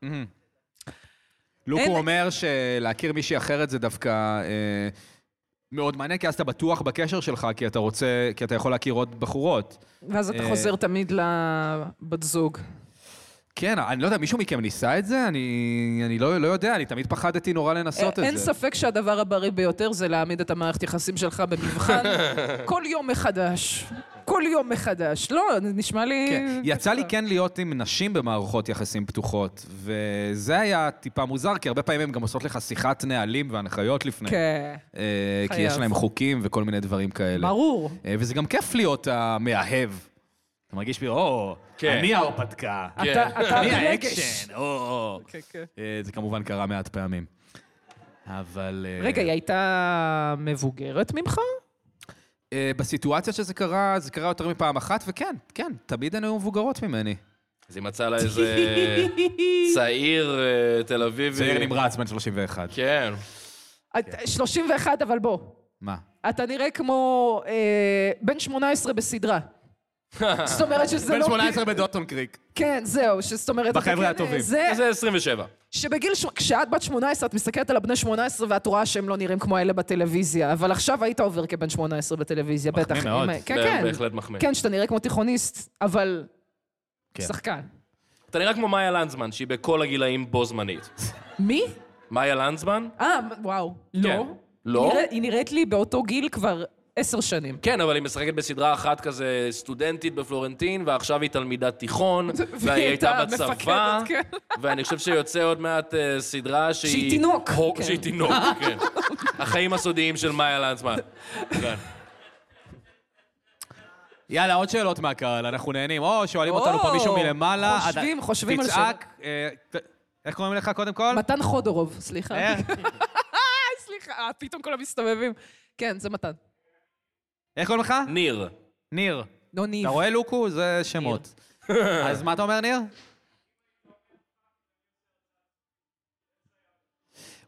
Speaker 2: מהמם.
Speaker 3: אין-
Speaker 2: לוקו אומר שלהכיר מישהי אחרת זה דווקא אה, מאוד מעניין, כי אז אתה בטוח בקשר שלך, כי אתה רוצה, כי אתה יכול להכיר עוד בחורות.
Speaker 3: ואז אתה
Speaker 2: אה,
Speaker 3: חוזר תמיד לבת זוג.
Speaker 2: כן, אני לא יודע, מישהו מכם ניסה את זה? אני, אני לא, לא יודע, אני תמיד פחדתי נורא לנסות את זה.
Speaker 3: אה, אין ספק שהדבר הבריא ביותר זה להעמיד את המערכת יחסים שלך במבחן כל יום מחדש. כל יום מחדש. לא, זה נשמע לי...
Speaker 2: כן. יצא לי כן להיות עם נשים במערכות יחסים פתוחות, וזה היה טיפה מוזר, כי הרבה פעמים הן גם עושות לך שיחת נהלים והנחיות לפני.
Speaker 3: כן.
Speaker 2: אה, כי
Speaker 3: חייב.
Speaker 2: יש להם חוקים וכל מיני דברים כאלה.
Speaker 3: ברור.
Speaker 2: אה, וזה גם כיף להיות המאהב. אתה מרגיש בי, או,
Speaker 4: כן.
Speaker 2: אני ההרפתקה.
Speaker 4: כן.
Speaker 3: אתה אתה
Speaker 2: אני
Speaker 3: האקש.
Speaker 2: האקשן, או, או.
Speaker 3: כן, כן.
Speaker 2: אה, זה כמובן קרה מעט פעמים. אבל... אה,
Speaker 3: רגע, היא הייתה מבוגרת ממך?
Speaker 2: אה, בסיטואציה שזה קרה, זה קרה יותר מפעם אחת, וכן, כן, תמיד הן היו מבוגרות ממני.
Speaker 4: אז היא מצאה לה איזה צעיר אה, תל אביבי.
Speaker 2: צעיר נמרץ, בן 31.
Speaker 4: כן.
Speaker 3: את- 31, אבל בוא.
Speaker 2: מה?
Speaker 3: אתה נראה כמו אה, בן 18 בסדרה. זאת אומרת שזה
Speaker 2: בן
Speaker 3: לא...
Speaker 2: 18 בדוטון קריק.
Speaker 3: כן, זהו, שזאת אומרת... אתה
Speaker 2: בחבר'ה
Speaker 3: כן,
Speaker 2: הטובים.
Speaker 3: זה,
Speaker 4: זה 27.
Speaker 3: שבגיל, ש... כשאת בת 18, את מסתכלת על הבני 18 ואת רואה שהם לא נראים כמו האלה בטלוויזיה, אבל עכשיו היית עובר כבן 18 בטלוויזיה, בטח.
Speaker 2: מאוד.
Speaker 3: אם- כן,
Speaker 4: זה
Speaker 3: כן.
Speaker 4: בהחלט מחמיא.
Speaker 3: כן, שאתה נראה כמו תיכוניסט, אבל...
Speaker 2: כן.
Speaker 3: שחקן.
Speaker 4: אתה נראה כמו מאיה לנדזמן, שהיא בכל הגילאים בו זמנית.
Speaker 3: מי?
Speaker 4: מאיה לנדזמן?
Speaker 3: אה, וואו. לא.
Speaker 4: לא?
Speaker 3: היא נראית- היא נראית לי באותו גיל כבר עשר שנים.
Speaker 4: כן, אבל היא משחקת בסדרה אחת כזה סטודנטית בפלורנטין, ועכשיו היא תלמידת תיכון, והיא הייתה
Speaker 3: הייתה
Speaker 4: בצבא,
Speaker 3: מפקדת, כן.
Speaker 4: ואני חושב שיוצא עוד מעט אה, סדרה שהיא...
Speaker 3: שהיא תינוק,
Speaker 4: הו-
Speaker 3: כן.
Speaker 4: שהיא תינוק, כן. החיים הסודיים של מאיה לנדזמן. כן.
Speaker 2: יאללה, עוד שאלות מהקהל, אנחנו נהנים. או, שואלים
Speaker 3: או,
Speaker 2: אותנו פה מישהו מלמעלה.
Speaker 3: חושבים,
Speaker 2: עד-
Speaker 3: חושבים על
Speaker 2: תצעק, אה, ת- איך קוראים לך קודם כל?
Speaker 3: מתן חודורוב, סליחה.
Speaker 2: אה,
Speaker 3: סליחה, אה, פתאום כולם מסתובבים. כן, זה מתן.
Speaker 2: איך קוראים לך?
Speaker 4: ניר,
Speaker 2: ניר.
Speaker 3: לא ניב.
Speaker 2: אתה רואה, לוקו? זה שמות. אז מה אתה אומר, ניר?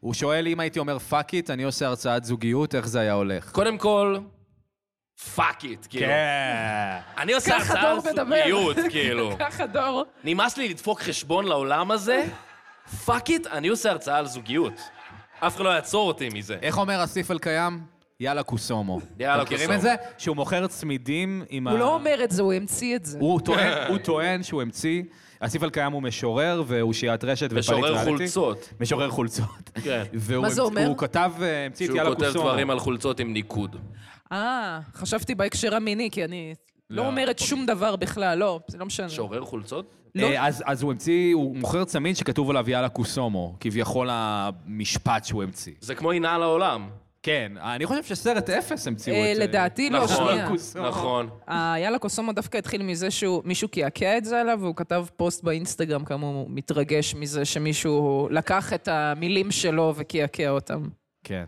Speaker 2: הוא שואל אם הייתי אומר פאק איט, אני עושה הרצאת זוגיות, איך זה היה הולך?
Speaker 4: קודם כל, פאק איט, כאילו.
Speaker 2: כן.
Speaker 4: אני עושה
Speaker 3: ככה
Speaker 4: הרצאה על
Speaker 3: דור מדבר.
Speaker 4: זוגיות, כאילו.
Speaker 3: ככה דור.
Speaker 4: נמאס לי לדפוק חשבון לעולם הזה, פאק איט, אני עושה הרצאה על זוגיות. אף אחד לא יעצור אותי מזה.
Speaker 2: איך אומר אסיף אלקיים? יאללה קוסומו.
Speaker 4: יאללה
Speaker 2: אתם מכירים
Speaker 4: קוסומו.
Speaker 2: את זה? שהוא מוכר צמידים עם ה...
Speaker 3: הוא לא אומר את זה, הוא המציא את זה.
Speaker 2: הוא טוען, הוא טוען שהוא המציא. אסיף אלקיים הוא משורר ואושיית רשת ופליט
Speaker 4: משורר
Speaker 2: ריאליטי.
Speaker 4: חולצות.
Speaker 2: משורר חולצות.
Speaker 4: כן.
Speaker 2: והוא
Speaker 3: מה זה
Speaker 2: המצ-
Speaker 3: אומר?
Speaker 2: הוא כתב, אה, המציא את
Speaker 4: שהוא
Speaker 2: יאללה קוסומו.
Speaker 4: כותב דברים על חולצות עם ניקוד.
Speaker 3: אה, חשבתי בהקשר המיני, כי אני לא
Speaker 2: לא,
Speaker 3: אומרת שום דבר בכלל, לא, זה לא משנה.
Speaker 4: שורר חולצות?
Speaker 3: לא.
Speaker 2: אה, אז, אז הוא המציא, הוא מוכר צמיד שכתוב עליו יאללה קוסומו, כביכול המשפט שהוא המציא.
Speaker 4: זה כמו עינה על העולם.
Speaker 2: כן, אני חושב שסרט אפס המציאו
Speaker 3: אה,
Speaker 2: את... אה,
Speaker 3: לדעתי לא,
Speaker 4: נכון,
Speaker 3: שנייה.
Speaker 2: קוסומו.
Speaker 4: נכון.
Speaker 3: אה, יאללה קוסומו דווקא התחיל מזה שמישהו קעקע את זה עליו, והוא כתב פוסט באינסטגרם כמה הוא מתרגש מזה שמישהו לקח את המילים שלו וקעקע אותם.
Speaker 2: כן.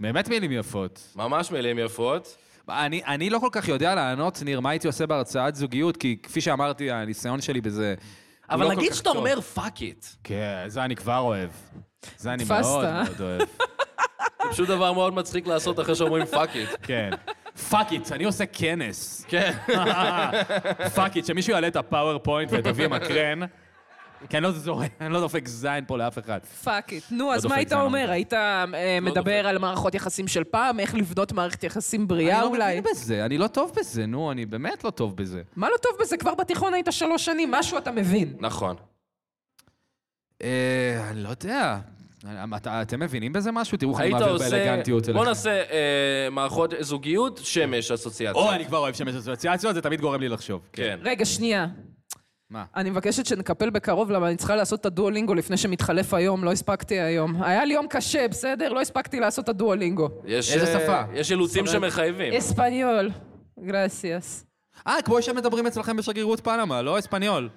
Speaker 2: באמת מילים יפות.
Speaker 4: ממש מילים יפות.
Speaker 2: אני, אני לא כל כך יודע לענות, ניר, מה הייתי עושה בהרצאת זוגיות, כי כפי שאמרתי, הניסיון שלי בזה... הוא
Speaker 4: אבל
Speaker 2: לא כל
Speaker 4: נגיד
Speaker 2: כך
Speaker 4: שאתה
Speaker 2: טוב.
Speaker 4: אומר פאק איט.
Speaker 2: כן, זה אני כבר אוהב. זה אני
Speaker 3: תפסת,
Speaker 2: מאוד
Speaker 3: אה?
Speaker 2: מאוד אוהב.
Speaker 4: זה פשוט דבר מאוד מצחיק לעשות אחרי שאומרים פאק איט.
Speaker 2: כן. פאק איט, אני עושה כנס.
Speaker 4: כן.
Speaker 2: פאק איט, שמישהו יעלה את הפאורפוינט ותביא מקרן. כי אני לא זורק, אני לא דופק זין פה לאף אחד.
Speaker 3: פאק איט. נו, אז
Speaker 2: דופק,
Speaker 3: מה היית
Speaker 2: זה לא
Speaker 3: אומר?
Speaker 2: מדבר.
Speaker 3: היית אה, מדבר
Speaker 4: דופק.
Speaker 3: על מערכות יחסים של פעם, איך לבנות מערכת יחסים בריאה
Speaker 2: אני לא
Speaker 3: אולי?
Speaker 2: מבין בזה, אני לא טוב בזה, נו, אני באמת לא טוב בזה.
Speaker 3: מה לא טוב בזה? כבר בתיכון היית שלוש שנים, משהו אתה מבין.
Speaker 2: כן.
Speaker 4: נכון.
Speaker 2: אה, אני לא יודע. אה, אתה- אתם מבינים בזה משהו? תראו איך אני
Speaker 4: היית
Speaker 2: מעביר
Speaker 4: עושה...
Speaker 2: באלגנטיות
Speaker 4: בוא
Speaker 2: אליכם.
Speaker 4: נעשה אה, מערכות זוגיות, שמש, אסוציאציה.
Speaker 2: או, אני כבר אוהב שמש אסוציאציות, זה תמיד גורם לי לחשוב.
Speaker 4: כן.
Speaker 3: רגע, שנייה.
Speaker 2: מה?
Speaker 3: אני מבקשת שנקפל בקרוב, למה אני צריכה לעשות את הדואלינגו לפני שמתחלף היום, לא הספקתי היום. היה לי יום קשה, בסדר? לא הספקתי לעשות את הדואלינגו.
Speaker 4: יש,
Speaker 2: איזה
Speaker 4: אה,
Speaker 2: שפה?
Speaker 4: יש אילוצים שמחייבים.
Speaker 3: אספניול. גרסיאס.
Speaker 2: אה, כמו שמדברים אצלכם בשגרירות פנמה, לא אספניול.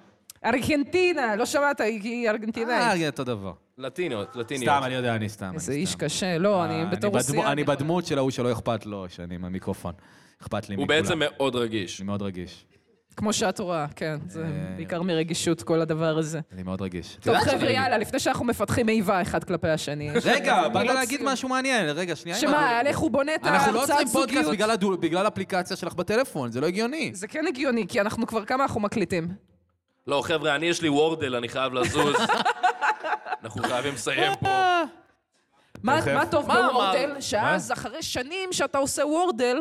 Speaker 3: ארגנטינה, לא שמעת, היא
Speaker 2: אה,
Speaker 3: ארגנטינאית.
Speaker 2: אותו דבר.
Speaker 4: לטיניות, לטיניות.
Speaker 2: סתם, אני יודע, אני סתם.
Speaker 3: איזה
Speaker 2: אני
Speaker 3: איש
Speaker 2: סתם.
Speaker 3: קשה, לא,
Speaker 2: אה,
Speaker 3: אני בתור
Speaker 2: בדמו-
Speaker 3: רוסיה.
Speaker 2: אני בדמות של ההוא שלא אכפת לו, שאני עם המיקרופון. אכפת לי
Speaker 4: הוא
Speaker 2: מכולם.
Speaker 4: בעצם מאוד רגיש.
Speaker 2: אני מאוד רגיש.
Speaker 3: כמו שאת רואה, כן, זה בעיקר מרגישות כל הדבר הזה.
Speaker 2: אני מאוד רגיש. אה, את
Speaker 3: טוב,
Speaker 2: יודעת
Speaker 3: חבר'ה,
Speaker 2: שאני רגיש.
Speaker 3: יאללה, לפני שאנחנו מפתחים איבה אחד כלפי השני.
Speaker 2: רגע, באת
Speaker 3: מילות
Speaker 2: להגיד
Speaker 3: סיום.
Speaker 2: משהו מעניין. רגע, שנייה. אם
Speaker 3: שמה,
Speaker 2: אנחנו-
Speaker 3: על איך הוא בונה את
Speaker 2: אנחנו לא
Speaker 3: ההרצאת
Speaker 2: עוצרים פודקאסט
Speaker 3: זוגיות?
Speaker 2: בגלל הדו- בגלל האפליקציה שלך בטלפון, זה לא הגיוני.
Speaker 3: זה כן הגיוני, כי אנחנו כבר כמה אנחנו מקליטים.
Speaker 4: לא, חבר'ה, אני יש לי וורדל, אני חייב לזוז. אנחנו חייבים לסיים פה.
Speaker 3: מה
Speaker 2: תכף.
Speaker 3: מה טוב
Speaker 4: מה אמר?
Speaker 3: בוורדל, שאז אחרי שנים שאתה עושה וורדל,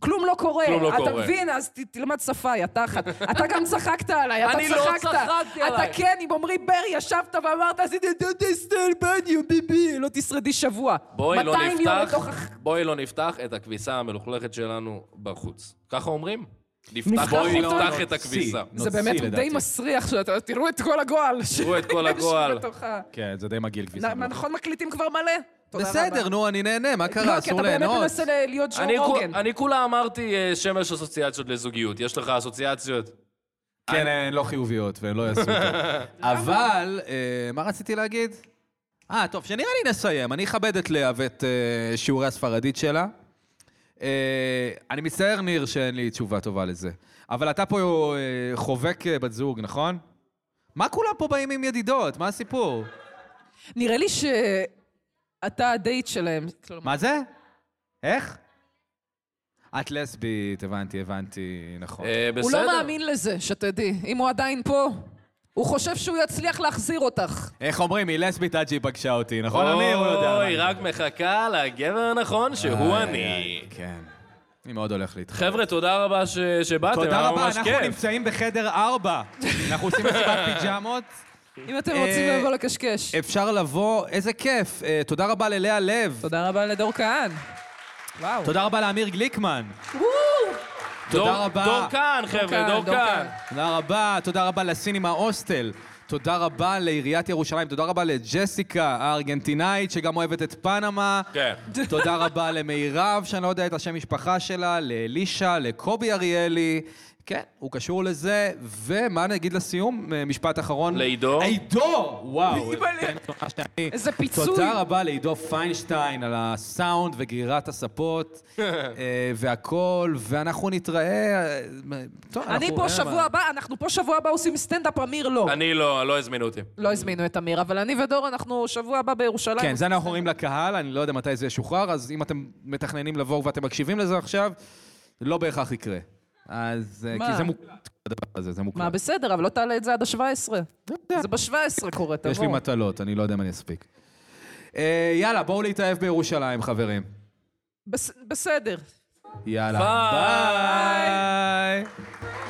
Speaker 3: כלום לא קורה.
Speaker 4: כלום לא
Speaker 3: אתה
Speaker 4: קורה.
Speaker 3: מבין? אז ת- תלמד שפה, יא תחת. אתה גם צחקת עליי, אתה
Speaker 4: אני לא
Speaker 3: צחקת.
Speaker 4: צחקתי עלייך.
Speaker 3: אתה כן, עם עמרי בר ישבת ואמרת, עשיתי don't stand by you, ביבי, לא תשרדי שבוע.
Speaker 4: בואי לא
Speaker 3: 200 יום
Speaker 4: נפתח,
Speaker 3: לתוך הח-
Speaker 4: בואי לא נפתח את הכביסה המלוכלכת שלנו בחוץ. ככה אומרים? נפתח,
Speaker 3: נפתח
Speaker 4: בואי
Speaker 3: אותה.
Speaker 4: נפתח את הכביסה.
Speaker 2: שיא.
Speaker 3: זה
Speaker 2: נוציא,
Speaker 3: באמת
Speaker 2: לדעתי.
Speaker 3: די מסריח, שאתה- תראו את כל הגועל. ש-
Speaker 4: תראו את כל הגועל.
Speaker 3: שבתוכה.
Speaker 2: כן, זה די מגעיל
Speaker 3: נ-
Speaker 2: כביסה.
Speaker 3: נכון מקליטים כבר מלא? תודה
Speaker 2: בסדר,
Speaker 3: רבה.
Speaker 2: נו, אני נהנה, מה
Speaker 3: לא,
Speaker 2: קרה?
Speaker 3: כי
Speaker 2: אסור
Speaker 3: אתה באמת
Speaker 2: ליהנות.
Speaker 3: מנסה ל- להיות ג'ו
Speaker 4: אני, כול,
Speaker 3: רוגן.
Speaker 4: אני כולה אמרתי אה, שמש אסוציאציות לזוגיות. יש לך אסוציאציות?
Speaker 2: כן, הן לא חיוביות, והן לא יעשו את זה. אבל, אה, מה רציתי להגיד? אה, טוב, שנראה לי נסיים. אני אכבד את לאה ואת אה, שיעורי הספרדית שלה. אה, אני מצטער, ניר, שאין לי תשובה טובה לזה. אבל אתה פה אה, חובק אה, בת זוג, נכון? מה כולם פה באים עם ידידות? מה הסיפור?
Speaker 3: נראה לי שאתה הדייט שלהם. כלומר,
Speaker 2: מה זה? איך? את לסבית, הבנתי, הבנתי, נכון.
Speaker 4: אה, בסדר.
Speaker 3: הוא לא מאמין לזה, שתדעי. אם הוא עדיין פה, הוא חושב שהוא יצליח להחזיר אותך.
Speaker 2: איך אומרים, היא לסבית עד שהיא פגשה אותי, נכון, אמיר? הוא יודע.
Speaker 4: אוי, רק מחכה לגבר הנכון שהוא
Speaker 2: איי,
Speaker 4: אני.
Speaker 2: איי, כן. אני מאוד הולך להתחיל.
Speaker 4: חבר'ה, תודה רבה ש- שבאתם,
Speaker 2: תודה
Speaker 4: היה
Speaker 2: רבה,
Speaker 4: ממש
Speaker 2: אנחנו
Speaker 4: כיף.
Speaker 2: נמצאים בחדר ארבע. אנחנו עושים מסיבת פיג'מות.
Speaker 3: אם אתם
Speaker 2: אה,
Speaker 3: רוצים לבוא לקשקש.
Speaker 2: אפשר לבוא, איזה כיף. אה, תודה רבה ללאה לב.
Speaker 3: תודה רבה לדור כהן. וואו.
Speaker 2: תודה רבה לאמיר גליקמן.
Speaker 4: דור-
Speaker 2: תודה רבה.
Speaker 4: דור כאן, חבר'ה, דור כאן.
Speaker 2: תודה רבה, תודה רבה לסינימה הוסטל. תודה רבה לעיריית ירושלים, תודה רבה לג'סיקה הארגנטינאית, שגם אוהבת את פנמה.
Speaker 4: כן.
Speaker 2: תודה רבה למירב, שאני לא יודע את השם משפחה שלה, לאלישע, לקובי אריאלי. כן, הוא קשור לזה, ומה נגיד לסיום? אה, משפט אחרון.
Speaker 4: לעידו.
Speaker 2: עידו! וואו.
Speaker 3: איזה פיצוי.
Speaker 2: תודה רבה לעידו פיינשטיין על הסאונד וגרירת הספות אה, והכל, ואנחנו נתראה... אה, טוב,
Speaker 3: אני
Speaker 2: אנחנו-
Speaker 3: פה
Speaker 2: אה,
Speaker 3: שבוע
Speaker 2: מה-
Speaker 3: הבא, אנחנו פה שבוע הבא עושים סטנדאפ, אמיר לא.
Speaker 4: אני לא, לא הזמינו אותי.
Speaker 3: לא הזמינו את אמיר, אבל אני ודור, אנחנו שבוע הבא בירושלים.
Speaker 2: כן, זה אנחנו אומרים לקהל, אני לא יודע מתי זה ישוחרר, אז אם אתם מתכננים לבוא ואתם מקשיבים לזה עכשיו, לא בהכרח יקרה. אז... אה,
Speaker 3: מה?
Speaker 2: כי זה מוקלט, הדבר הזה, זה מוקלט.
Speaker 3: מה, בסדר, אבל לא תעלה את זה עד ה-17. זה ב-17 קורה, תבואו.
Speaker 2: יש לי מטלות, אני לא יודע אם אני אספיק. אה, יאללה, בואו להתאהב בירושלים, חברים.
Speaker 3: בס- בסדר.
Speaker 2: יאללה.
Speaker 4: ביי.
Speaker 2: ביי.